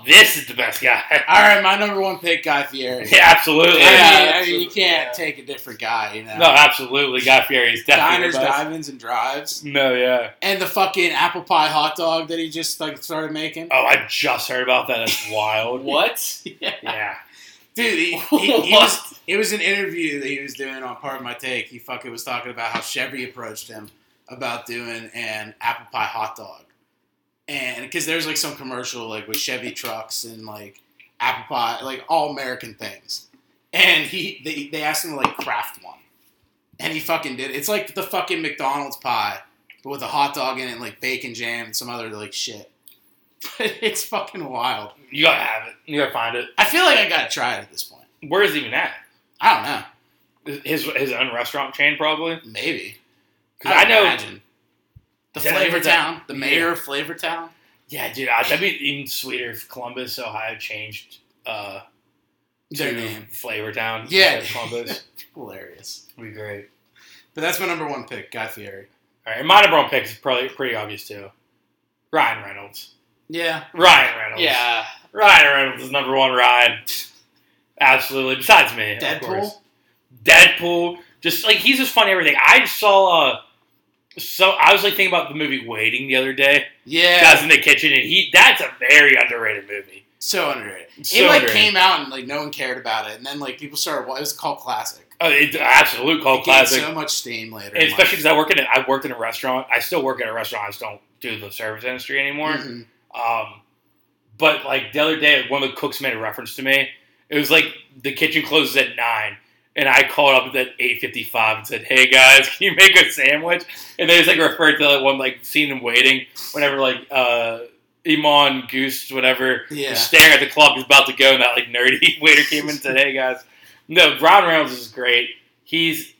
S2: This is the best guy.
S1: All right, my number one pick, Guy Fieri.
S2: <laughs> yeah, absolutely.
S1: Yeah, I
S4: absolutely,
S1: mean, you can't
S4: yeah.
S1: take a different guy, you know.
S2: No, absolutely. Guy Fieri is definitely
S1: Diners,
S2: the best.
S1: divins, and drives,
S2: No, yeah.
S1: and the fucking apple pie hot dog that he just like started making.
S2: Oh, I just heard about that. That's wild.
S4: what?
S1: Yeah.
S2: Yeah.
S1: Dude, he, he, he was, it was an interview that he was doing on Part of My Take. He fucking was talking about how Chevy approached him about doing an apple pie hot dog. And because there's like some commercial like with Chevy trucks and like apple pie, like all American things. And he they, they asked him to like craft one. And he fucking did. it. It's like the fucking McDonald's pie, but with a hot dog in it and like bacon jam and some other like shit. <laughs> it's fucking wild.
S2: You gotta have it. You gotta find it.
S1: I feel like I gotta try it at this point.
S2: Where is he even at?
S1: I don't know.
S2: His his own restaurant chain, probably.
S1: Maybe.
S2: 'Cause I,
S1: would
S2: know.
S1: Imagine. The
S2: Did I hear
S1: Flavor Town,
S2: that-
S1: the mayor of Flavor Town.
S2: Yeah, dude. I, that'd be even sweeter if Columbus, Ohio, changed uh,
S1: Their
S2: to
S1: name.
S2: Flavortown.
S1: Yeah.
S2: instead
S1: <laughs>
S2: of Columbus.
S1: Hilarious.
S2: Would be great.
S1: But that's my number one pick, Guy Fieri.
S2: All right, my number one pick is probably pretty obvious too. Ryan Reynolds.
S1: Yeah.
S2: Ryan Reynolds.
S4: Yeah.
S2: Ryan Reynolds is number one. Ryan. Absolutely. Besides me, of course.
S1: Deadpool.
S2: Deadpool. Just like he's just funny and everything. I saw. Uh, so I was like thinking about the movie Waiting the other day.
S1: Yeah.
S2: Guys in the kitchen, and he—that's a very underrated movie.
S1: so underrated.
S2: So
S1: it like
S2: underrated.
S1: came out and like no one cared about it, and then like people started. Well, it was called classic.
S2: Oh, it's an absolute
S1: It
S2: cult
S1: gained
S2: classic.
S1: So much steam later.
S2: And
S1: in
S2: especially
S1: life.
S2: because I work in a, I worked in a restaurant. I still work in a restaurant. I just don't do the service industry anymore.
S1: Mhm.
S2: Um, but like the other day, one of the cooks made a reference to me. It was like the kitchen closes at nine, and I called up at eight fifty five and said, "Hey guys, <laughs> can you make a sandwich?" And they just like referred to that one like scene in waiting whenever like uh, Iman Goose whatever
S1: Yeah.
S2: was staring at the clock is about to go, and that like nerdy <laughs> waiter came in and said, "Hey guys, no, Brian Reynolds is great. He's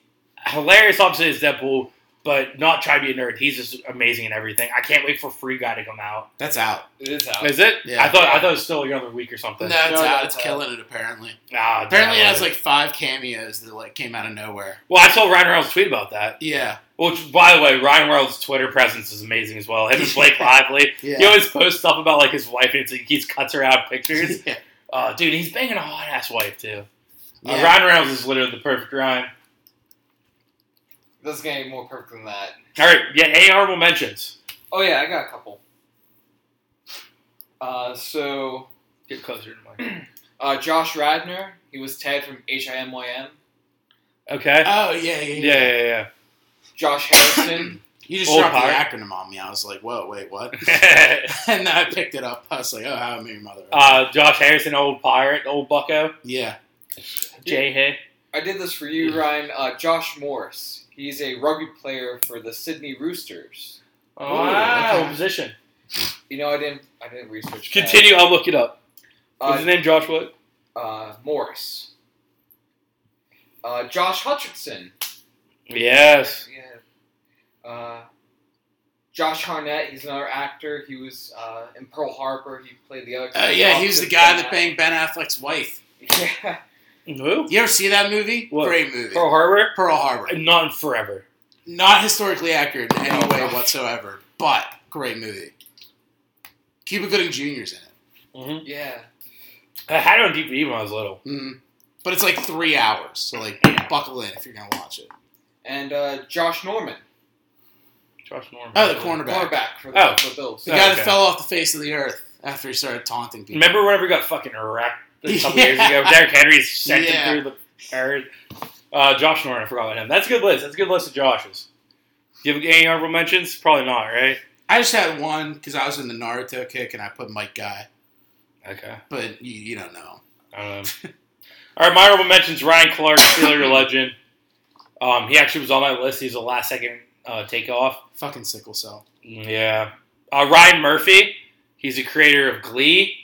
S2: hilarious, obviously as Deadpool." But not trying to be a nerd. He's just amazing in everything. I can't wait for Free Guy to come out.
S1: That's out.
S4: It is out.
S2: Is it?
S1: Yeah.
S2: I thought I thought it was still another week
S1: No,
S2: or something.
S1: it's
S4: No,
S1: out.
S4: that's
S1: It's
S4: out.
S1: killing it apparently.
S2: Nah,
S1: Apparently, it
S2: damn.
S1: has like five cameos that like came out of nowhere.
S2: Well, I saw Ryan Reynolds tweet about that.
S1: Yeah.
S2: Which, by the way, Ryan Reynolds' Twitter presence is amazing as well. Him
S1: <laughs>
S2: and Blake Lively.
S1: Yeah.
S2: He always posts stuff about like his wife, and it's like, he just cuts her out of
S1: <laughs>
S2: pictures.
S1: yeah.
S2: Uh, dude, he's banging a hot ass wife too. Uh,
S1: Yeah.
S2: Ryan Reynolds is literally the perfect Ryan.
S4: Doesn't get any more perfect than that.
S2: All right, yeah, any honorable mentions.
S4: Oh yeah, I got a couple. Uh, so
S2: Get closer to Mike.
S4: uh, Josh Radner, he was Ted from HIMYM.
S2: <clears throat> Okay.
S1: Oh yeah, yeah,
S2: yeah,
S1: yeah.
S2: yeah, yeah.
S4: Josh Harrison.
S1: You just
S2: Old
S1: dropped the
S2: pirate.
S1: acronym on me. I was like, whoa, wait, what? <laughs>
S2: yeah. <laughs>
S1: and then I picked it up. I was like, oh, how I met your mother.
S2: uh, Josh Harrison, old pirate, old bucko,
S1: yeah.
S2: Jay Hay.
S4: I did this for you, Ryan. Uh, Josh Morris. He's a rugby player for the Sydney Roosters.
S1: Ooh,
S2: wow,
S1: okay.
S2: position.
S4: You know, I didn't. I didn't research. that.
S2: Continue. I'll look it up. What's his
S4: Uh,
S2: name? Josh what?
S4: uh, Morris. Uh, Josh Hutcherson.
S2: Yes.
S4: Yeah. Uh, Josh Harnett. He's another actor. He was uh, in Pearl Harbor. He played the
S2: Uh,
S4: other.
S1: Oh yeah, he was the guy that banged Ben Affleck's wife.
S4: <laughs> Yeah.
S2: Who?
S1: You ever see that movie?
S2: What?
S1: Great movie.
S2: Pearl Harbor?
S1: Pearl Harbor.
S2: Not in forever.
S1: Not historically accurate in any
S4: Oh,
S1: way
S2: <laughs>
S4: gosh.
S1: whatsoever, but great movie. Cuba Gooding Jr.'s in it.
S2: Mm-hmm.
S4: Yeah.
S2: I had it on DVD when I was little.
S1: hmm But it's like three hours, so like buckle in if you're gonna watch it.
S4: And uh, Josh Norman,
S2: Josh Norman.
S1: Oh, the cornerback,
S4: quarterback for the,
S2: Oh.
S4: for the Bills.
S1: the guy
S2: Okay.
S1: that fell off the face of the earth after he started taunting people.
S2: Remember whenever we got fucking wrecked
S1: <laughs>
S2: a couple
S1: Yeah.
S2: years ago? Derrick Henry sent
S1: Yeah.
S2: him through the earth. Uh, Josh Norman, I forgot about him. That's a good list. That's a good list of Josh's. Do you have any honorable mentions? Probably not, right?
S1: I just had one because I was in the Naruto kick and I put Mike Guy,
S2: Okay.
S1: but you, you don't know.
S2: I don't know.
S1: <laughs>
S2: All right, my honorable mentions Ryan Clark, Steeler legend. Um, he actually was on my list. He's a last second uh, takeoff.
S1: Fucking sickle cell.
S2: Yeah. Uh, Ryan Murphy. He's the creator of Glee.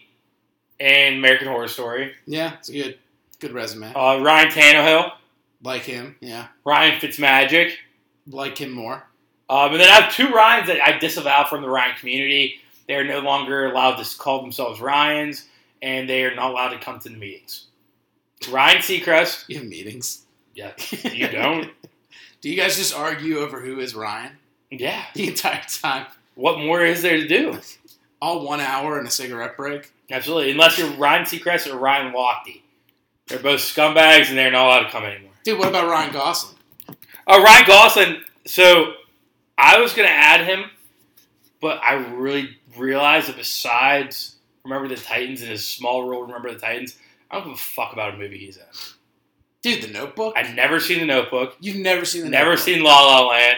S2: and American Horror Story.
S1: Yeah, it's a good, good resume.
S2: Uh, Ryan Tannehill,
S1: Like him, yeah.
S2: Ryan Fitzmagic.
S1: Like him more.
S2: Um, and then I have two Ryans that I disavow from the Ryan community. They are no longer allowed to call themselves Ryans, and they are not allowed to come to the meetings. Ryan Seacrest.
S1: You have meetings.
S2: <laughs> Yeah, you don't.
S1: Do you guys just argue over who is Ryan <laughs>
S2: yeah.
S1: the entire time?
S2: What more is there to do?
S1: All one hour and a cigarette break.
S2: Absolutely. Unless you're Ryan Seacrest or Ryan Lochte. They're both scumbags, and they're not allowed to come anymore.
S1: Dude, what about Ryan Gosling?
S2: Uh, Ryan Gosling. So I was going to add him, but I really realized that besides Remember the Titans and his small role, in Remember the Titans, I don't give a fuck about a movie he's in.
S1: Dude, The Notebook.
S2: I've never seen The Notebook.
S1: You've never seen The
S2: Never
S1: Notebook.
S2: seen La La Land.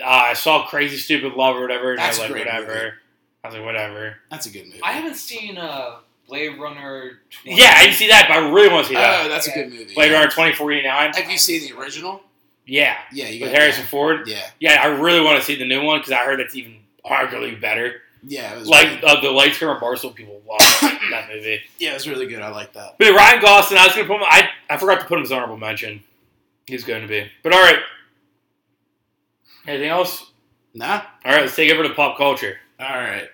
S2: Uh, I saw Crazy Stupid Love or whatever, and
S1: That's a
S2: I was like,
S1: great
S2: whatever.
S1: movie.
S2: I was like, whatever.
S1: That's a good movie.
S6: I haven't seen uh, Blade Runner. 20.
S2: Yeah, I didn't see that, but I really want to see that.
S1: Oh, that's a
S6: Yeah.
S1: good movie.
S2: Blade
S1: yeah.
S2: Runner 2049.
S1: Have you seen the original?
S2: Yeah.
S1: Yeah, you got
S2: With Harrison Ford.
S1: Yeah,
S2: Yeah, I really want to see the new one because I heard that's even arguably better.
S1: yeah, it was
S2: Like
S1: really,
S2: uh, the lights camera Barstool people love <coughs> that movie.
S1: yeah, it was really good. I like that.
S2: But Ryan Gosling, I was gonna put him. I, I forgot to put him as honorable mention. He's going to be. But all right. Anything else?
S1: Nah.
S2: All right, let's take it over to pop culture.
S1: All right.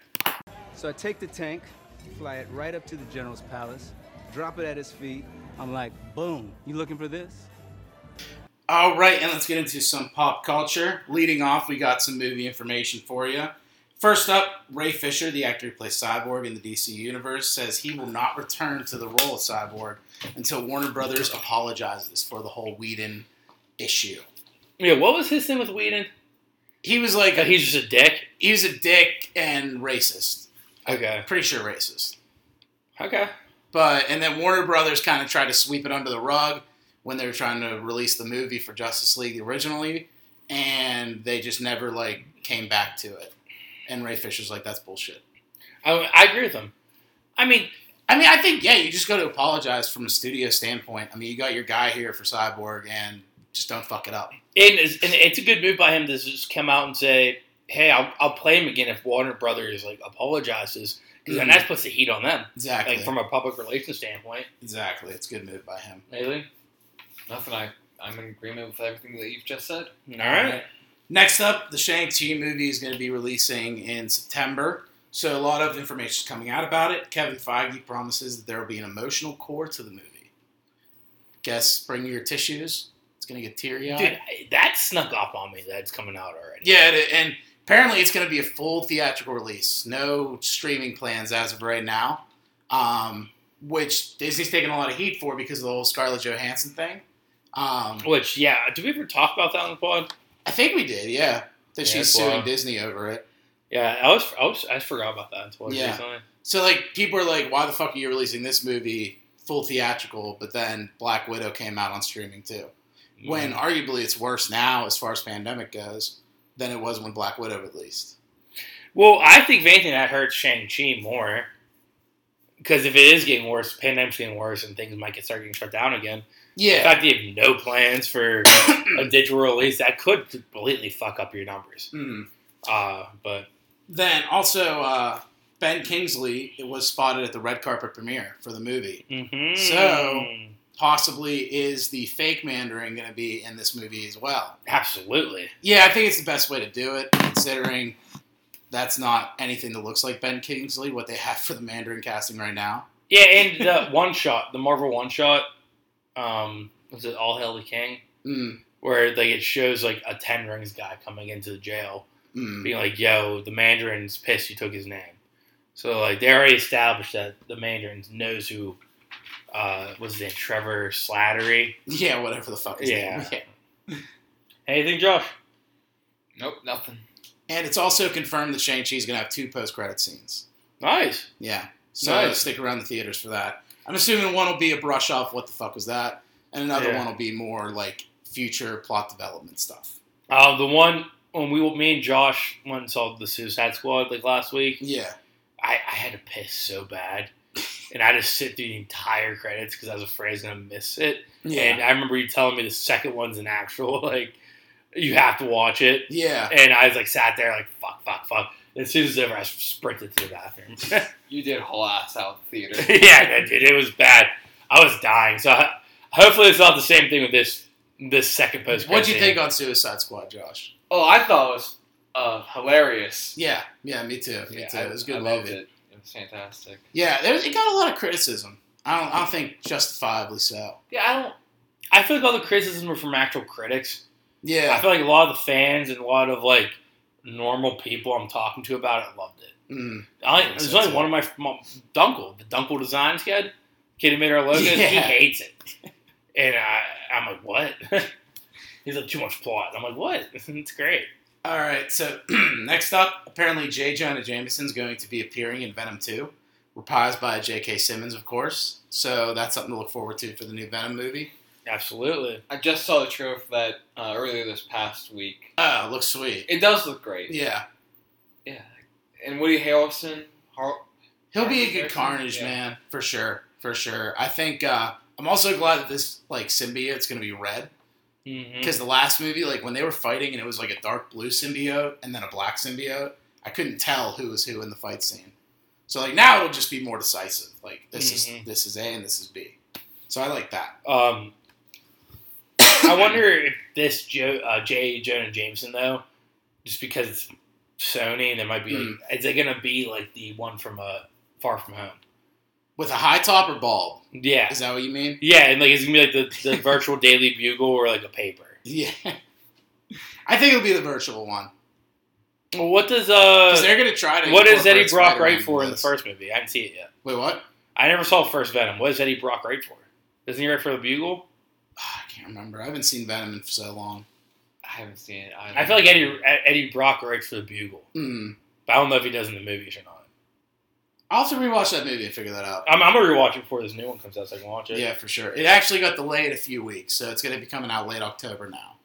S7: So I take the tank, fly it right up to the general's palace, drop it at his feet. I'm like, boom, you looking for this?
S1: All right, and let's get into some pop culture. Leading off, we got some movie information for you. First up, Ray Fisher, the actor who plays Cyborg in the DC Universe, says he will not return to the role of Cyborg until Warner Brothers apologizes for the whole Whedon issue.
S2: Yeah, what was his thing with Whedon?
S1: He was like,
S2: Like,
S1: a,
S2: he's just a dick.
S1: he was a dick and racist.
S2: Okay.
S1: Pretty sure racist.
S2: Okay.
S1: But and then Warner Brothers kind of tried to sweep it under the rug when they were trying to release the movie for Justice League originally, and they just never like came back to it. And Ray Fisher's like, "That's bullshit."
S2: I, I agree with him. I mean,
S1: I mean, I think yeah, you just got to apologize from a studio standpoint. I mean, you got your guy here for Cyborg, and just don't fuck it up.
S2: and it's, and it's a good move by him to just come out and say, "Hey, I'll, I'll play him again if Warner Brothers like apologizes," because then
S1: Mhm.
S2: that puts the heat on them,
S1: Exactly.
S2: like from a public relations standpoint.
S1: exactly. It's a good move by him.
S2: Maybe.
S4: Nothing. I I'm in agreement with everything that you've just said.
S2: All right.
S1: Next up, the Shang-Chi movie is going to be releasing in September. So a lot of information is coming out about it. Kevin Feige promises that there will be an emotional core to the movie. Guess bring your tissues. It's going to get teary-eyed.
S2: Dude, I- that snuck up on me. That's coming out already.
S1: Yeah, it- and apparently it's going to be a full theatrical release. No streaming plans as of right now, um, which Disney's taking a lot of heat for because of the whole Scarlett Johansson thing. Um,
S2: Which, yeah, did we ever talk about that on the pod?
S1: I think we did, yeah, that
S2: Yeah,
S1: she's
S2: that's
S1: suing
S2: wild.
S1: Disney over it.
S2: Yeah, I was, I was, I forgot about that until
S1: Yeah.
S2: recently.
S1: So like people are like, why the fuck are you releasing this movie full theatrical? But then Black Widow came out on streaming too. When arguably it's worse now as far as pandemic goes than it was when Black Widow released.
S2: Well, I think if anything that hurts Shang Chi more, because if it is getting worse, pandemic's getting worse, and things might get start getting shut down again. The
S1: Yeah.
S2: fact that you have no
S1: <coughs>
S2: plans for a digital release that could completely fuck up your numbers.
S1: Mm.
S2: Uh, but
S1: Then also uh, Ben Kingsley was spotted at the red carpet premiere for the movie.
S2: mhm.
S1: So- Possibly is the fake Mandarin going to be in this movie as well?
S2: absolutely,
S1: Yeah, I think it's the best way to do it, considering that's not anything that looks like Ben Kingsley, what they have for the Mandarin casting right now.
S2: yeah. And the one shot, the Marvel one shot, um, was it All Hail the King?
S1: Mm,
S2: Where like it shows like a Ten Rings guy coming into the jail,
S1: mm.
S2: being like, "Yo, the Mandarin's pissed you took his name." So like they already established that the Mandarin knows who uh, was his name Trevor Slattery.
S1: Yeah, whatever the fuck his name
S2: Yeah.
S1: is.
S2: Anything, Josh?
S4: Nope. Nothing.
S1: And it's also confirmed that Shang-Chi is going to have two post-credit scenes.
S2: Nice.
S1: Yeah. So
S2: Nice.
S1: stick around the theaters for that. I'm assuming one will be a brush off, what the fuck was that? And another
S2: Yeah.
S1: one will be more like future plot development stuff.
S2: Uh, the one when we, me and Josh went and saw the Suicide Squad like last week.
S1: Yeah.
S2: I, I had to piss so bad, and I just sit through the entire credits because I was afraid I was gonna miss it. And
S1: Yeah.
S2: I remember you telling me the second one's an <laughs> actual like you have to watch it,
S1: Yeah.
S2: and I was like sat there like fuck, fuck, fuck. As soon as it's over, I sprinted to the bathroom. <laughs>
S6: You did whole ass out theater.
S1: <laughs>
S2: yeah, dude, it was bad. I was dying. So I, hopefully it's not the same thing with this this second post.
S1: What'd you think on Suicide Squad, Josh?
S6: Oh, I thought it was uh, hilarious.
S1: Yeah, yeah, me too. Me too.
S6: I-
S1: It was a good
S6: I
S1: movie.
S6: loved It. it was fantastic.
S1: Yeah, there, it got a lot of criticism. I don't, I don't think justifiably so.
S6: Yeah, I don't.
S2: I feel like all the criticism were from actual critics. I
S1: Yeah,
S2: feel like a lot of the fans and a lot of like normal people I'm talking to about it loved it.
S1: mm,
S2: I,
S1: Yeah,
S2: there's
S1: so
S2: only
S1: it's
S2: one of my, my Dunkel, the Dunkel Designs kid, kid who made our logos. He
S1: Yeah.
S2: hates it, and I, I'm like, what? <laughs> He's like, too much plot. I'm like, what? <laughs> It's great.
S1: All right, so <clears throat> next up, apparently J. Jonah Jameson's going to be appearing in Venom 2, reprised by J.K. Simmons, of course. So that's something to look forward to for the new Venom movie.
S2: Absolutely.
S6: I just saw the trailer for that uh, earlier this past week.
S1: Oh, looks sweet.
S6: It does look great.
S1: Yeah,
S6: Yeah. And Woody Harrelson. Har-
S1: he'll be a good
S6: Harrison,
S1: Carnage
S6: yeah.
S1: man for sure, for sure. I think uh, I'm also glad that this like symbiote's going to be red
S2: Mm-hmm.
S1: because the last movie, like when they were fighting and it was like a dark blue symbiote and then a black symbiote, I couldn't tell who was who in the fight scene. So like now it'll just be more decisive. Like this
S2: Mhm.
S1: is this is A and this is B. So I like that.
S2: Um, I wonder if this Joe, uh, J. Jonah Jameson though, just because it's Sony and there might be, like, is it gonna be like the one from uh, Far From Home?
S1: With a high top or bald?
S2: Yeah,
S1: Is that what you mean? <laughs>
S2: yeah, and like it's gonna be like the, the <laughs> virtual Daily Bugle or like a paper.
S1: Yeah. I think it'll be the virtual one.
S2: Well, what does
S1: 'Cause
S2: uh,
S1: they're going to try to.
S2: what does
S1: incorporate
S2: Eddie Brock
S1: Spider-Man
S2: write for in the
S1: this.
S2: first movie? I didn't see it yet.
S1: Wait, what?
S2: I never saw first Venom. What does Eddie Brock write for? Doesn't he write for the Bugle?
S1: Ah, I can't remember. I haven't seen Venom in so long.
S6: I haven't seen it.
S2: I feel like Eddie E-, Eddie Brock writes for the Bugle,
S1: Hmm.
S2: but I don't know if he does in the movies or not.
S1: I'll have to rewatch that movie and figure that out.
S2: I'm, I'm gonna rewatch it before this new one comes out, so I can watch it.
S1: Yeah, for sure. It actually got delayed a few weeks, so it's going to be coming out late October now.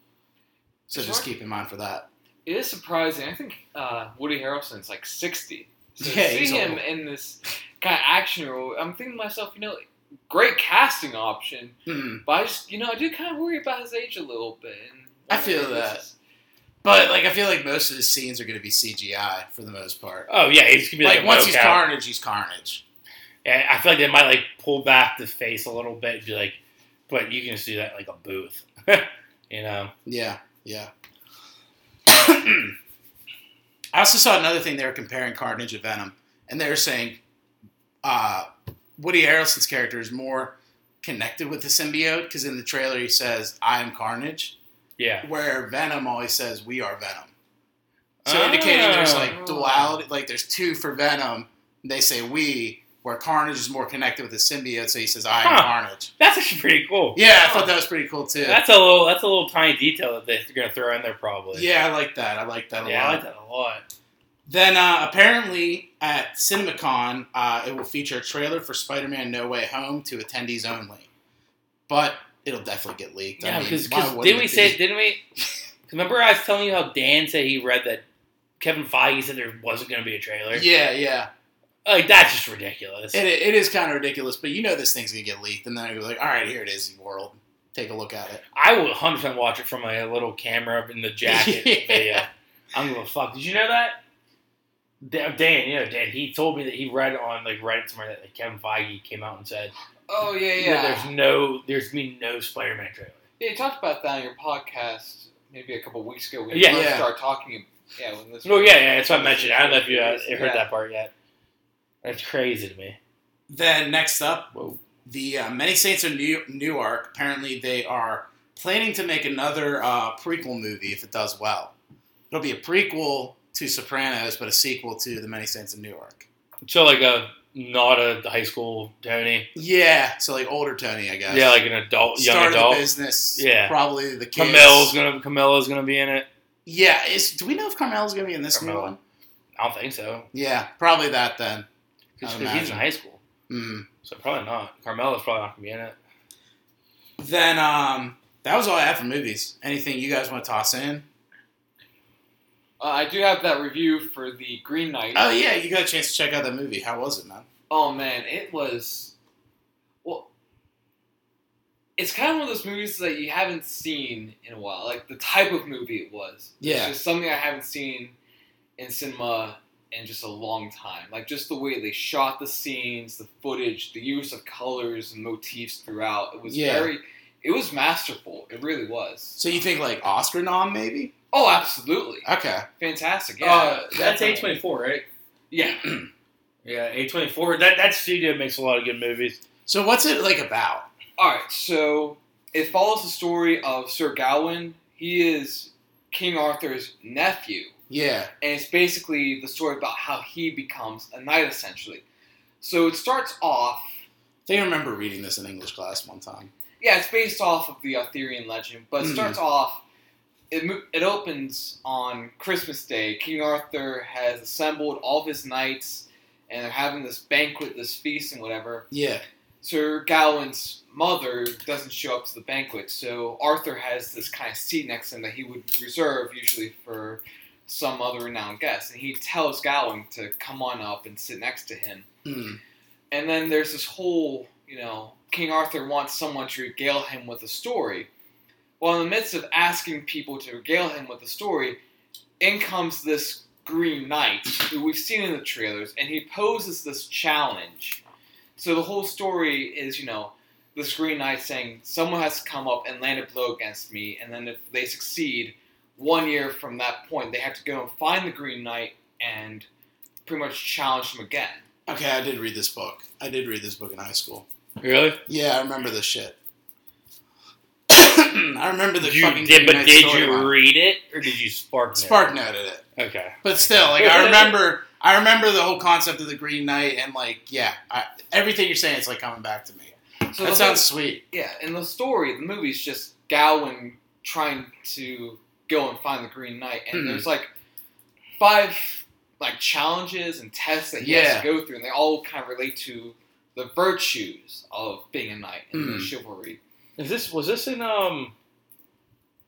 S1: So
S6: Sure.
S1: just keep in mind for that.
S6: It is surprising. I think uh, Woody Harrelson's like 60. So
S1: <laughs> Yeah,
S6: to
S1: he's
S6: see him
S1: old.
S6: in this kind of action role, I'm thinking to myself, you know, great casting option.
S1: Hmm.
S6: But I just, you know, I do kind of worry about his age a little bit. And
S1: I feel
S6: wonder if
S1: that.
S6: this is-
S1: But like, I feel like most of the scenes are going to be CGI for the most part.
S2: Oh yeah, he's gonna be like,
S1: Like
S2: a
S1: once he's
S2: mocap.
S1: Carnage, he's Carnage.
S2: And I feel like they might like pull back the face a little bit, and be like, but you can just do that in, like a booth, <laughs> you know?
S1: Yeah, yeah. <clears throat> I also saw another thing they were comparing Carnage to Venom, and they were saying uh, Woody Harrelson's character is more connected with the symbiote because in the trailer he says, "I am Carnage,"
S2: Yeah.
S1: where Venom always says, "We are Venom." So
S2: Ah.
S1: indicating there's like duality, like there's two for Venom. and They say "we," where Carnage is more connected with the symbiote, so he says, "I am
S2: Huh.
S1: Carnage."
S2: That's actually pretty cool.
S1: Yeah, I thought that was pretty cool too.
S2: That's a little. That's a little tiny detail that they're gonna throw in there, probably.
S1: yeah, I like that. I like that a
S2: Yeah,
S1: lot.
S2: I like that a lot.
S1: Then uh, apparently at CinemaCon, uh, it will feature a trailer for Spider-Man: No Way Home to attendees only, but it'll definitely get leaked. I
S2: Yeah,
S1: mean,
S2: because
S1: why wouldn't
S2: didn't
S1: it
S2: we
S1: be?
S2: say? Didn't we? 'cause Remember, I was telling you how Dan said he read that Kevin Feige said there wasn't gonna be a trailer.
S1: Yeah, yeah.
S2: Like that's just ridiculous.
S1: It, it is kind of ridiculous, but you know this thing's gonna get leaked, and then it'll be like, "All right, here it is, world. Take a look at it."
S2: I will 100 percent watch it from like, a little camera up in the jacket
S1: <laughs> Yeah.
S2: video. I'm gonna fuck. Did you know that? Da- Dan, yeah, Dan. He told me that he read on like Reddit somewhere that like, Kevin Feige came out and said,
S6: Oh, yeah,
S2: "Yeah,
S6: yeah.
S2: there's no, there's been no Spider-Man trailer."
S6: Yeah, you talked about that on your podcast maybe a couple weeks ago. When
S2: Yeah.
S6: you first
S1: Yeah.
S6: started talking. Yeah, when this.
S2: No, yeah, yeah. That's what I mentioned. I don't know if you uh, you heard
S6: Yeah.
S2: that part yet. That's crazy to me.
S1: Then next up,
S2: Whoa.
S1: the uh, Many Saints of New- Newark. Apparently, they are planning to make another uh, prequel movie if it does well. It'll be a prequel to Sopranos, but a sequel to The Many Saints of Newark.
S2: So like a not a high school Tony.
S1: Yeah, so like older Tony, I guess.
S2: Yeah, like an adult, young
S1: start of the
S2: adult.
S1: business.
S2: Yeah.
S1: probably the kids.
S2: Camille's gonna Camilla's gonna be in it.
S1: Yeah, is do we know if Carmel's gonna be in this new
S2: Carmella.
S1: one?
S2: I don't think so.
S1: Yeah, probably that then.
S2: Because
S1: I'd
S2: he's
S1: imagine.
S2: in high school,
S1: Mm.
S2: so probably not. Carmella's probably not gonna be in it.
S1: Then um, that was all I had for movies. Anything you guys want to toss in?
S6: Uh, I do have that review for the Green Knight.
S1: Oh yeah, you got a chance to check out that movie. How was it, man?
S6: Oh man, it was. Well, it's kind of one of those movies that you haven't seen in a while. Like the type of movie it was.
S1: Yeah.
S6: It's just something I haven't seen in cinema in just a long time. Like just the way they shot the scenes, the footage, the use of colors and motifs throughout. It was
S1: Yeah.
S6: very. It was masterful. It really was.
S1: So you think like Oscar nom maybe?
S6: Oh, absolutely.
S1: Okay.
S6: Fantastic. Yeah.
S2: Uh, that's
S6: Definitely.
S2: A twenty four, right?
S6: Yeah.
S2: Yeah, A twenty four. That that studio makes a lot of good movies.
S1: So what's it like about?
S6: All right, so it follows the story of Sir Gawain. He is King Arthur's nephew,
S1: Yeah.
S6: and it's basically the story about how he becomes a knight, essentially. So it starts off,
S1: I think I remember reading this in English class one time.
S6: yeah, it's based off of the Arthurian legend, but it
S1: Mhm.
S6: starts off. It, mo- it opens on Christmas Day. King Arthur has assembled all of his knights, and they're having this banquet, this feast, and whatever.
S1: Yeah.
S6: Sir Gawain's mother doesn't show up to the banquet, so Arthur has this kind of seat next to him that he would reserve usually for some other renowned guest, and he tells Gawain to come on up and sit next to him.
S1: Hmm.
S6: And then there's this whole, you know, King Arthur wants someone to regale him with a story. Well, in the midst of asking people to regale him with a story, in comes this Green Knight, who we've seen in the trailers, and he poses this challenge. So the whole story is, you know, this Green Knight saying, someone has to come up and land a blow against me, and then if they succeed, one year from that point, they have to go and find the Green Knight and pretty much challenge him again.
S1: Okay, I did read this book. I did read this book in high school.
S2: Really?
S1: Yeah, I remember this shit. <coughs> I remember the
S2: you
S1: fucking
S2: did,
S1: Green
S2: but
S1: Knight
S2: did you
S1: storyline.
S2: read it or did you spark? note it?
S1: Spark noted it.
S2: Okay.
S1: But still, like I remember, I remember the whole concept of the Green Knight, and like, yeah, I, everything you're saying is like coming back to me.
S6: So
S1: That
S6: the whole-
S1: sounds sweet.
S6: Yeah, and the story, the movie's just Gowan trying to go and find the Green Knight, and
S1: Mhm.
S6: there's like five like challenges and tests that he has
S1: Yeah.
S6: to go through, and they all kind of relate to the virtues of being a knight and the
S1: Mhm.
S6: chivalry.
S2: Is this was this in um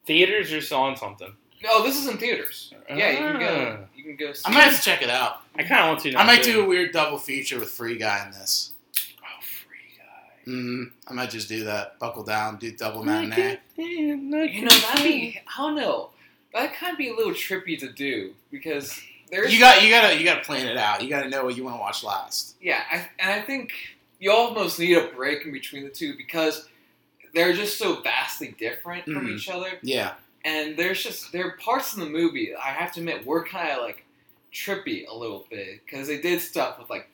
S2: theaters or on something?
S6: No, Oh, this is in theaters. Yeah, you can go.
S2: Ah.
S6: You can go. See
S1: I might have to check it out.
S2: I kind of want to. Now
S1: I might
S2: too.
S1: do a weird double feature with Free Guy in this.
S2: Oh, free guy.
S1: Mm, I might just do that. Buckle down, do double matinee.
S6: You know that be I don't know. That kind of be a little trippy to do because there's
S1: You got, you gotta, you gotta plan it out. You gotta know what you want to watch last.
S6: Yeah, I, and I think you almost need a break in between the two because they're just so vastly different from
S1: Mhm.
S6: each other.
S1: Yeah,
S6: And there's just there are parts in the movie that I have to admit were kind of like trippy a little bit because they did stuff with like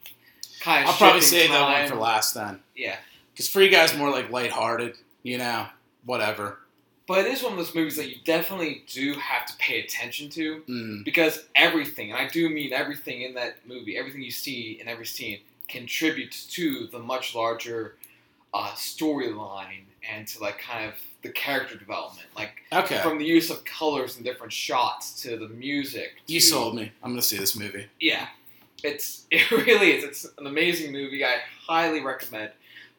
S6: kind of.
S1: I'll probably
S6: shifting
S1: save that one
S6: time.
S1: for last then,
S6: Yeah,
S1: because Free Guy's more like lighthearted. You know, whatever.
S6: but it is one of those movies that you definitely do have to pay attention to
S1: Mm,
S6: because everything, and I do mean everything in that movie, everything you see in every scene contributes to the much larger uh, storyline and to like kind of the character development, like
S1: okay,
S6: from the use of colors and different shots to the music.
S1: you
S6: to-
S1: sold me. I'm gonna see this movie.
S6: Yeah, it's <laughs> it really is. It's an amazing movie. I highly recommend.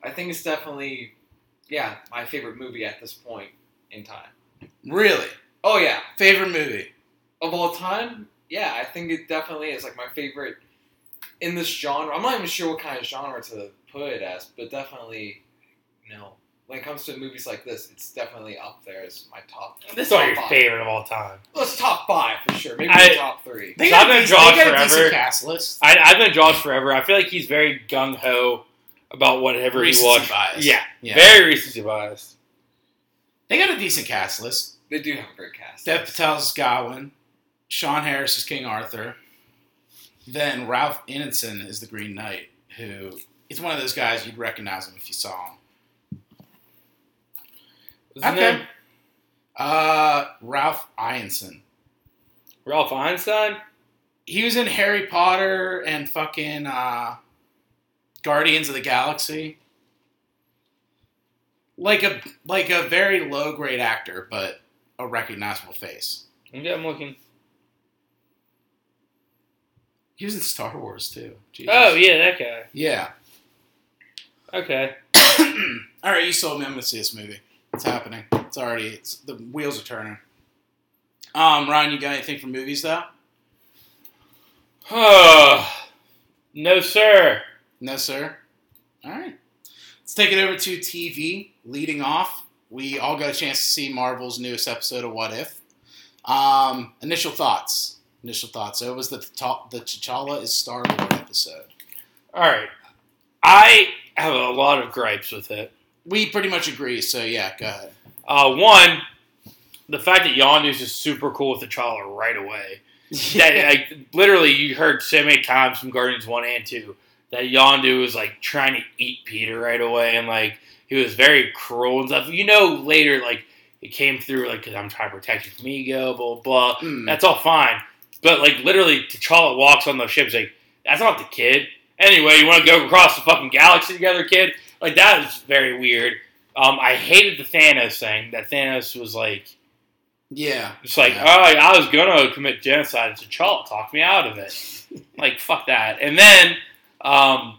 S6: I think it's definitely, yeah, my favorite movie at this point in time.
S1: Really,
S6: Oh yeah,
S1: favorite movie.
S6: of all time, yeah, I think it definitely is like my favorite in this genre. I'm not even sure what kind of genre to put it as, but definitely, you know, when it comes to movies like this, it's definitely up there as my top.
S2: This is
S6: top
S2: not your
S6: five.
S2: favorite of all time.
S6: Well, it's top five for sure. Maybe
S2: I-
S6: the top three.
S1: They
S2: So
S1: got,
S2: I've been
S1: a dec-
S2: Jaws
S1: they got a
S2: forever.
S1: decent cast list.
S2: I, I've known Josh forever. I feel like he's very gung ho about whatever
S1: Recency
S2: he watched.
S1: bias.
S2: Yeah,
S1: Yeah.
S2: very recency biased.
S1: They got a decent cast list.
S6: They do have a great cast.
S1: Dev Patel's Gawain. Sean Harris is King Arthur. Then Ralph Ineson is the Green Knight, who it's one of those guys you'd recognize him if you saw him.
S2: What's his
S1: Okay.
S2: name?
S1: Uh, Ralph Ineson.
S2: Ralph Einstein.
S1: He was in Harry Potter and fucking uh, Guardians of the Galaxy. Like a like a very low grade actor, but a recognizable face.
S2: Yeah, I'm looking.
S1: He was in Star Wars too. Jesus.
S2: Oh yeah, that guy.
S1: yeah. <clears throat>
S2: Okay. <sighs>
S1: All right, you sold me. I'm gonna see this movie. It's happening. It's already. It's the wheels are turning. Um, Ryan, you got anything for movies though?
S2: no, sir.
S1: No, sir. All right. Let's take it over to TV. Leading off, we all got a chance to see Marvel's newest episode of What If. Um, initial thoughts. initial thoughts. So it was the T'Cha- the T'Challa is Star Lord episode.
S2: All right. I have a lot of gripes with it.
S1: We pretty much agree. So yeah, go ahead.
S2: Uh, one, the fact that Yondu's is super cool with the T'Challa right away. That like, literally, you heard so many times from Guardians One and Two that Yondu was like trying to eat Peter right away, and like he was very cruel and stuff. You know, later like it came through like i I'm trying to protect you from ego, blah blah. blah.
S1: Hmm.
S2: That's all fine. But like literally, T'Challa walks on the ship. He's like, "That's not the kid." Anyway, you want to go across the fucking galaxy together, kid? Like that is very weird. Um, I hated the Thanos thing. That Thanos was like,
S1: Yeah.
S2: it's like,
S1: Yeah.
S2: oh, I was gonna commit genocide. T'Challa talked me out of <laughs> it. like fuck that. And then, um,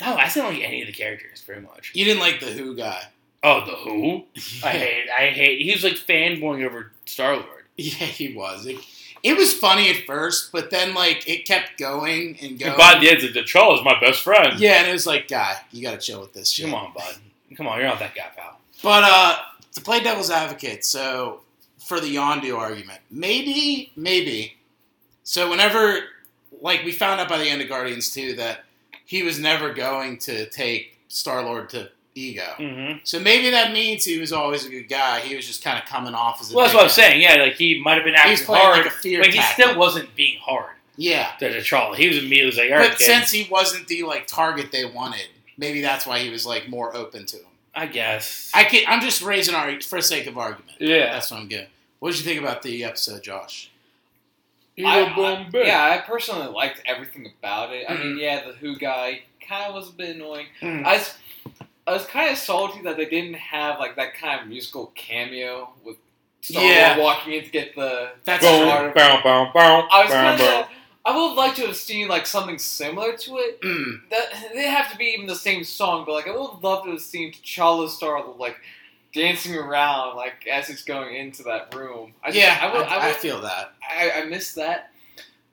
S2: no, I didn't like any of the characters very much.
S1: You didn't like the Who guy.
S2: Oh, the Who?
S1: <laughs>
S2: I hate. I hate. He was like fanboying over Star Lord.
S1: Yeah, he was. It, it was funny at first, but then like it kept going and going.
S2: And by the end, the T'Challa is my best friend.
S1: yeah, and it was like, guy, you got to chill with this shit.
S2: Come on, bud. Come on, you're not that guy, pal.
S1: But uh, to play devil's advocate, so for the Yondu argument, maybe, maybe. So whenever, like, we found out by the end of Guardians 2 that he was never going to take Star Lord to Ego.
S2: Mm-hmm.
S1: So maybe that means he was always a good guy. He was just kind of coming off as a.
S2: Well, that's what I'm
S1: dickhead.
S2: saying. Yeah, like he might have been
S1: He
S2: acting
S1: was playing
S2: hard,
S1: like a fear
S2: but he
S1: tactic.
S2: still wasn't being hard
S1: Yeah.
S2: to T'Challa. He was immediately was like, all right,
S1: But
S2: kid,
S1: since he wasn't the like target they wanted, maybe that's why he was like more open to him.
S2: I guess.
S1: I can, I'm just raising our for sake of argument.
S2: yeah.
S1: That's what I'm getting. What did you think about the episode, Josh?
S6: I- I- yeah, I personally liked everything about it. I
S2: Mm-hmm.
S6: mean, yeah, the Who guy kind of was a bit annoying.
S1: Mm.
S6: I was, I was kind of salty that they didn't have like that kind of musical cameo with Star
S1: Yeah.
S6: Lord walking in to get the.
S1: That's
S6: Boom.
S1: true.
S2: Bow, bow, bow, bow,
S6: I was
S2: bow,
S6: kind
S2: bow.
S6: of. I would have liked to have seen like something similar to it.
S1: Mm.
S6: That they have to be even the same song, but like I would have loved to have seen T'Challa Star Lord like dancing around like as he's going into that room. I just-
S1: yeah,
S6: I would, I, would,
S1: feel that.
S6: I, I missed that.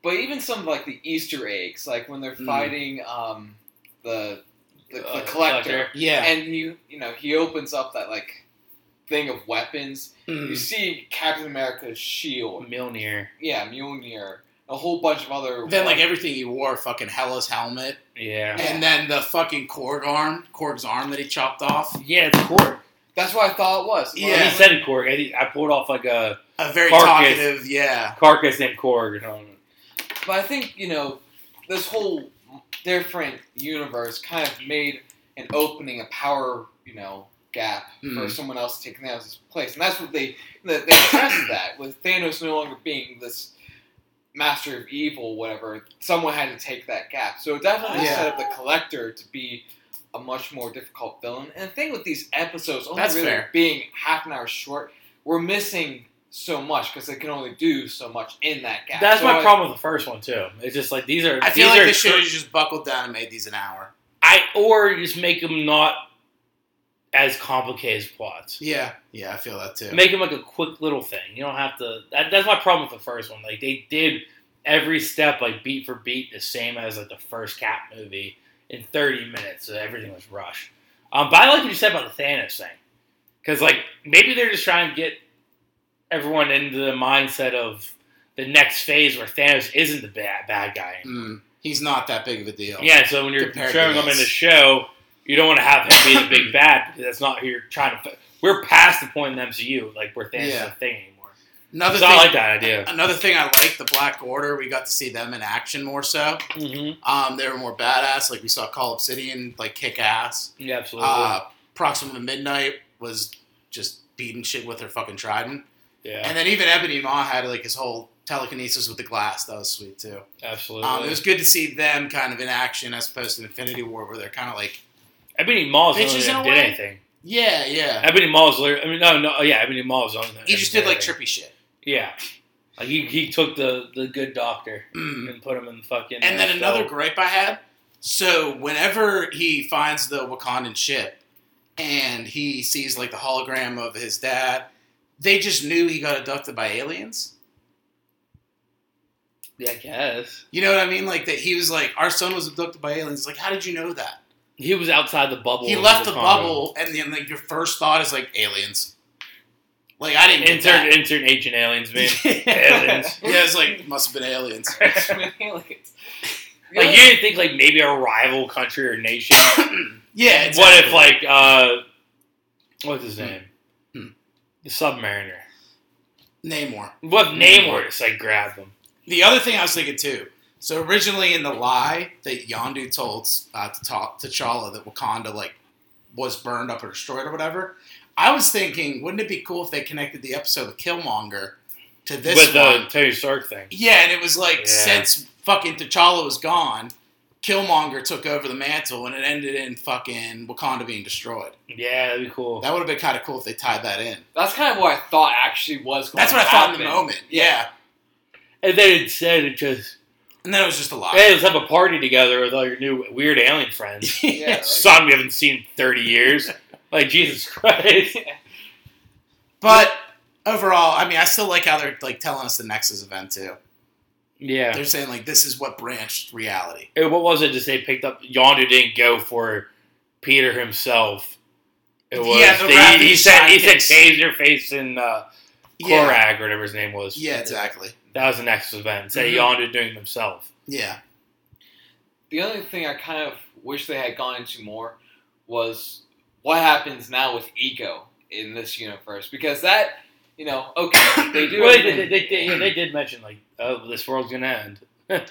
S6: But even some like the Easter eggs, like when they're
S1: Mm.
S6: fighting um, the the, the
S2: Uh,
S6: collector,
S1: Yeah.
S6: and you you know he opens up that like thing of weapons. You
S1: Mm.
S6: see Captain America's shield,
S2: Milner.
S6: yeah, Mjolnir, a whole bunch of other.
S1: Then like everything he wore, fucking Hella's helmet,
S2: Yeah.
S1: and then the fucking Korg arm, Korg's arm that he chopped off.
S2: Yeah, it's Korg.
S6: that's what I thought it was.
S1: Yeah.
S2: He said it, Korg. I, think I pulled off like a
S1: A very
S2: Carcass.
S1: talkative, yeah.
S2: carcass named Korg. And all.
S6: But I think you know this whole different universe kind of made an opening, a power you know gap for
S1: Mhm.
S6: someone else to take Thanos' place, and that's what they that they
S1: <coughs>
S6: addressed that with Thanos no longer being this master of evil, whatever. Someone had to take that gap, so it definitely
S1: Yeah.
S6: set up the Collector to be. A much more difficult villain, and the thing with these episodes, only
S1: That's
S6: really
S1: fair.
S6: being half an hour short, we're missing so much because they can only do so much in that gap.
S2: That's
S6: So
S2: my
S6: I- <laughs>
S2: problem with the first one too. It's just like these are.
S1: I feel
S2: these
S1: like
S2: are
S1: they should have
S2: tr-
S1: just buckled down and made these an hour.
S2: I or just make them not as complicated as plots.
S1: Yeah, yeah, I feel that too.
S2: Make them like a quick little thing. You don't have to. That, that's my problem with the first one. Like they did every step like beat for beat the same as like the first Cap movie in 30 minutes. So everything was rushed. Um, but I like what you said about the Thanos thing because like maybe they're just trying to get everyone into the mindset of the next phase where Thanos isn't the bad bad guy. anymore.
S1: Mm. He's not that big of a deal.
S2: Yeah, so when you're
S1: Compared to
S2: showing him in
S1: this.
S2: the show, you don't want to have him be
S1: <coughs>
S2: the big bad because that's not who you're trying to. We're past the point in the MCU, like where Thanos is
S1: Yeah.
S2: a thing anymore.
S1: Another
S2: so
S1: thing,
S2: I like that idea.
S1: another thing I like the Black Order. We got to see them in action more so.
S2: Mm-hmm.
S1: Um, they were more badass. Like we saw Call Obsidian like kick ass.
S2: Oh, Yeah, absolutely.
S1: Uh, Proxima Midnight was just beating shit with her fucking trident.
S2: yeah,
S1: And then even Ebony Maw had like his whole telekinesis with the glass. That was sweet too.
S2: absolutely.
S1: Um, it was good to see them kind of in action as opposed to Infinity War where they're kind of like,
S2: Ebony Mall's the only
S1: Bitches in a
S2: one that did
S1: way.
S2: anything.
S1: yeah, yeah.
S2: Ebony Mall's, literally- I mean, no, no, yeah, Ebony Mall's the only. one that
S1: He just did like
S2: anything.
S1: trippy shit. <clears throat>
S2: Yeah, like he, he took the the good doctor
S1: Mm.
S2: and put him in the fucking.
S1: And
S2: uh,
S1: then another
S2: cell.
S1: gripe I had. So whenever he finds the Wakandan ship and he sees like the hologram of his dad, they just knew he got abducted by aliens.
S2: Yeah, I guess
S1: You know what I mean? Like that he was like, our son was abducted by aliens. It's Like, how did you know that?
S2: he was outside the bubble.
S1: He
S2: of
S1: left the
S2: Wakanda.
S1: bubble, and then like your first thought is like aliens. Like I didn't get
S2: Insert
S1: <laughs> that.
S2: insert ancient aliens, man.
S1: aliens. Yeah, it's like must have been aliens. <laughs>
S2: <laughs>
S6: like, it's-
S2: Like you didn't think like maybe a rival country or
S1: <coughs>
S2: nation.
S1: Yeah. Exactly.
S2: What if like uh, what's his name?
S1: Hmm.
S2: The Submariner.
S1: Namor?
S2: What if Namor just like grabbed him?
S1: The other thing I was thinking too. So originally in the lie that Yondu told uh, to Ta- T'Challa that Wakanda like was burned up or destroyed or whatever, I was thinking, wouldn't it be cool if they connected the episode of Killmonger to this
S2: With
S1: one?
S2: the Tony Stark thing.
S1: Yeah, and it was like
S2: Yeah.
S1: since fucking T'Challa was gone, Killmonger took over the mantle, and it ended in fucking Wakanda being destroyed.
S2: Yeah, that'd be cool.
S1: That would have been kind of cool if they tied that in.
S6: that's kind of what I thought actually was. Going
S1: That's what
S6: to
S1: I thought in
S6: happen.
S1: the moment. Yeah,
S2: And then instead it just
S1: and then it was just a lie.
S2: hey, let's have a party together with all your new weird alien
S1: <laughs>
S2: friends.
S6: Yeah, like-
S2: Son we haven't seen in thirty years. Like Jesus Christ.
S1: But overall, I mean, I still like how they're like telling us the Nexus event too.
S2: Yeah.
S1: They're saying like this is what branched reality.
S2: Hey, what was it? Just they picked up Yondu didn't go for Peter himself. It was
S1: Yeah, the
S2: they, he
S1: Ravage
S2: said he said
S1: sidekicks.
S2: taser face in uh,
S1: Yeah,
S2: Korag or whatever his name was.
S1: yeah, exactly.
S2: that was the next event. Said
S1: Mhm.
S2: Yondu doing it himself.
S1: Yeah,
S6: The only thing I kind of wish they had gone into more was what happens now with Eco in this universe because that you know okay
S2: <coughs>
S6: they do
S2: Well, they,
S6: everything-
S2: did, they, they, yeah, they did mention like, oh, this world's gonna end.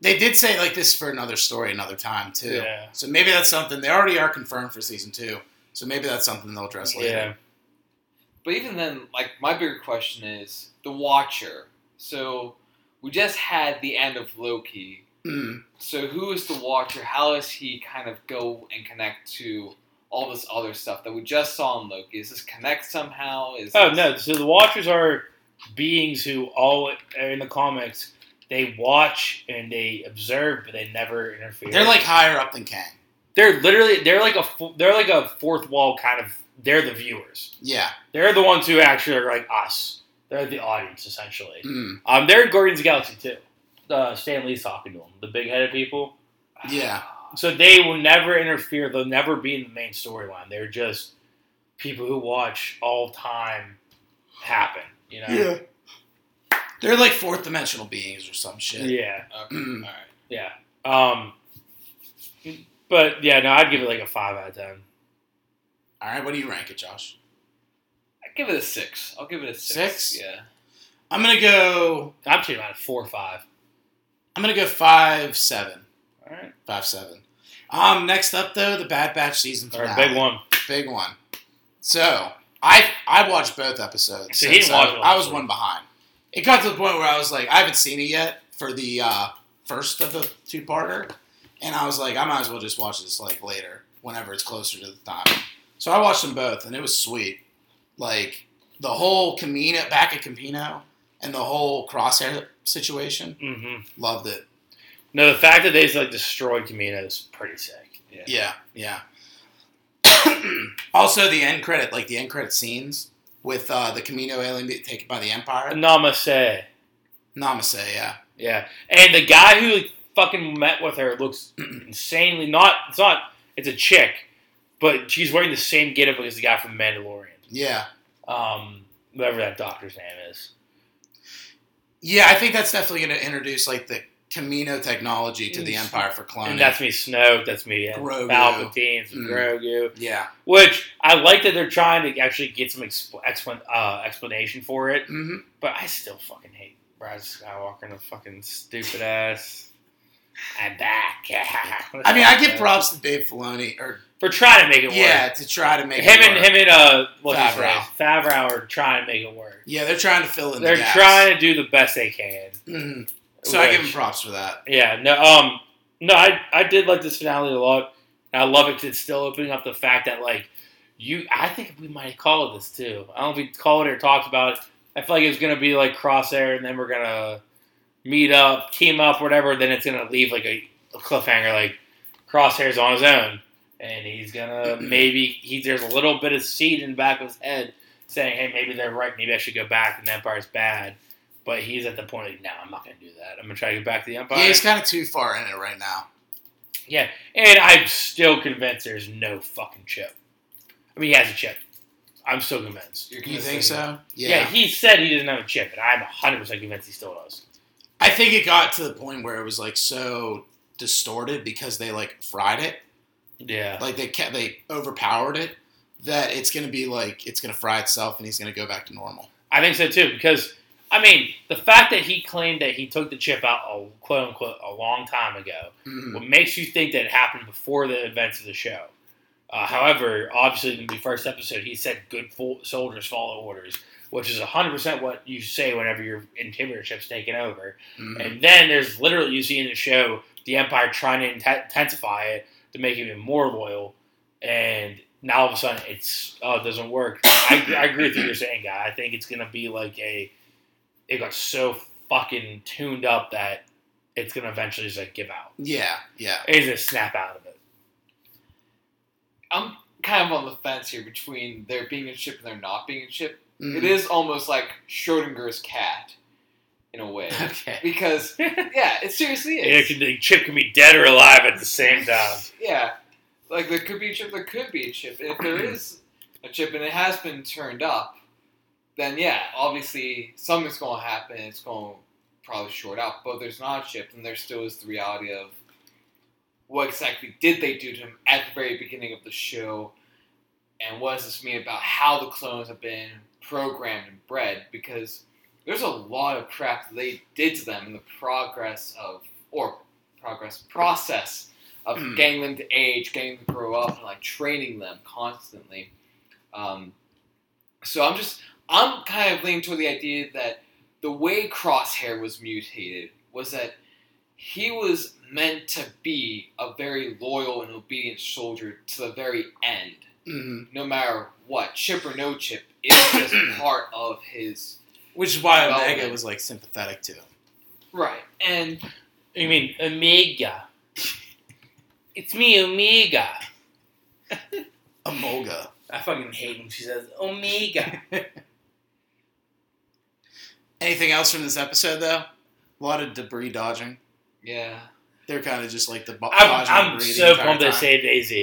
S1: they did say like this for another story, another time too.
S2: Yeah,
S1: So maybe that's something they already are confirmed for season two. So maybe that's something they'll address later.
S2: yeah.
S6: But even then, like my bigger question is the Watcher. So we just had the end of Loki.
S1: Mm.
S6: So who is the Watcher? How does he kind of go and connect to all this other stuff that we just saw in Loki? Is this connect somehow? Is
S2: Oh
S6: this-
S2: no! So the Watchers are beings who all are in the comics. They watch and they observe, but they never interfere.
S1: They're like higher up than Kang.
S2: they're literally they're like a fo- they're like a fourth wall kind of. They're the viewers.
S1: Yeah.
S2: They're the ones who actually are like us. They're the audience essentially.
S1: Mm.
S2: Um, they're in Guardians of the Galaxy too. Uh, Stan Lee's talking to them, the big-headed people.
S1: Yeah.
S2: So they will never interfere. They'll never be in the main storyline. They're just people who watch all time happen. You know.
S1: They're like fourth dimensional beings or some shit.
S2: Yeah.
S6: Okay,
S1: Mm.
S6: all right.
S2: Yeah. Um, but yeah, no, I'd give it like a five out of ten.
S1: All right. What do you rank it, Josh?
S6: I give it a six. I'll give it a six.
S1: Six?
S6: Yeah.
S1: I'm gonna go.
S2: I'm shooting out of four or five.
S1: I'm gonna go five seven.
S2: All right.
S1: Five seven. Um. Next up though, the Bad Batch season
S2: Or a
S1: finale.
S2: big one.
S1: Big one. So I I watched both episodes.
S2: So he didn't
S1: since
S2: watch
S1: I,
S2: it
S1: I was
S2: last
S1: one
S2: week.
S1: behind. It got to the point where I was like, I haven't seen it yet for the uh, first of the two parter, and I was like, I might as well just watch this like later, whenever it's closer to the time. So I watched them both, and it was sweet. Like the whole Camino back at Camino and the whole crosshair situation,
S2: Mm-hmm.
S1: loved it.
S2: No, the fact that they like destroyed Kamina is pretty sick.
S1: Yeah, yeah. <coughs> also, the end credit, like the end credit scenes with uh, the Camino alien being taken by the Empire.
S2: Namaste.
S1: Namaste, yeah.
S2: Yeah, and the guy who like, fucking met with her looks <clears throat> insanely not. It's not. It's a chick, but she's wearing the same getup as the guy from Mandalorian.
S1: Yeah.
S2: Um, whatever that doctor's name is.
S1: Yeah, I think that's definitely going to introduce, like, the Camino technology to the Empire for cloning.
S2: And that's me, Snoke. That's me, yeah,
S1: Grogu.
S2: Palpatine, it's
S1: Mm.
S2: Grogu.
S1: yeah.
S2: Which I like that they're trying to actually get some expl- explan- uh, explanation for it.
S1: hmm
S2: But I still fucking hate Rise of Skywalker and the fucking stupid ass. I'm back.
S1: I mean, I give props to Dave Filoni, or,
S2: for trying to make it work.
S1: yeah, to try to make
S2: him
S1: it
S2: and
S1: work.
S2: him and uh, what's his
S1: Favreau.
S2: name? Favreau are trying to make it work.
S1: Yeah, they're trying to fill in
S2: They're
S1: the gaps.
S2: trying to do the best they can.
S1: hmm So I give
S2: which-
S1: him props for that.
S2: Yeah, no, um, no, I I did like this finale a lot. I love it. 'cause It's still opening up the fact that like you, I think we might call it this too. I don't know if we call it or talked about it. I feel like it's gonna be like crosshair, and then we're gonna meet up, team up, whatever. Then it's gonna leave like a, a cliffhanger, like crosshair's on his own, and he's gonna maybe he there's a little bit of seed in the back of his head saying, hey, maybe they're right. Maybe I should go back, and the Empire's bad. But he's at the point of, no, I'm not going to do that. I'm going to try to get back to the Empire.
S1: Yeah, he's kind of too far in it right now.
S2: And I'm still convinced there's no fucking chip. I mean, he has a chip. I'm so convinced.
S6: You're
S1: You
S6: gonna
S1: think
S6: say-
S1: so?
S2: Yeah. he said he didn't have a chip, and I'm 100% convinced he still does.
S1: I think it got to the point where it was like so distorted because they like fried it,
S2: Yeah.
S1: like they kept they overpowered it that it's gonna be like it's gonna fry itself and he's gonna go back to normal.
S2: I think so too, because, I mean, the fact that he claimed that he took the chip out, a, quote unquote, a long time ago,
S1: Mhm.
S2: what makes you think that it happened before the events of the show. Uh, however, obviously, in the first episode, he said good fo- soldiers follow orders, which is 100% what you say whenever your intimidatorship's taken over.
S1: Mhm.
S2: And then there's literally, you see in the show, the Empire trying to inten- intensify it to make him even more loyal. And now all of a sudden, it's, oh, it doesn't work. I, I agree with what you're saying, guy. I think it's going to be like a, it got so fucking tuned up that it's going to eventually just like give out.
S1: Yeah, yeah.
S2: He's gonna snap out of it.
S6: I'm kind of on the fence here between there being a chip and there not being a chip.
S1: Mhm.
S6: It is almost like Schrodinger's cat, in a way,
S1: <laughs> Okay.
S6: <laughs> because yeah, it seriously
S2: It
S6: is.
S2: can, the chip can be dead or alive at the same time.
S6: Yeah, like there could be a chip, there could be a chip. If <clears throat> there is a chip and it has been turned up, then yeah, obviously something's going to happen. It's going to probably short out. But if there's not a chip, then there still is the reality of what exactly did they do to him at the very beginning of the show, and what does this mean about how the clones have been programmed and bred? Because there's a lot of crap that they did to them in the progress of or progress process of
S1: Mm.
S6: getting them to age, getting them to grow up, and like training them constantly. Um, so I'm just I'm kind of leaning toward the idea that the way Crosshair was mutated was that he was meant to be a very loyal and obedient soldier to the very end,
S1: Mhm.
S6: no matter what, chip or no chip. It's just part of his
S1: Which is why
S6: Well,
S1: Omega
S6: then.
S1: was like sympathetic to him.
S6: right, and
S2: You mean Omega? It's me, Omega.
S1: Omega.
S2: I fucking hate when she says Omega.
S1: Anything else from this episode though? A lot of debris dodging.
S6: yeah,
S1: They're kind of just like the bo-
S2: I'm,
S1: dodging
S2: I'm
S1: debris the
S2: so
S1: entire
S2: pumped they
S1: time.
S2: saved AZ.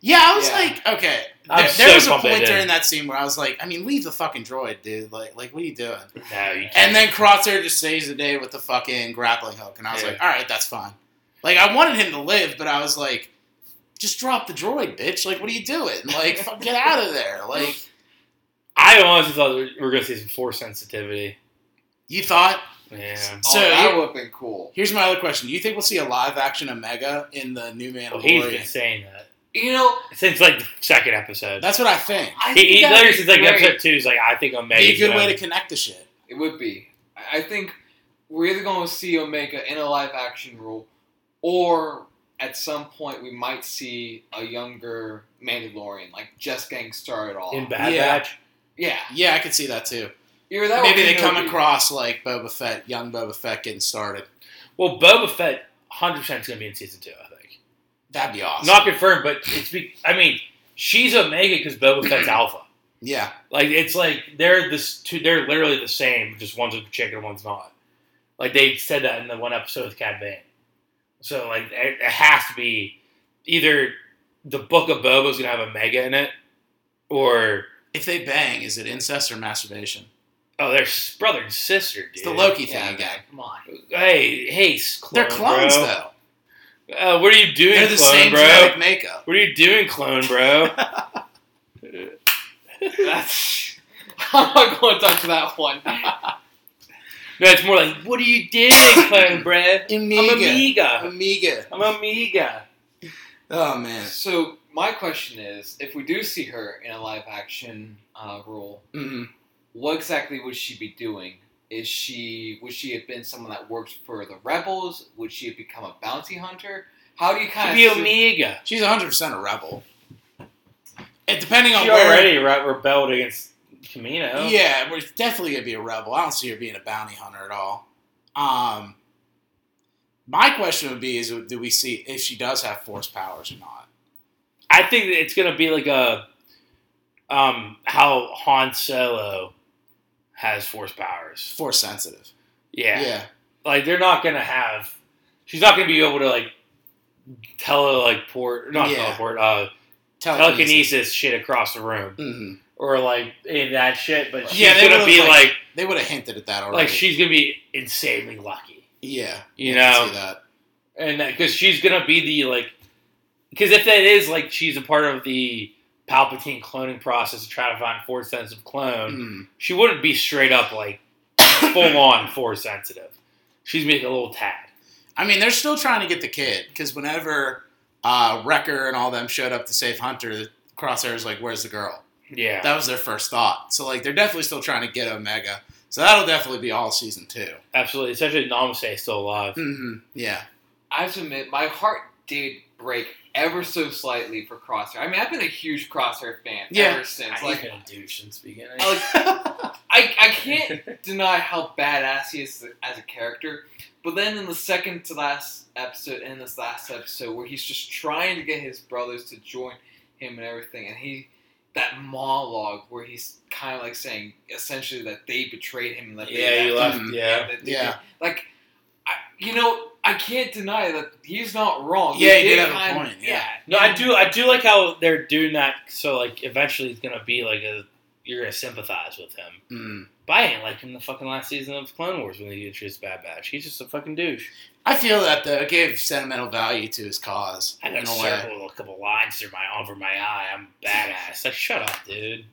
S1: Yeah, I was
S6: Yeah.
S1: like, okay.
S2: I'm
S1: There,
S2: so
S1: there was a
S2: pumped they
S1: point
S2: did.
S1: during that scene where I was like, I mean, leave the fucking droid, dude. Like, like what are you doing?
S2: No, you can't.
S1: And then Crosshair just saves the day with the fucking grappling hook, and I was
S2: Yeah.
S1: like, all right, that's fine. Like, I wanted him to live, but I was like, just drop the droid, bitch. Like, what are you doing? Like, <laughs> fuck, get out of there. Like,
S2: I honestly thought we were going to see some force sensitivity.
S1: you thought.
S2: Yeah.
S1: So
S6: so Oh, that
S1: you-
S6: would have been cool.
S1: Here's my other question: Do you think we'll see a live action Omega in the new
S2: Well, Oh, he's
S1: Mandalorian?
S2: been saying that
S6: You know,
S2: since like the second episode.
S1: that's what I think.
S6: I think
S2: He, he
S6: that'd
S2: literally
S6: be
S2: since like
S6: great.
S2: episode two, he's like, I think Omega.
S1: Be a good way to connect the shit.
S6: It would be. I- I think we're either going to see Omega in a live action role, or at some point we might see a younger Mandalorian, like just getting started off.
S2: in Bad
S1: Yeah.
S2: Batch.
S6: yeah,
S1: Yeah, I could see that too.
S6: either that. or
S1: Maybe they come
S6: Kenobi.
S1: across like Boba Fett, young Boba Fett getting started.
S2: Well, Boba Fett 100% is going to be in season two, I think.
S1: That'd be awesome.
S2: Not confirmed, but it's. Be- I mean, she's Omega because Boba
S1: <clears throat>
S2: Fett's Alpha.
S1: yeah,
S2: Like it's like they're this two. They're literally the same. Just one's a chick and one's not. Like they said that in the one episode with Cad Bane. So like it, it has to be either the Book of Boba's gonna have a mega in it, or
S1: if they bang, is it incest or masturbation?
S2: oh they're s- brother and sister. Dude.
S1: It's the Loki thing
S6: Yeah,
S1: again.
S6: come on.
S2: Hey hey, s- clone,
S1: They're clones
S2: bro.
S1: though.
S2: Uh, what are you doing,
S1: They're the
S2: clone,
S1: same
S2: bro?
S1: genetic makeup.
S2: What are you doing,
S1: <laughs>
S2: clone, bro?
S6: That's. <laughs> I'm not going to touch that one.
S2: No, it's more like what are you doing, clone, bro? I'm
S1: Omega.
S2: Amiga.
S1: Omega.
S2: I'm Amiga.
S1: Oh man.
S6: so my question is, if we do see her in a live action uh, role,
S1: Mm-hmm.
S6: what exactly would she be doing? Is she would she have been someone that worked for the rebels? Would she have become a bounty hunter? How do you kind
S2: To
S6: of
S2: be Omega.
S1: She's 100 percent a rebel. And depending on
S2: She
S1: where.
S2: already re- rebelled against Camino.
S1: Yeah, we're definitely gonna be a rebel. I don't see her being a bounty hunter at all. Um, my question would be: Is do we see if she does have force powers or not?
S2: I think that it's gonna be like a um how Han Solo has force powers.
S1: Force sensitive.
S2: Yeah.
S1: yeah.
S2: Like they're not gonna have she's not gonna be able to like tele like port not
S1: Yeah.
S2: teleport, uh telekinesis shit across the room,
S1: hmm
S2: or like in that shit. But she's
S1: Yeah, they
S2: gonna
S1: would've,
S2: be
S1: like-
S2: like,
S1: They would have hinted at that already.
S2: like she's gonna be insanely lucky,
S1: yeah,
S2: you
S1: I can
S2: know,
S1: see that.
S2: and because she's gonna be the like, because if that is like she's a part of the Palpatine cloning process to try to find force sensitive clone,
S1: Mm.
S2: she wouldn't be straight up like full on force sensitive. She's making a little tad.
S1: I mean, they're still trying to get the kid because whenever uh, Wrecker and all them showed up to save Hunter, Crosshair's like, "Where's the girl?"
S2: Yeah.
S1: That was their first thought. So like, they're definitely still trying to get Omega. So that'll definitely be all season two.
S2: Absolutely, especially Namaste is still alive.
S1: Mm-hmm. Yeah.
S6: I have to admit, my heart did break ever so slightly for Crosshair. I mean, I've been a huge Crosshair fan
S1: Yeah.
S6: ever since. Like, Oh,
S2: been a douche since the beginning.
S6: like I, I can't deny how badass he is as a character. But then in the second to last episode, in this last episode, where he's just trying to get his brothers to join him and everything, and he that monologue where he's kind of like saying essentially that they betrayed him, and that
S2: yeah,
S6: they
S2: you
S1: left-
S2: left. Yeah.
S6: that they
S1: Yeah.
S6: like I, you know, I can't deny that he's not wrong.
S1: Yeah, he did have a
S6: kind-
S1: point, yeah.
S2: No, I do. I do like how they're doing that. So like, eventually it's gonna be like a you're gonna sympathize with him.
S1: Mm.
S2: But I ain't like him the fucking last season of Clone Wars when they introduced Bad Batch. He's just a fucking douche.
S1: I feel that though it gave sentimental value to his cause
S2: I
S1: in
S2: got
S1: a way.
S2: circle a couple lines through my over my eye. I'm badass. Like, shut up, dude.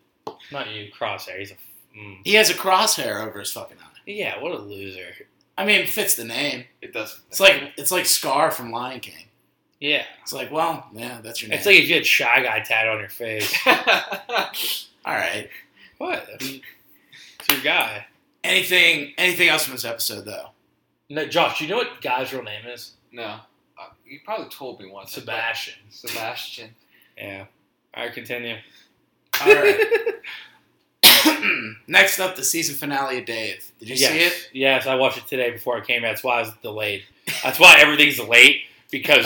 S2: Not you, Crosshair. He's a mm.
S1: He has a crosshair over his fucking eye.
S2: yeah. What a loser.
S1: I mean, it fits the name.
S6: It does.
S1: It's like it's like Scar from Lion King.
S2: Yeah.
S1: It's like, well, yeah, that's your name.
S2: It's like if you had shy guy tat on your face. <laughs>
S1: all right.
S2: What? I mean, it's your guy.
S1: Anything anything else from this episode though?
S2: No, Josh, you know what guy's real name is?
S6: <laughs> no, Uh, you probably told me once.
S2: Sebastian.
S6: Sebastian.
S2: Yeah. All right, continue.
S1: All
S2: <laughs>
S1: right. <clears throat> Next up, the season finale of Dave. Did you
S2: yes.
S1: see it?
S2: Yes, I watched it today before I came. That's why I was delayed. That's why everything's late
S1: <laughs>
S2: because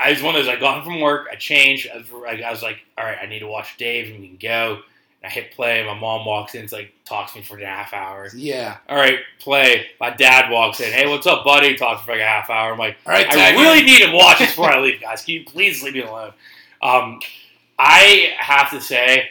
S2: I was one of those. I got home from work. I changed. I was, I was like, all right, I need to watch Dave, and we can go. And I hit play. My mom walks in. It's like talks to me for a half hour.
S1: Yeah.
S2: All right, play. My dad walks in. Hey, what's up, buddy? Talks for like a half hour. I'm like.
S1: All <laughs> right.
S2: I
S1: tag
S2: really
S1: in.
S2: need to watch this before I leave, guys. Can you please leave me alone? Um, I have to say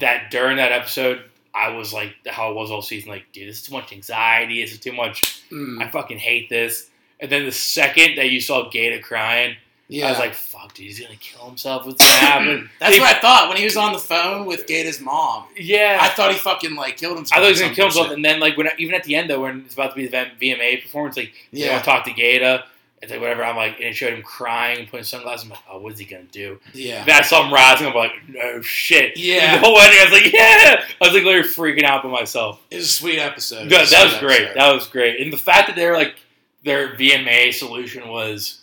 S2: that during that episode, I was like, how it was all season, like, dude, this is too much anxiety. This is too much.
S1: Mm,
S2: I fucking hate this. And then the second that you saw Gator crying,
S1: yeah.
S2: I was like, fuck, dude, he's gonna kill himself. What's gonna happen?
S1: <clears throat> that's
S2: They-
S1: what I thought when he was on the phone with Gator's mom.
S2: yeah.
S1: I thought he fucking like killed himself.
S2: I thought he was
S1: or
S2: gonna kill
S1: some
S2: himself,
S1: bullshit.
S2: and then like when even at the end though, when it's about to be the VMA performance, like yeah. they
S1: Yeah.
S2: don't talk to Gata. It's like whatever. I'm like, and it showed him crying, putting sunglasses. I'm like, oh, what's he gonna do?
S1: Yeah.
S2: And I saw him rising. I'm like, no shit.
S1: Yeah.
S2: <laughs> The whole ending, I was like, yeah. I was like, literally freaking out by myself.
S1: It was a sweet episode. It
S2: That, that was
S1: a sweet
S2: great.
S1: episode.
S2: That was great. And the fact that they're like their VMA solution was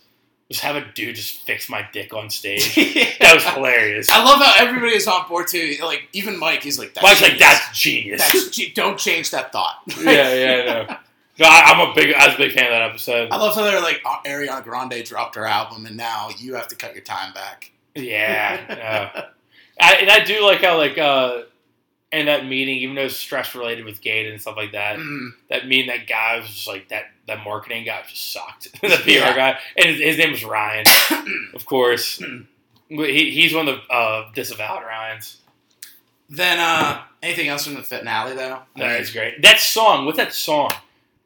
S2: just have a dude just fix my dick on stage.
S1: <laughs>
S2: <laughs> that was hilarious.
S1: I love how everybody is on board too. Like even Mike, he's like, that's
S2: Mike's like,
S1: genius.
S2: that's genius.
S1: That's ge- don't change that thought.
S2: <laughs> yeah, yeah, I know. No, I, I'm a big. I was a big fan of that episode.
S1: I love how they're like uh, Ariana Grande dropped her album and now you have to cut your time back.
S2: Yeah, no. I, and I do like how like uh in that meeting, even though it's stress related with Gate and stuff like that,
S1: Mm,
S2: that meeting that guy was just like that that marketing guy just sucked. <laughs> the PR
S1: Yeah.
S2: guy, and his, his name
S1: <coughs>
S2: was Ryan, of course.
S1: Hmm.
S2: But he, he's one of the uh, disavowed Ryans.
S1: Then uh, anything else from the finale though? I
S2: That
S1: mean,
S2: is great. That song, what's that song?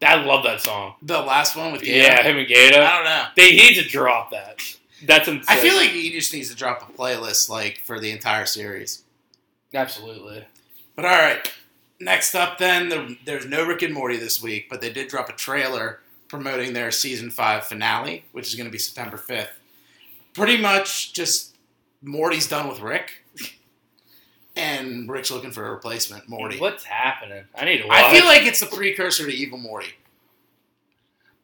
S2: I love that song.
S1: the last one with Gator.
S2: Yeah, him and
S1: I
S2: Gator.
S1: don't know.
S2: They need to drop that. That's insane.
S1: Oh. I feel like he just needs to drop a playlist like for the entire series.
S2: absolutely.
S1: But all right, next up then the, there's no Rick and Morty this week, but they did drop a trailer promoting their season five finale, which is going to be September 5th. Pretty much just Morty's done with Rick, and Rick's looking for a replacement Morty.
S2: What's happening? I need to watch.
S1: I feel like it's the precursor to Evil Morty.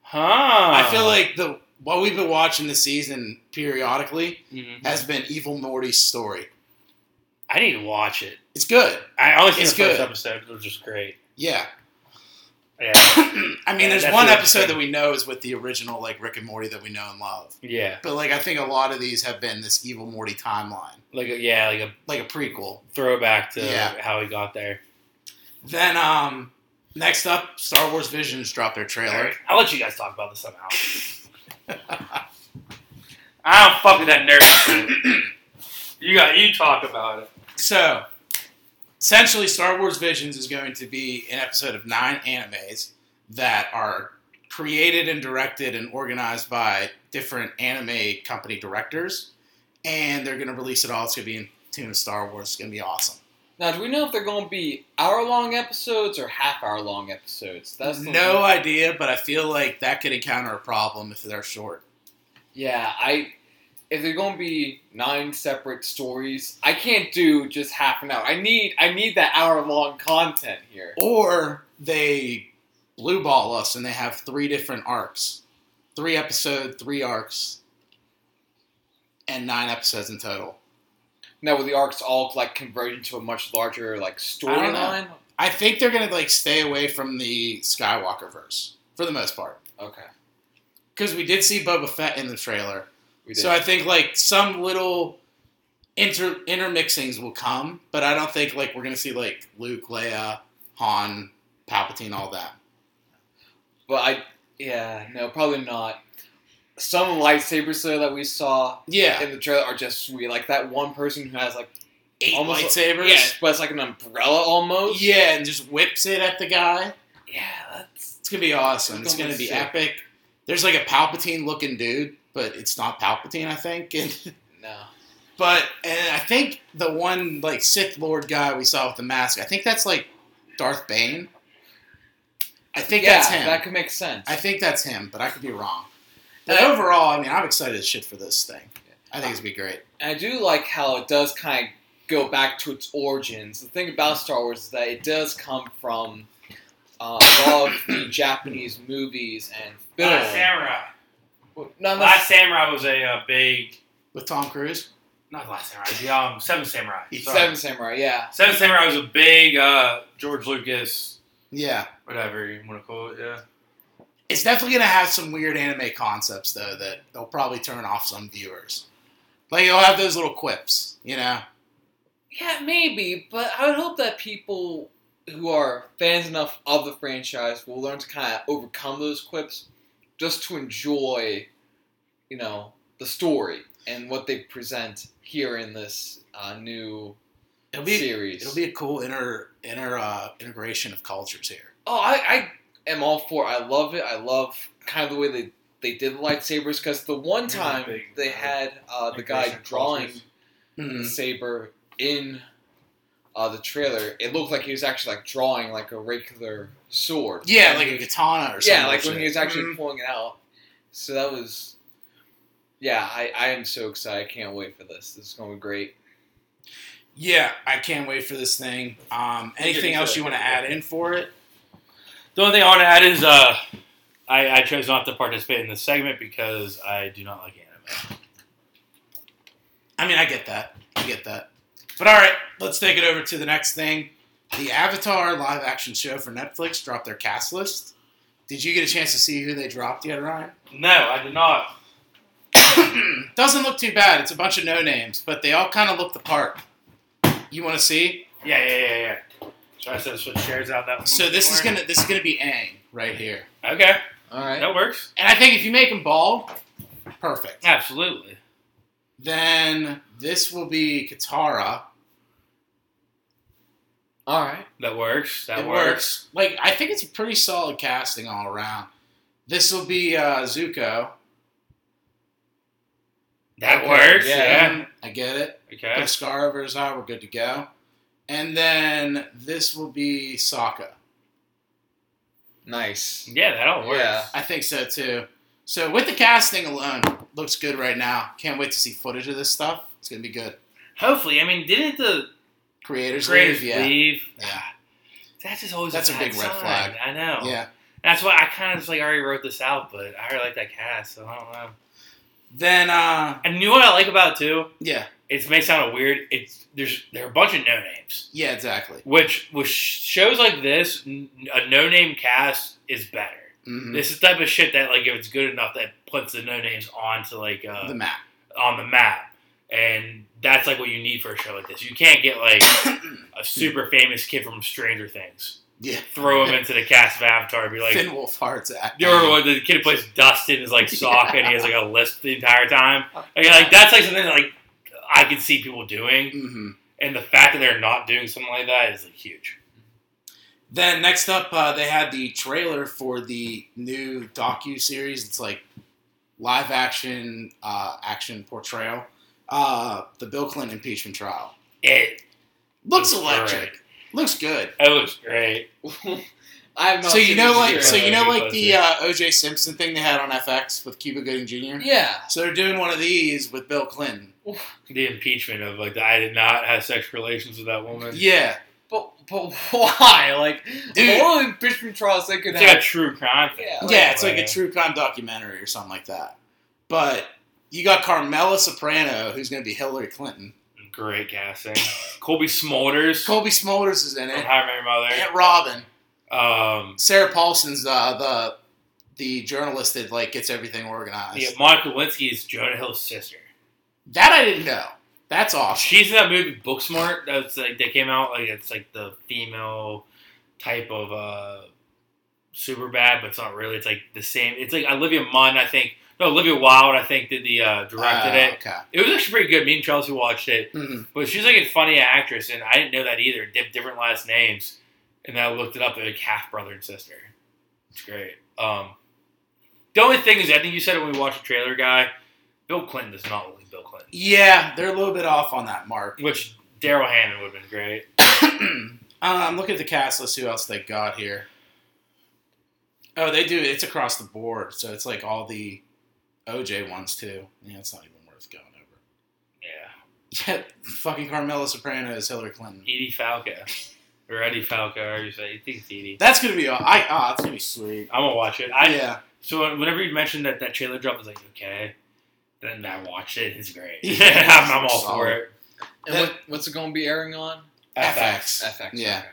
S2: huh?
S1: I
S2: Uh,
S1: feel like the what we've been watching this season periodically
S2: Mhm.
S1: has been Evil Morty's story.
S2: I need to watch it.
S1: It's good.
S2: I only seen
S1: It's
S2: the first
S1: good.
S2: episode, which was great.
S1: Yeah. <clears throat>
S2: Yeah,
S1: I mean,
S2: Yeah,
S1: there's
S2: that's
S1: one
S2: the other
S1: episode
S2: thing.
S1: that we know is with the original like Rick and Morty that we know and love.
S2: yeah,
S1: But like I think a lot of these have been this evil Morty timeline,
S2: like a, yeah, like a
S1: like a prequel.
S2: throwback to
S1: Yeah.
S2: how he got there.
S1: Then um next up, Star Wars Visions dropped their trailer.
S2: I'll let you guys talk about
S1: <laughs>
S2: this somehow. I don't fuck with that nerd. You got you talk about it.
S1: So, essentially, Star Wars Visions is going to be an episode of nine animes that are created and directed and organized by different anime company directors, and they're going to release it all. It's going to be in tune with Star Wars. It's going to be awesome.
S6: Now, do we know if they're going to be hour long episodes or half hour long episodes? That's the
S1: no idea, but I feel like that could encounter a problem if they're short.
S6: Yeah, I. If they're going to be nine separate stories, I can't do just half an hour. I need I need that hour long content here.
S1: Or they blue ball us and they have three different arcs. Three episode, three arcs, and nine episodes in total.
S6: Now, will the arcs all like converge into a much larger like
S1: don't know.
S6: storyline?
S1: I think they're gonna like stay away from the Skywalker verse for the most part.
S6: Okay,
S1: Because we did see Boba Fett in the trailer.
S6: we did.
S1: So I think like some little inter intermixings will come, but I don't think like we're gonna see like Luke, Leia, Han, Palpatine, all that.
S6: but I yeah no probably not. Some lightsabers though that we saw
S1: Yeah.
S6: in the trailer are just sweet. Like that one person who has like
S1: Eight
S6: almost
S1: lightsabers.
S6: yeah, but it's like an umbrella almost.
S1: Yeah, and just whips it at the guy.
S6: yeah, that's
S1: It's gonna be awesome. It's
S6: It's
S1: gonna
S6: gonna
S1: be
S6: be sick.
S1: epic. There's like a Palpatine looking dude, but it's not Palpatine, I think. <laughs> And,
S6: no.
S1: but and I think the one like Sith Lord guy we saw with the mask, I think that's like Darth Bane. I think
S6: yeah,
S1: that's him.
S6: that could make sense.
S1: I think that's him, but I could be wrong. But overall, I mean, I'm excited as shit for this thing. I think it's gonna be great.
S6: And I do like how it does kind of go back to its origins. The thing about Star Wars is that it does come from uh, a lot of
S1: <coughs>
S6: the Japanese movies and
S2: Last
S6: films.
S2: Samurai.
S6: Not
S2: Last
S6: necess-
S2: Samurai was a uh, big
S1: With Tom Cruise,
S2: not Last Samurai. The um Seven Samurai. Sorry.
S6: Seven Samurai, yeah.
S2: Seven Samurai was a big uh, George Lucas
S1: yeah,
S2: whatever you want to call it. Yeah.
S1: it's definitely gonna have some weird anime concepts though that they'll probably turn off some viewers. Like you'll have those little quips, you know.
S6: Yeah, maybe, but I would hope that people who are fans enough of the franchise will learn to kind of overcome those quips just to enjoy, you know, the story and what they present here in this uh, new
S1: It'll be
S6: series.
S1: it'll be a cool inner inner uh, integration of cultures here.
S6: Oh, I, I am all for. it. I love it. I love kind of the way they they did the lightsabers because the one
S2: Here's a
S6: time
S2: big,
S6: they
S2: uh,
S6: had uh, the guy
S2: Integration
S6: drawing
S2: process.
S6: the
S1: Mm.
S6: saber in uh, the trailer, it looked like he was actually like drawing like a regular sword.
S1: Yeah,
S6: When
S1: like
S6: he
S1: a
S6: was-
S1: katana or something.
S6: yeah, like when he was actually
S2: Mm-hmm.
S6: pulling it out. So that was. Yeah, I, I am so excited. I can't wait for this. This is going to be great.
S1: Yeah, I can't wait for this thing. Um, anything
S2: it's
S1: else
S2: a-
S1: you want to add in for it?
S2: The only thing I want to add is uh, I, I chose not to participate in this segment because I do not like anime.
S1: I mean, I get that. I get that. But all right, let's take it over to the next thing. The Avatar live action show for Netflix dropped their cast list. Did you get a chance to see who they dropped yet, Ryan? <clears throat>
S2: No, I did not.
S1: Doesn't look too bad. It's a bunch of no names, but they all kind of look the part. You want to see?
S2: Yeah, yeah, yeah, yeah. So I said switch chairs out that one.
S1: So this is
S2: somewhere.
S1: gonna this is gonna be Aang right here,
S2: okay.
S6: All right.
S2: That works.
S1: and I think if you make him bald, perfect.
S2: Absolutely.
S1: Then this will be Katara.
S6: All right.
S2: That works. That
S1: it works. Like I think it's a pretty solid casting all around. This will be uh, Zuko.
S2: That
S6: Okay,
S2: works.
S6: yeah.
S2: Yeah.
S1: Um, I get it. Put a
S2: Okay.
S1: scar over his eye. We're good to go. And then this will be Sokka.
S6: Nice.
S2: Yeah, that all works.
S6: Yeah.
S1: I think so too. So with the casting alone, looks good right now. Can't wait to see footage of this stuff. It's gonna be good.
S2: Hopefully, I mean, didn't the
S1: Creators,
S2: creators
S1: leave? Yeah.
S2: leave?
S1: Yeah.
S2: That's just always
S1: That's a
S2: bad
S1: big red
S2: sign.
S1: flag.
S2: I know.
S1: Yeah.
S2: That's why I kind of just like already wrote this out, but I already like that cast, so I don't know.
S1: Then uh,
S2: And you know what I like about it too?
S1: yeah,
S2: It may sound weird. It's there's there are a bunch of no names.
S1: yeah, exactly.
S2: Which with sh- shows like this, n- a no name cast is better.
S1: Mhm.
S2: This is the type of shit that like if it's good enough that puts the no names onto like uh,
S1: the map.
S2: on the map, and that's like what you need for a show like this. You can't get
S1: <coughs>
S2: like a super famous kid from Stranger Things,
S1: Yeah,
S2: throw him into the cast of Avatar, and be like.
S1: Finn Wolfhard's act.
S2: You remember when the kid
S1: <laughs>
S2: who plays Dustin is like Sokka and he has like a lisp the entire time? Like, like that's like something that, like I can see people doing,
S1: hmm
S2: and the fact that they're not doing something like that is like, huge.
S1: Then next up, uh, they had the trailer for the new docu series. It's like live action, uh, action portrayal. Uh, the Bill Clinton impeachment trial
S2: It
S1: looks
S2: Looks
S1: electric. Looks good.
S2: it looks great.
S6: I have not
S1: So you
S6: seen
S1: know,
S6: these
S1: like,
S6: yet.
S1: so you know, like the
S2: Yeah.
S1: uh, O.J. Simpson thing they had on FX with Cuba Gooding Jr.
S6: yeah.
S1: So they're doing one of these with Bill Clinton.
S2: The impeachment of like I did not have sexual relations with that woman.
S1: Yeah,
S6: But but <laughs> why? Like
S1: Dude.
S6: all the impeachment trials they could
S2: It's like a
S6: have.
S2: true crime. thing.
S6: Yeah.
S1: yeah, it's like a true crime documentary or something like that. But you got Carmela Soprano, who's going to be Hillary Clinton.
S2: great casting. Colby Smulders
S1: Colby Smulders is in
S2: from
S1: it.
S2: How I Met Your Mother.
S1: Aunt Robin.
S2: Um,
S1: Sarah Paulson's uh, the the journalist that like gets everything organized.
S2: yeah, Monica Lewinsky is Jonah Hill's sister.
S1: That I didn't know. That's awesome.
S2: She's in that movie Booksmart. That's like that came out like it's like the female type of uh, super bad, but it's not really. It's like the same. It's like Olivia Munn, I think. No, Olivia Wilde, I think, did the uh, directed
S1: Uh,
S2: it.
S1: Okay.
S2: It was actually pretty good. Me and Chelsea watched it,
S1: Mhm.
S2: but she's like a funny actress, and I didn't know that either. They have different last names, and then I looked it up. They're like half brother and sister. It's great. Um, the only thing is, I think you said it when we watched the trailer, guy. Bill Clinton does not look like Bill Clinton.
S1: Yeah, they're a little bit off on that mark. <clears throat>
S2: Which Daryl Hannah would have been great.
S1: um, look at the cast list. Who else they got here? Oh, they do. It's across the board, so it's like all the OJ ones too. Yeah, it's not even worth going over. <laughs>
S2: Yeah.
S1: Yeah, fucking Carmela Soprano is Hillary Clinton.
S2: Edie Falco. <laughs> Or Eddie Falco, or you say, I think it's Edie.
S1: That's gonna be. aw- I ah, it's gonna be sweet.
S2: I'm gonna watch it. I
S1: yeah,
S2: so whenever you mentioned that that trailer drop, I was like, okay. Then I watched it. It's great.
S1: Yeah,
S2: <laughs> I'm, I'm all for
S1: solid.
S2: it.
S4: And what, what's it going to be airing on?
S1: FX.
S4: FX.
S1: Yeah.
S4: okay.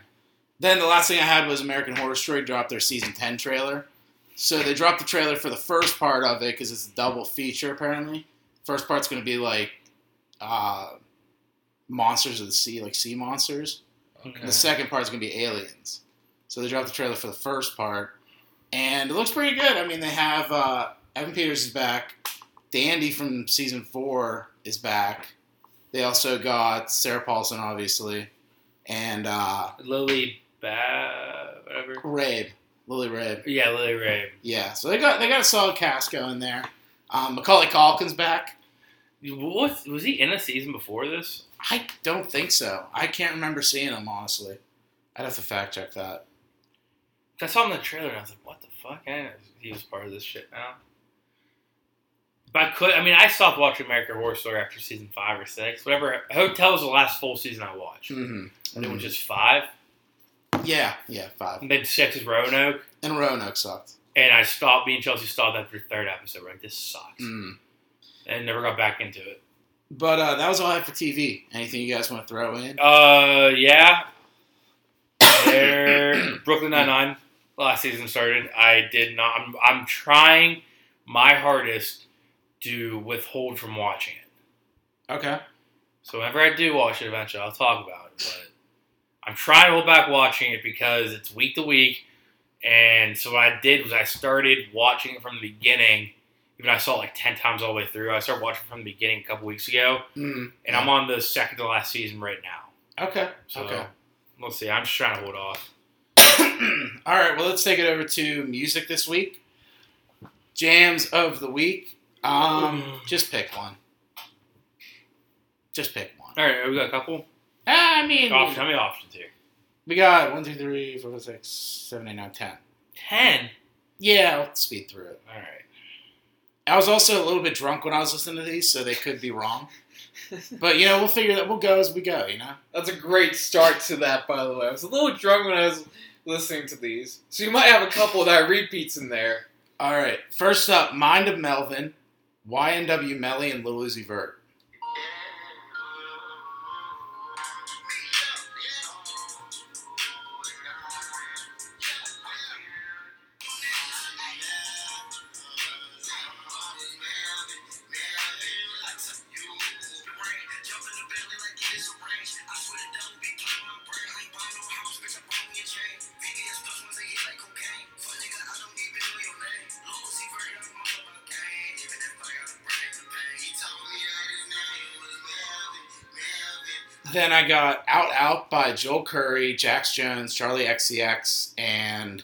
S1: Then the last thing I had was American Horror Story dropped their season 10 trailer. So they dropped the trailer for the first part of it because it's a double feature apparently. First part's going to be like uh, monsters of the sea, like sea monsters.
S4: Okay.
S1: And the second part's going to be aliens. So they dropped the trailer for the first part, and it looks pretty good. I mean, they have uh, Evan Peters is back, Dandy from season four is back. They also got Sarah Paulson, obviously, and uh,
S2: Lily Ba whatever.
S1: Rabe, Lily Rabe.
S2: Yeah, Lily Ray.
S1: Yeah, so they got they got a solid cast going there. Um, Macaulay Culkin's back.
S2: What was he in a season before this?
S1: I don't think so. I can't remember seeing him honestly. I'd have to fact check that.
S2: I saw him in the trailer and I was like, what the fuck? I didn't know he was part of this shit now. But I could I mean I stopped watching American Horror Story after season five or six. Whatever Hotel was the last full season I watched.
S1: hmm
S2: And it was just five.
S1: Yeah, yeah, five.
S2: And then six is Roanoke.
S1: And Roanoke sucked.
S2: And I stopped me and Chelsea stopped after the third episode. We're like, this sucks.
S1: Mm.
S2: And never got back into it.
S1: But uh, that was all I had for TV. Anything you guys want to throw in?
S2: Uh yeah. There Brooklyn Nine Nine last season started. I did not I'm I'm trying my hardest to withhold from watching it.
S1: Okay.
S2: So whenever I do watch it eventually, I'll talk about it. But I'm trying to hold back watching it because it's week to week. And so what I did was I started watching it from the beginning. Even I saw it like 10 times all the way through. I started watching from the beginning a couple weeks ago.
S1: Mm.
S2: And I'm on the second to last season right now.
S1: Okay. <clears throat>
S2: So
S1: Okay.
S2: we'll see. I'm just trying to hold off.
S1: All right, well, let's take it over to music this week. Jams of the week. Um, just pick one. Just pick one.
S2: All right, we got a couple.
S1: Ah, I mean,
S2: Options, how many options here?
S1: we got one, two, three, four, five, six, seven, eight, nine, ten.
S2: 10.
S1: Yeah, I'll speed through it.
S2: All right.
S1: I was also a little bit drunk when I was listening to these, so they could be wrong. but you know, we'll figure that. We'll go as we go. You know.
S6: That's a great start to that, by the way. I was a little drunk when I was listening to these, so you might have a couple that are repeats in there.
S1: All right. First up, Mind of Melvin, YNW Melly, and Lil Uzi Vert.
S8: Even if I got a brain to pain, he told me I
S1: Then I got Out Out by Joel Curry, Jax Jones, Charlie XCX, and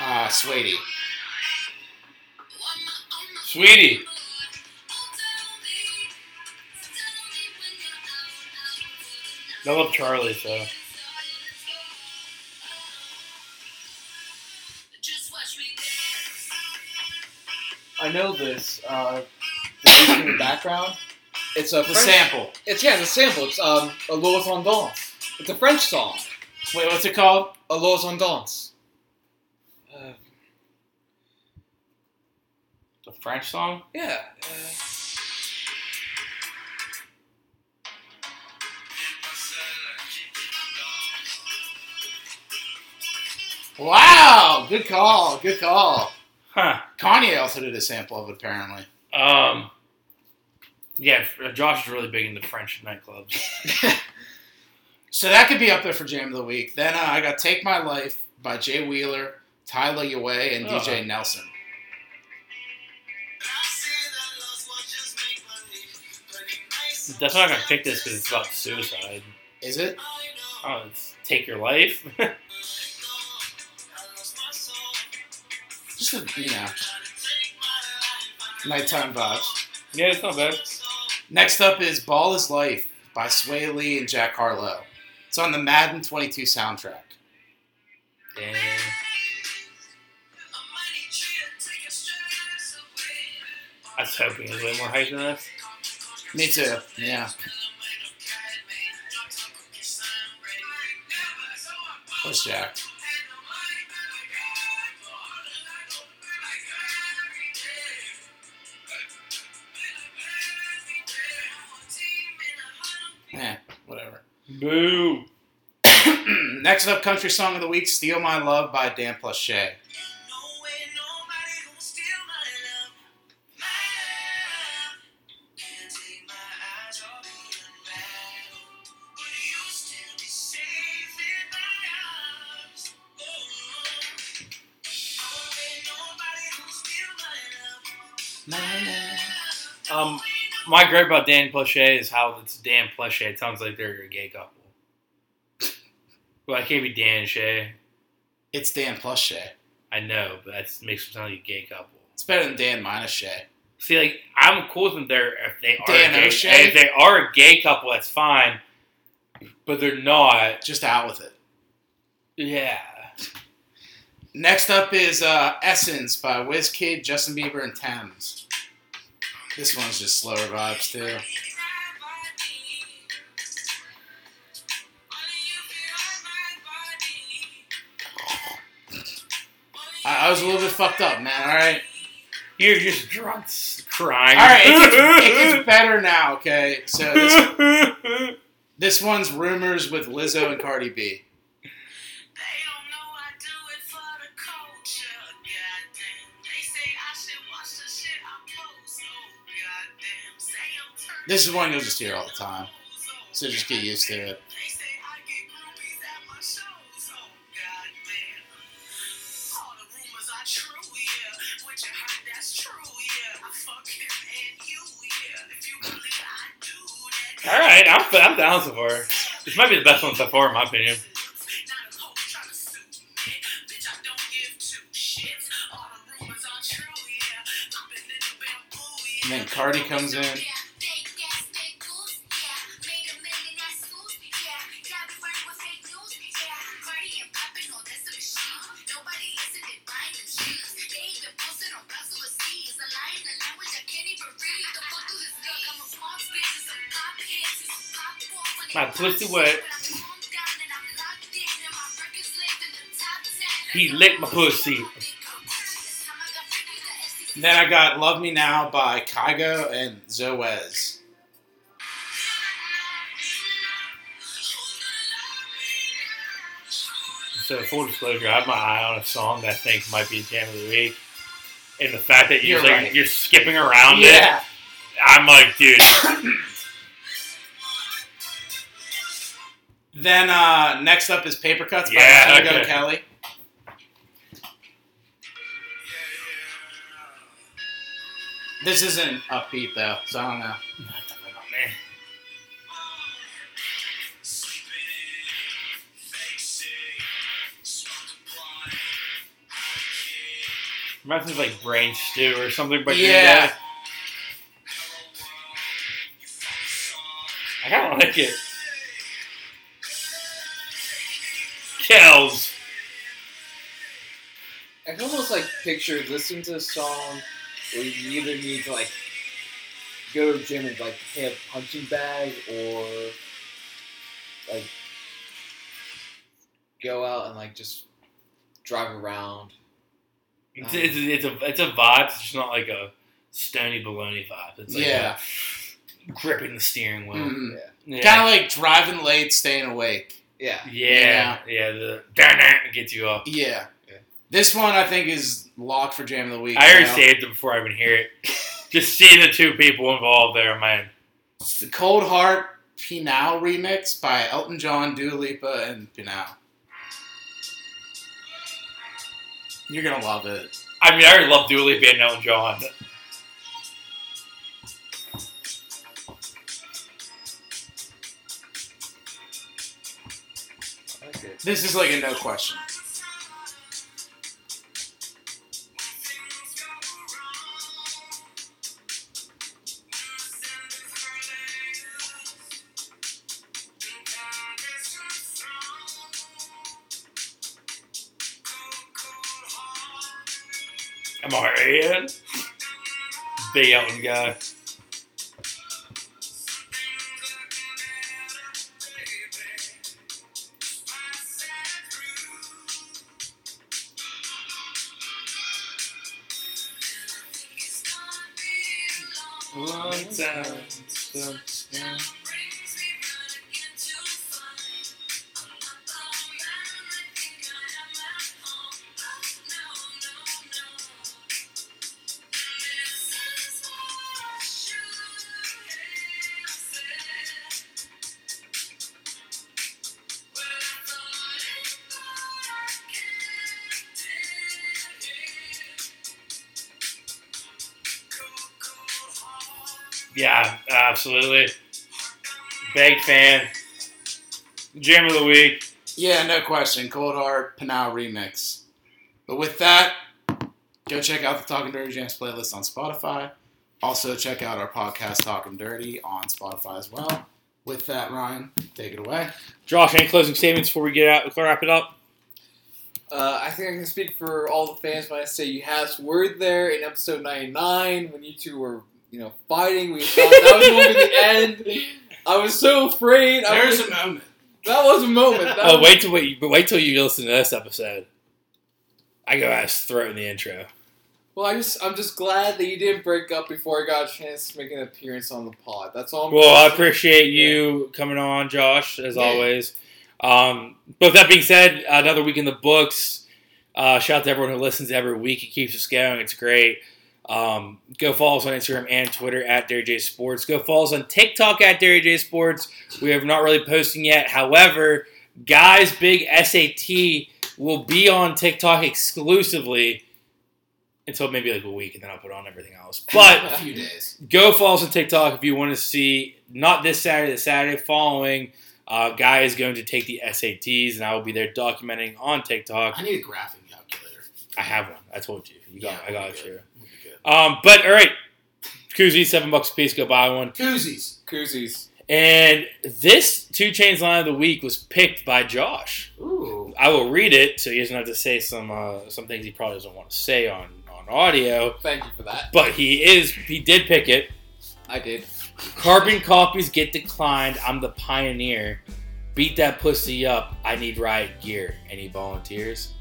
S1: uh, Sweetie.
S2: Sweetie. I love Charlie, so.
S6: I know this. Uh, the music in the background. It's a
S1: The
S6: French-
S1: sample.
S6: It's yeah, the sample. It's um, a Lois on Dance. It's a French song.
S1: Wait, what's it called?
S6: A Lois on Dance. Uh,
S2: The French song?
S6: yeah. Uh,
S1: Wow, good call, good call.
S2: Huh.
S1: Kanye also did a sample of it, apparently.
S2: Um. Yeah, uh, Josh is really big into French nightclubs.
S1: So that could be up there for Jam of the Week. Then uh, I got Take My Life by Jay Wheeler, Tyler Uway, and DJ Nelson.
S2: That's why I picked this because it's about suicide.
S1: Is it?
S2: Oh, it's take your life.
S1: Just, a, you know, nighttime vibes.
S2: yeah, it's not bad.
S1: Next up is Ball is Life by Sway Lee and Jack Harlow. It's on the Madden 22 soundtrack.
S2: Damn. I was hoping it was way more hype than this.
S1: Me too. Yeah. What's Jack? Eh, whatever. <clears throat>
S2: Boo.
S1: Next up, Country Song of the Week, Steal My Love by Dan Plus Shay.
S2: Um, my gripe about Dan Plushé is how it's Dan Plushé. It sounds like they're a gay couple. Well, I can't be Dan and Shay.
S1: It's Dan Plus Shay.
S2: I know, but that makes them sound like a gay couple.
S1: It's better than Dan minus Shay.
S2: See, like I'm cool with them. They're if they are
S1: Dan
S2: a gay,
S1: O'Shea?
S2: if they are a gay couple, that's fine. But they're not.
S1: Just out with it.
S2: Yeah.
S1: Next up is uh, Essence by Wizkid, Justin Bieber, and Thames. This one's just slower vibes too. I, I was a little bit fucked up, man. All right,
S2: You're just drunk, s- crying.
S1: all right. It gets, it gets better now. Okay, so this,
S2: <laughs>
S1: this one's rumors with Lizzo and Cardi B.
S8: This is one you'll just hear all the time.
S1: So just get used to it.
S2: <laughs> All right, I'm, I'm down so far. This might be the best one so far, in my opinion.
S1: And then Cardi comes in.
S8: My pussy wet.
S2: He licked my pussy.
S1: Then I got "Love Me Now" by Kygo and Zoez.
S2: So full disclosure, I have my eye on a song that I think might be jam of the week, and the fact that you're
S1: You're
S2: like,
S1: right.
S2: you're skipping around it,
S1: Yeah,
S2: I'm like, dude, <coughs>
S1: Then uh, next up is Paper Cuts
S2: Yeah,
S1: by Tango
S2: okay.
S1: Kelly. This isn't upbeat though, so I don't know.
S2: man. Reminds me of like brain stew or something. But
S1: Yeah.
S2: <laughs> I kind of like it. Kells.
S6: I can almost like picture listening to a song where you either need to like go to the gym and like have a punching bag or like go out and like just drive around.
S2: It's, it's, it's a it's a vibe. It's just not like a stony baloney vibe. It's like
S1: Yeah.
S2: a gripping the steering wheel.
S1: Mm.
S2: Yeah.
S1: Kind of like driving late, staying awake.
S6: Yeah.
S2: yeah, yeah, the darn it gets you up.
S1: Yeah.
S6: Yeah.
S1: This one I think is locked for jam of the week.
S2: I already
S1: you know?
S2: saved it before I even hear it. Just see the two people involved there, man.
S1: It's the Cold Heart Pinal remix by Elton John, Dua Lipa, and Pinal. You're gonna love it.
S2: I mean, I already love Dua Lipa and Elton John.
S6: I like it.
S1: This is like a no question.
S2: Am I right? Big Elton guy. Yeah, absolutely. Big fan. Jam of the week.
S1: Yeah, no question. Cold Heart Pinal remix. But with that, go check out the Talking Dirty Jams playlist on Spotify. Also, check out our podcast Talking Dirty on Spotify as well. With that, Ryan, take it away.
S2: Josh, any closing statements before we get out? Wrap it up.
S6: Uh, I think I can speak for all the fans when I say you have us word there in episode 99 when you two were, you know, fighting. We thought that was going
S1: <laughs>
S6: to be the end. I was so afraid. I was,
S1: There's a moment.
S6: that was a moment. That
S2: Oh,
S6: was-
S2: wait till wait, but wait till you listen to this episode. I go ass throat in the intro.
S6: Well, I just, I'm just glad that you didn't break up before I got a chance to make an appearance on the pod. That's all. I'm
S2: Well, I
S6: saying.
S2: appreciate you coming on, Josh, as
S6: Yeah.
S2: always. Um, but with that being said, another week in the books. Uh, shout out to everyone who listens every week. It keeps us going. It's great. Um, go follow us on Instagram and Twitter at Dairy J Sports. Go follow us on TikTok at Dairy J Sports. We have not really posting yet. However, guys, big SAT will be on TikTok exclusively until maybe like a week, and then I'll put on everything else.
S1: <laughs>
S2: But
S1: A few days.
S2: go follow us on TikTok if you want to see not this Saturday, the Saturday following. Uh, guy is going to take the SATs, and I will be there documenting on TikTok.
S1: I need a graphic calculator.
S2: I have one. I told you. You got. I got it. Sure.
S1: We'll be good.
S2: Um, but all right, koozie, seven bucks a piece. Go buy one.
S1: Koozies.
S6: Koozies.
S2: And this two chains line of the week was picked by Josh.
S1: Ooh.
S2: I will read it so he doesn't have to say some uh, some things he probably doesn't want to say on on audio.
S6: Thank you for that.
S2: But he is he did pick it.
S6: I did.
S2: Carbon copies get declined. I'm the pioneer. Beat that pussy up. I need riot gear. Any volunteers?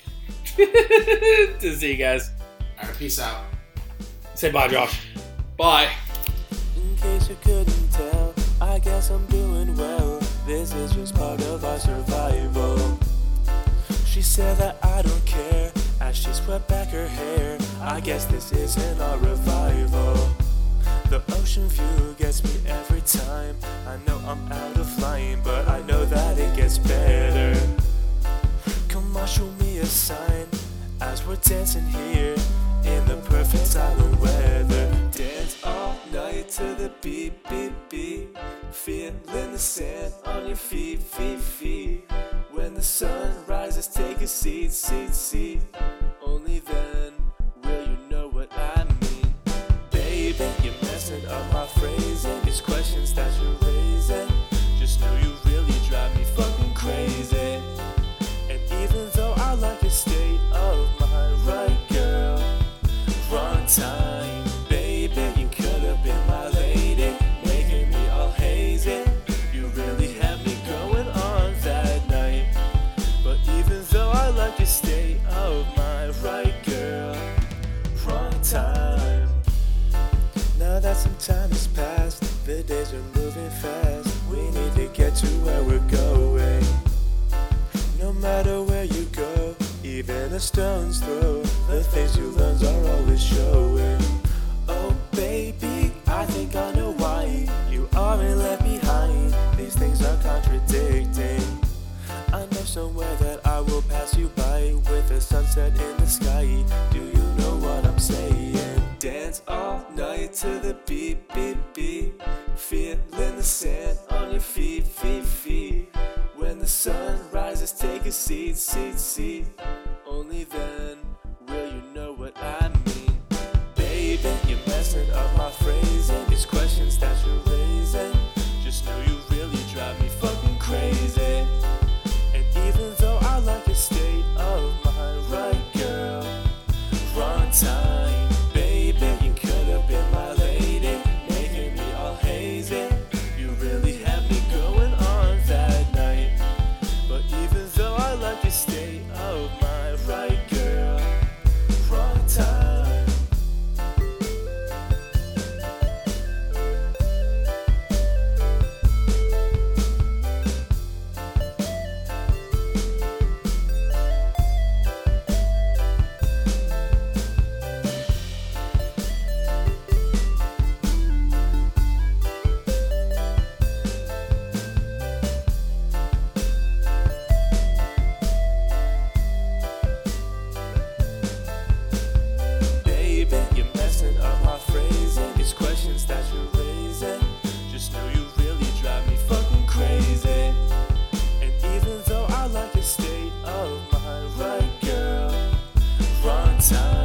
S2: <laughs> to see you guys.
S1: All right, peace out.
S2: Say bye, Josh.
S6: Bye.
S9: In case you couldn't tell, I guess I'm doing well. This is just part of our survival. She said that I don't care as she swept back her hair. I guess this isn't our revival. The ocean view gets me every time. I know I'm out of line, but I know that it gets better. Come on, show me a sign as we're dancing here in the perfect silent weather. Dance all night to the beat, beat, beat. Feeling the sand on your feet, feet, feet. When the sun rises, take a seat, seat, seat. Only then days are moving fast. We need to get to where we're going. No matter where you go, even a stone's throw, the things you learn are always showing. Oh, baby, I think I know why you aren't left behind. These things are contradicting. I know somewhere that I will pass you by with a sunset in the sky. Do you know what I'm saying? Dance all night to the beat, beat, beat. Feeling the sand on your feet, feet, feet. When the sun rises, take a seat, seat, seat. Only then will you know what I mean. Baby, you're messing up my phrasing. These questions that you're raising. Just know you really drive me fucking crazy. And even though I like your state of mind, right, girl? Wrong time, baby. You could have been my lady, making me all hazy. You really had me going on that night. But even though I like your state of mind, right, girl? Wrong time. Baby, you're messing up my phrasing. These questions that you're raising. Just know you really drive me fucking crazy. And even though I like your state of mind, right, girl? Wrong time.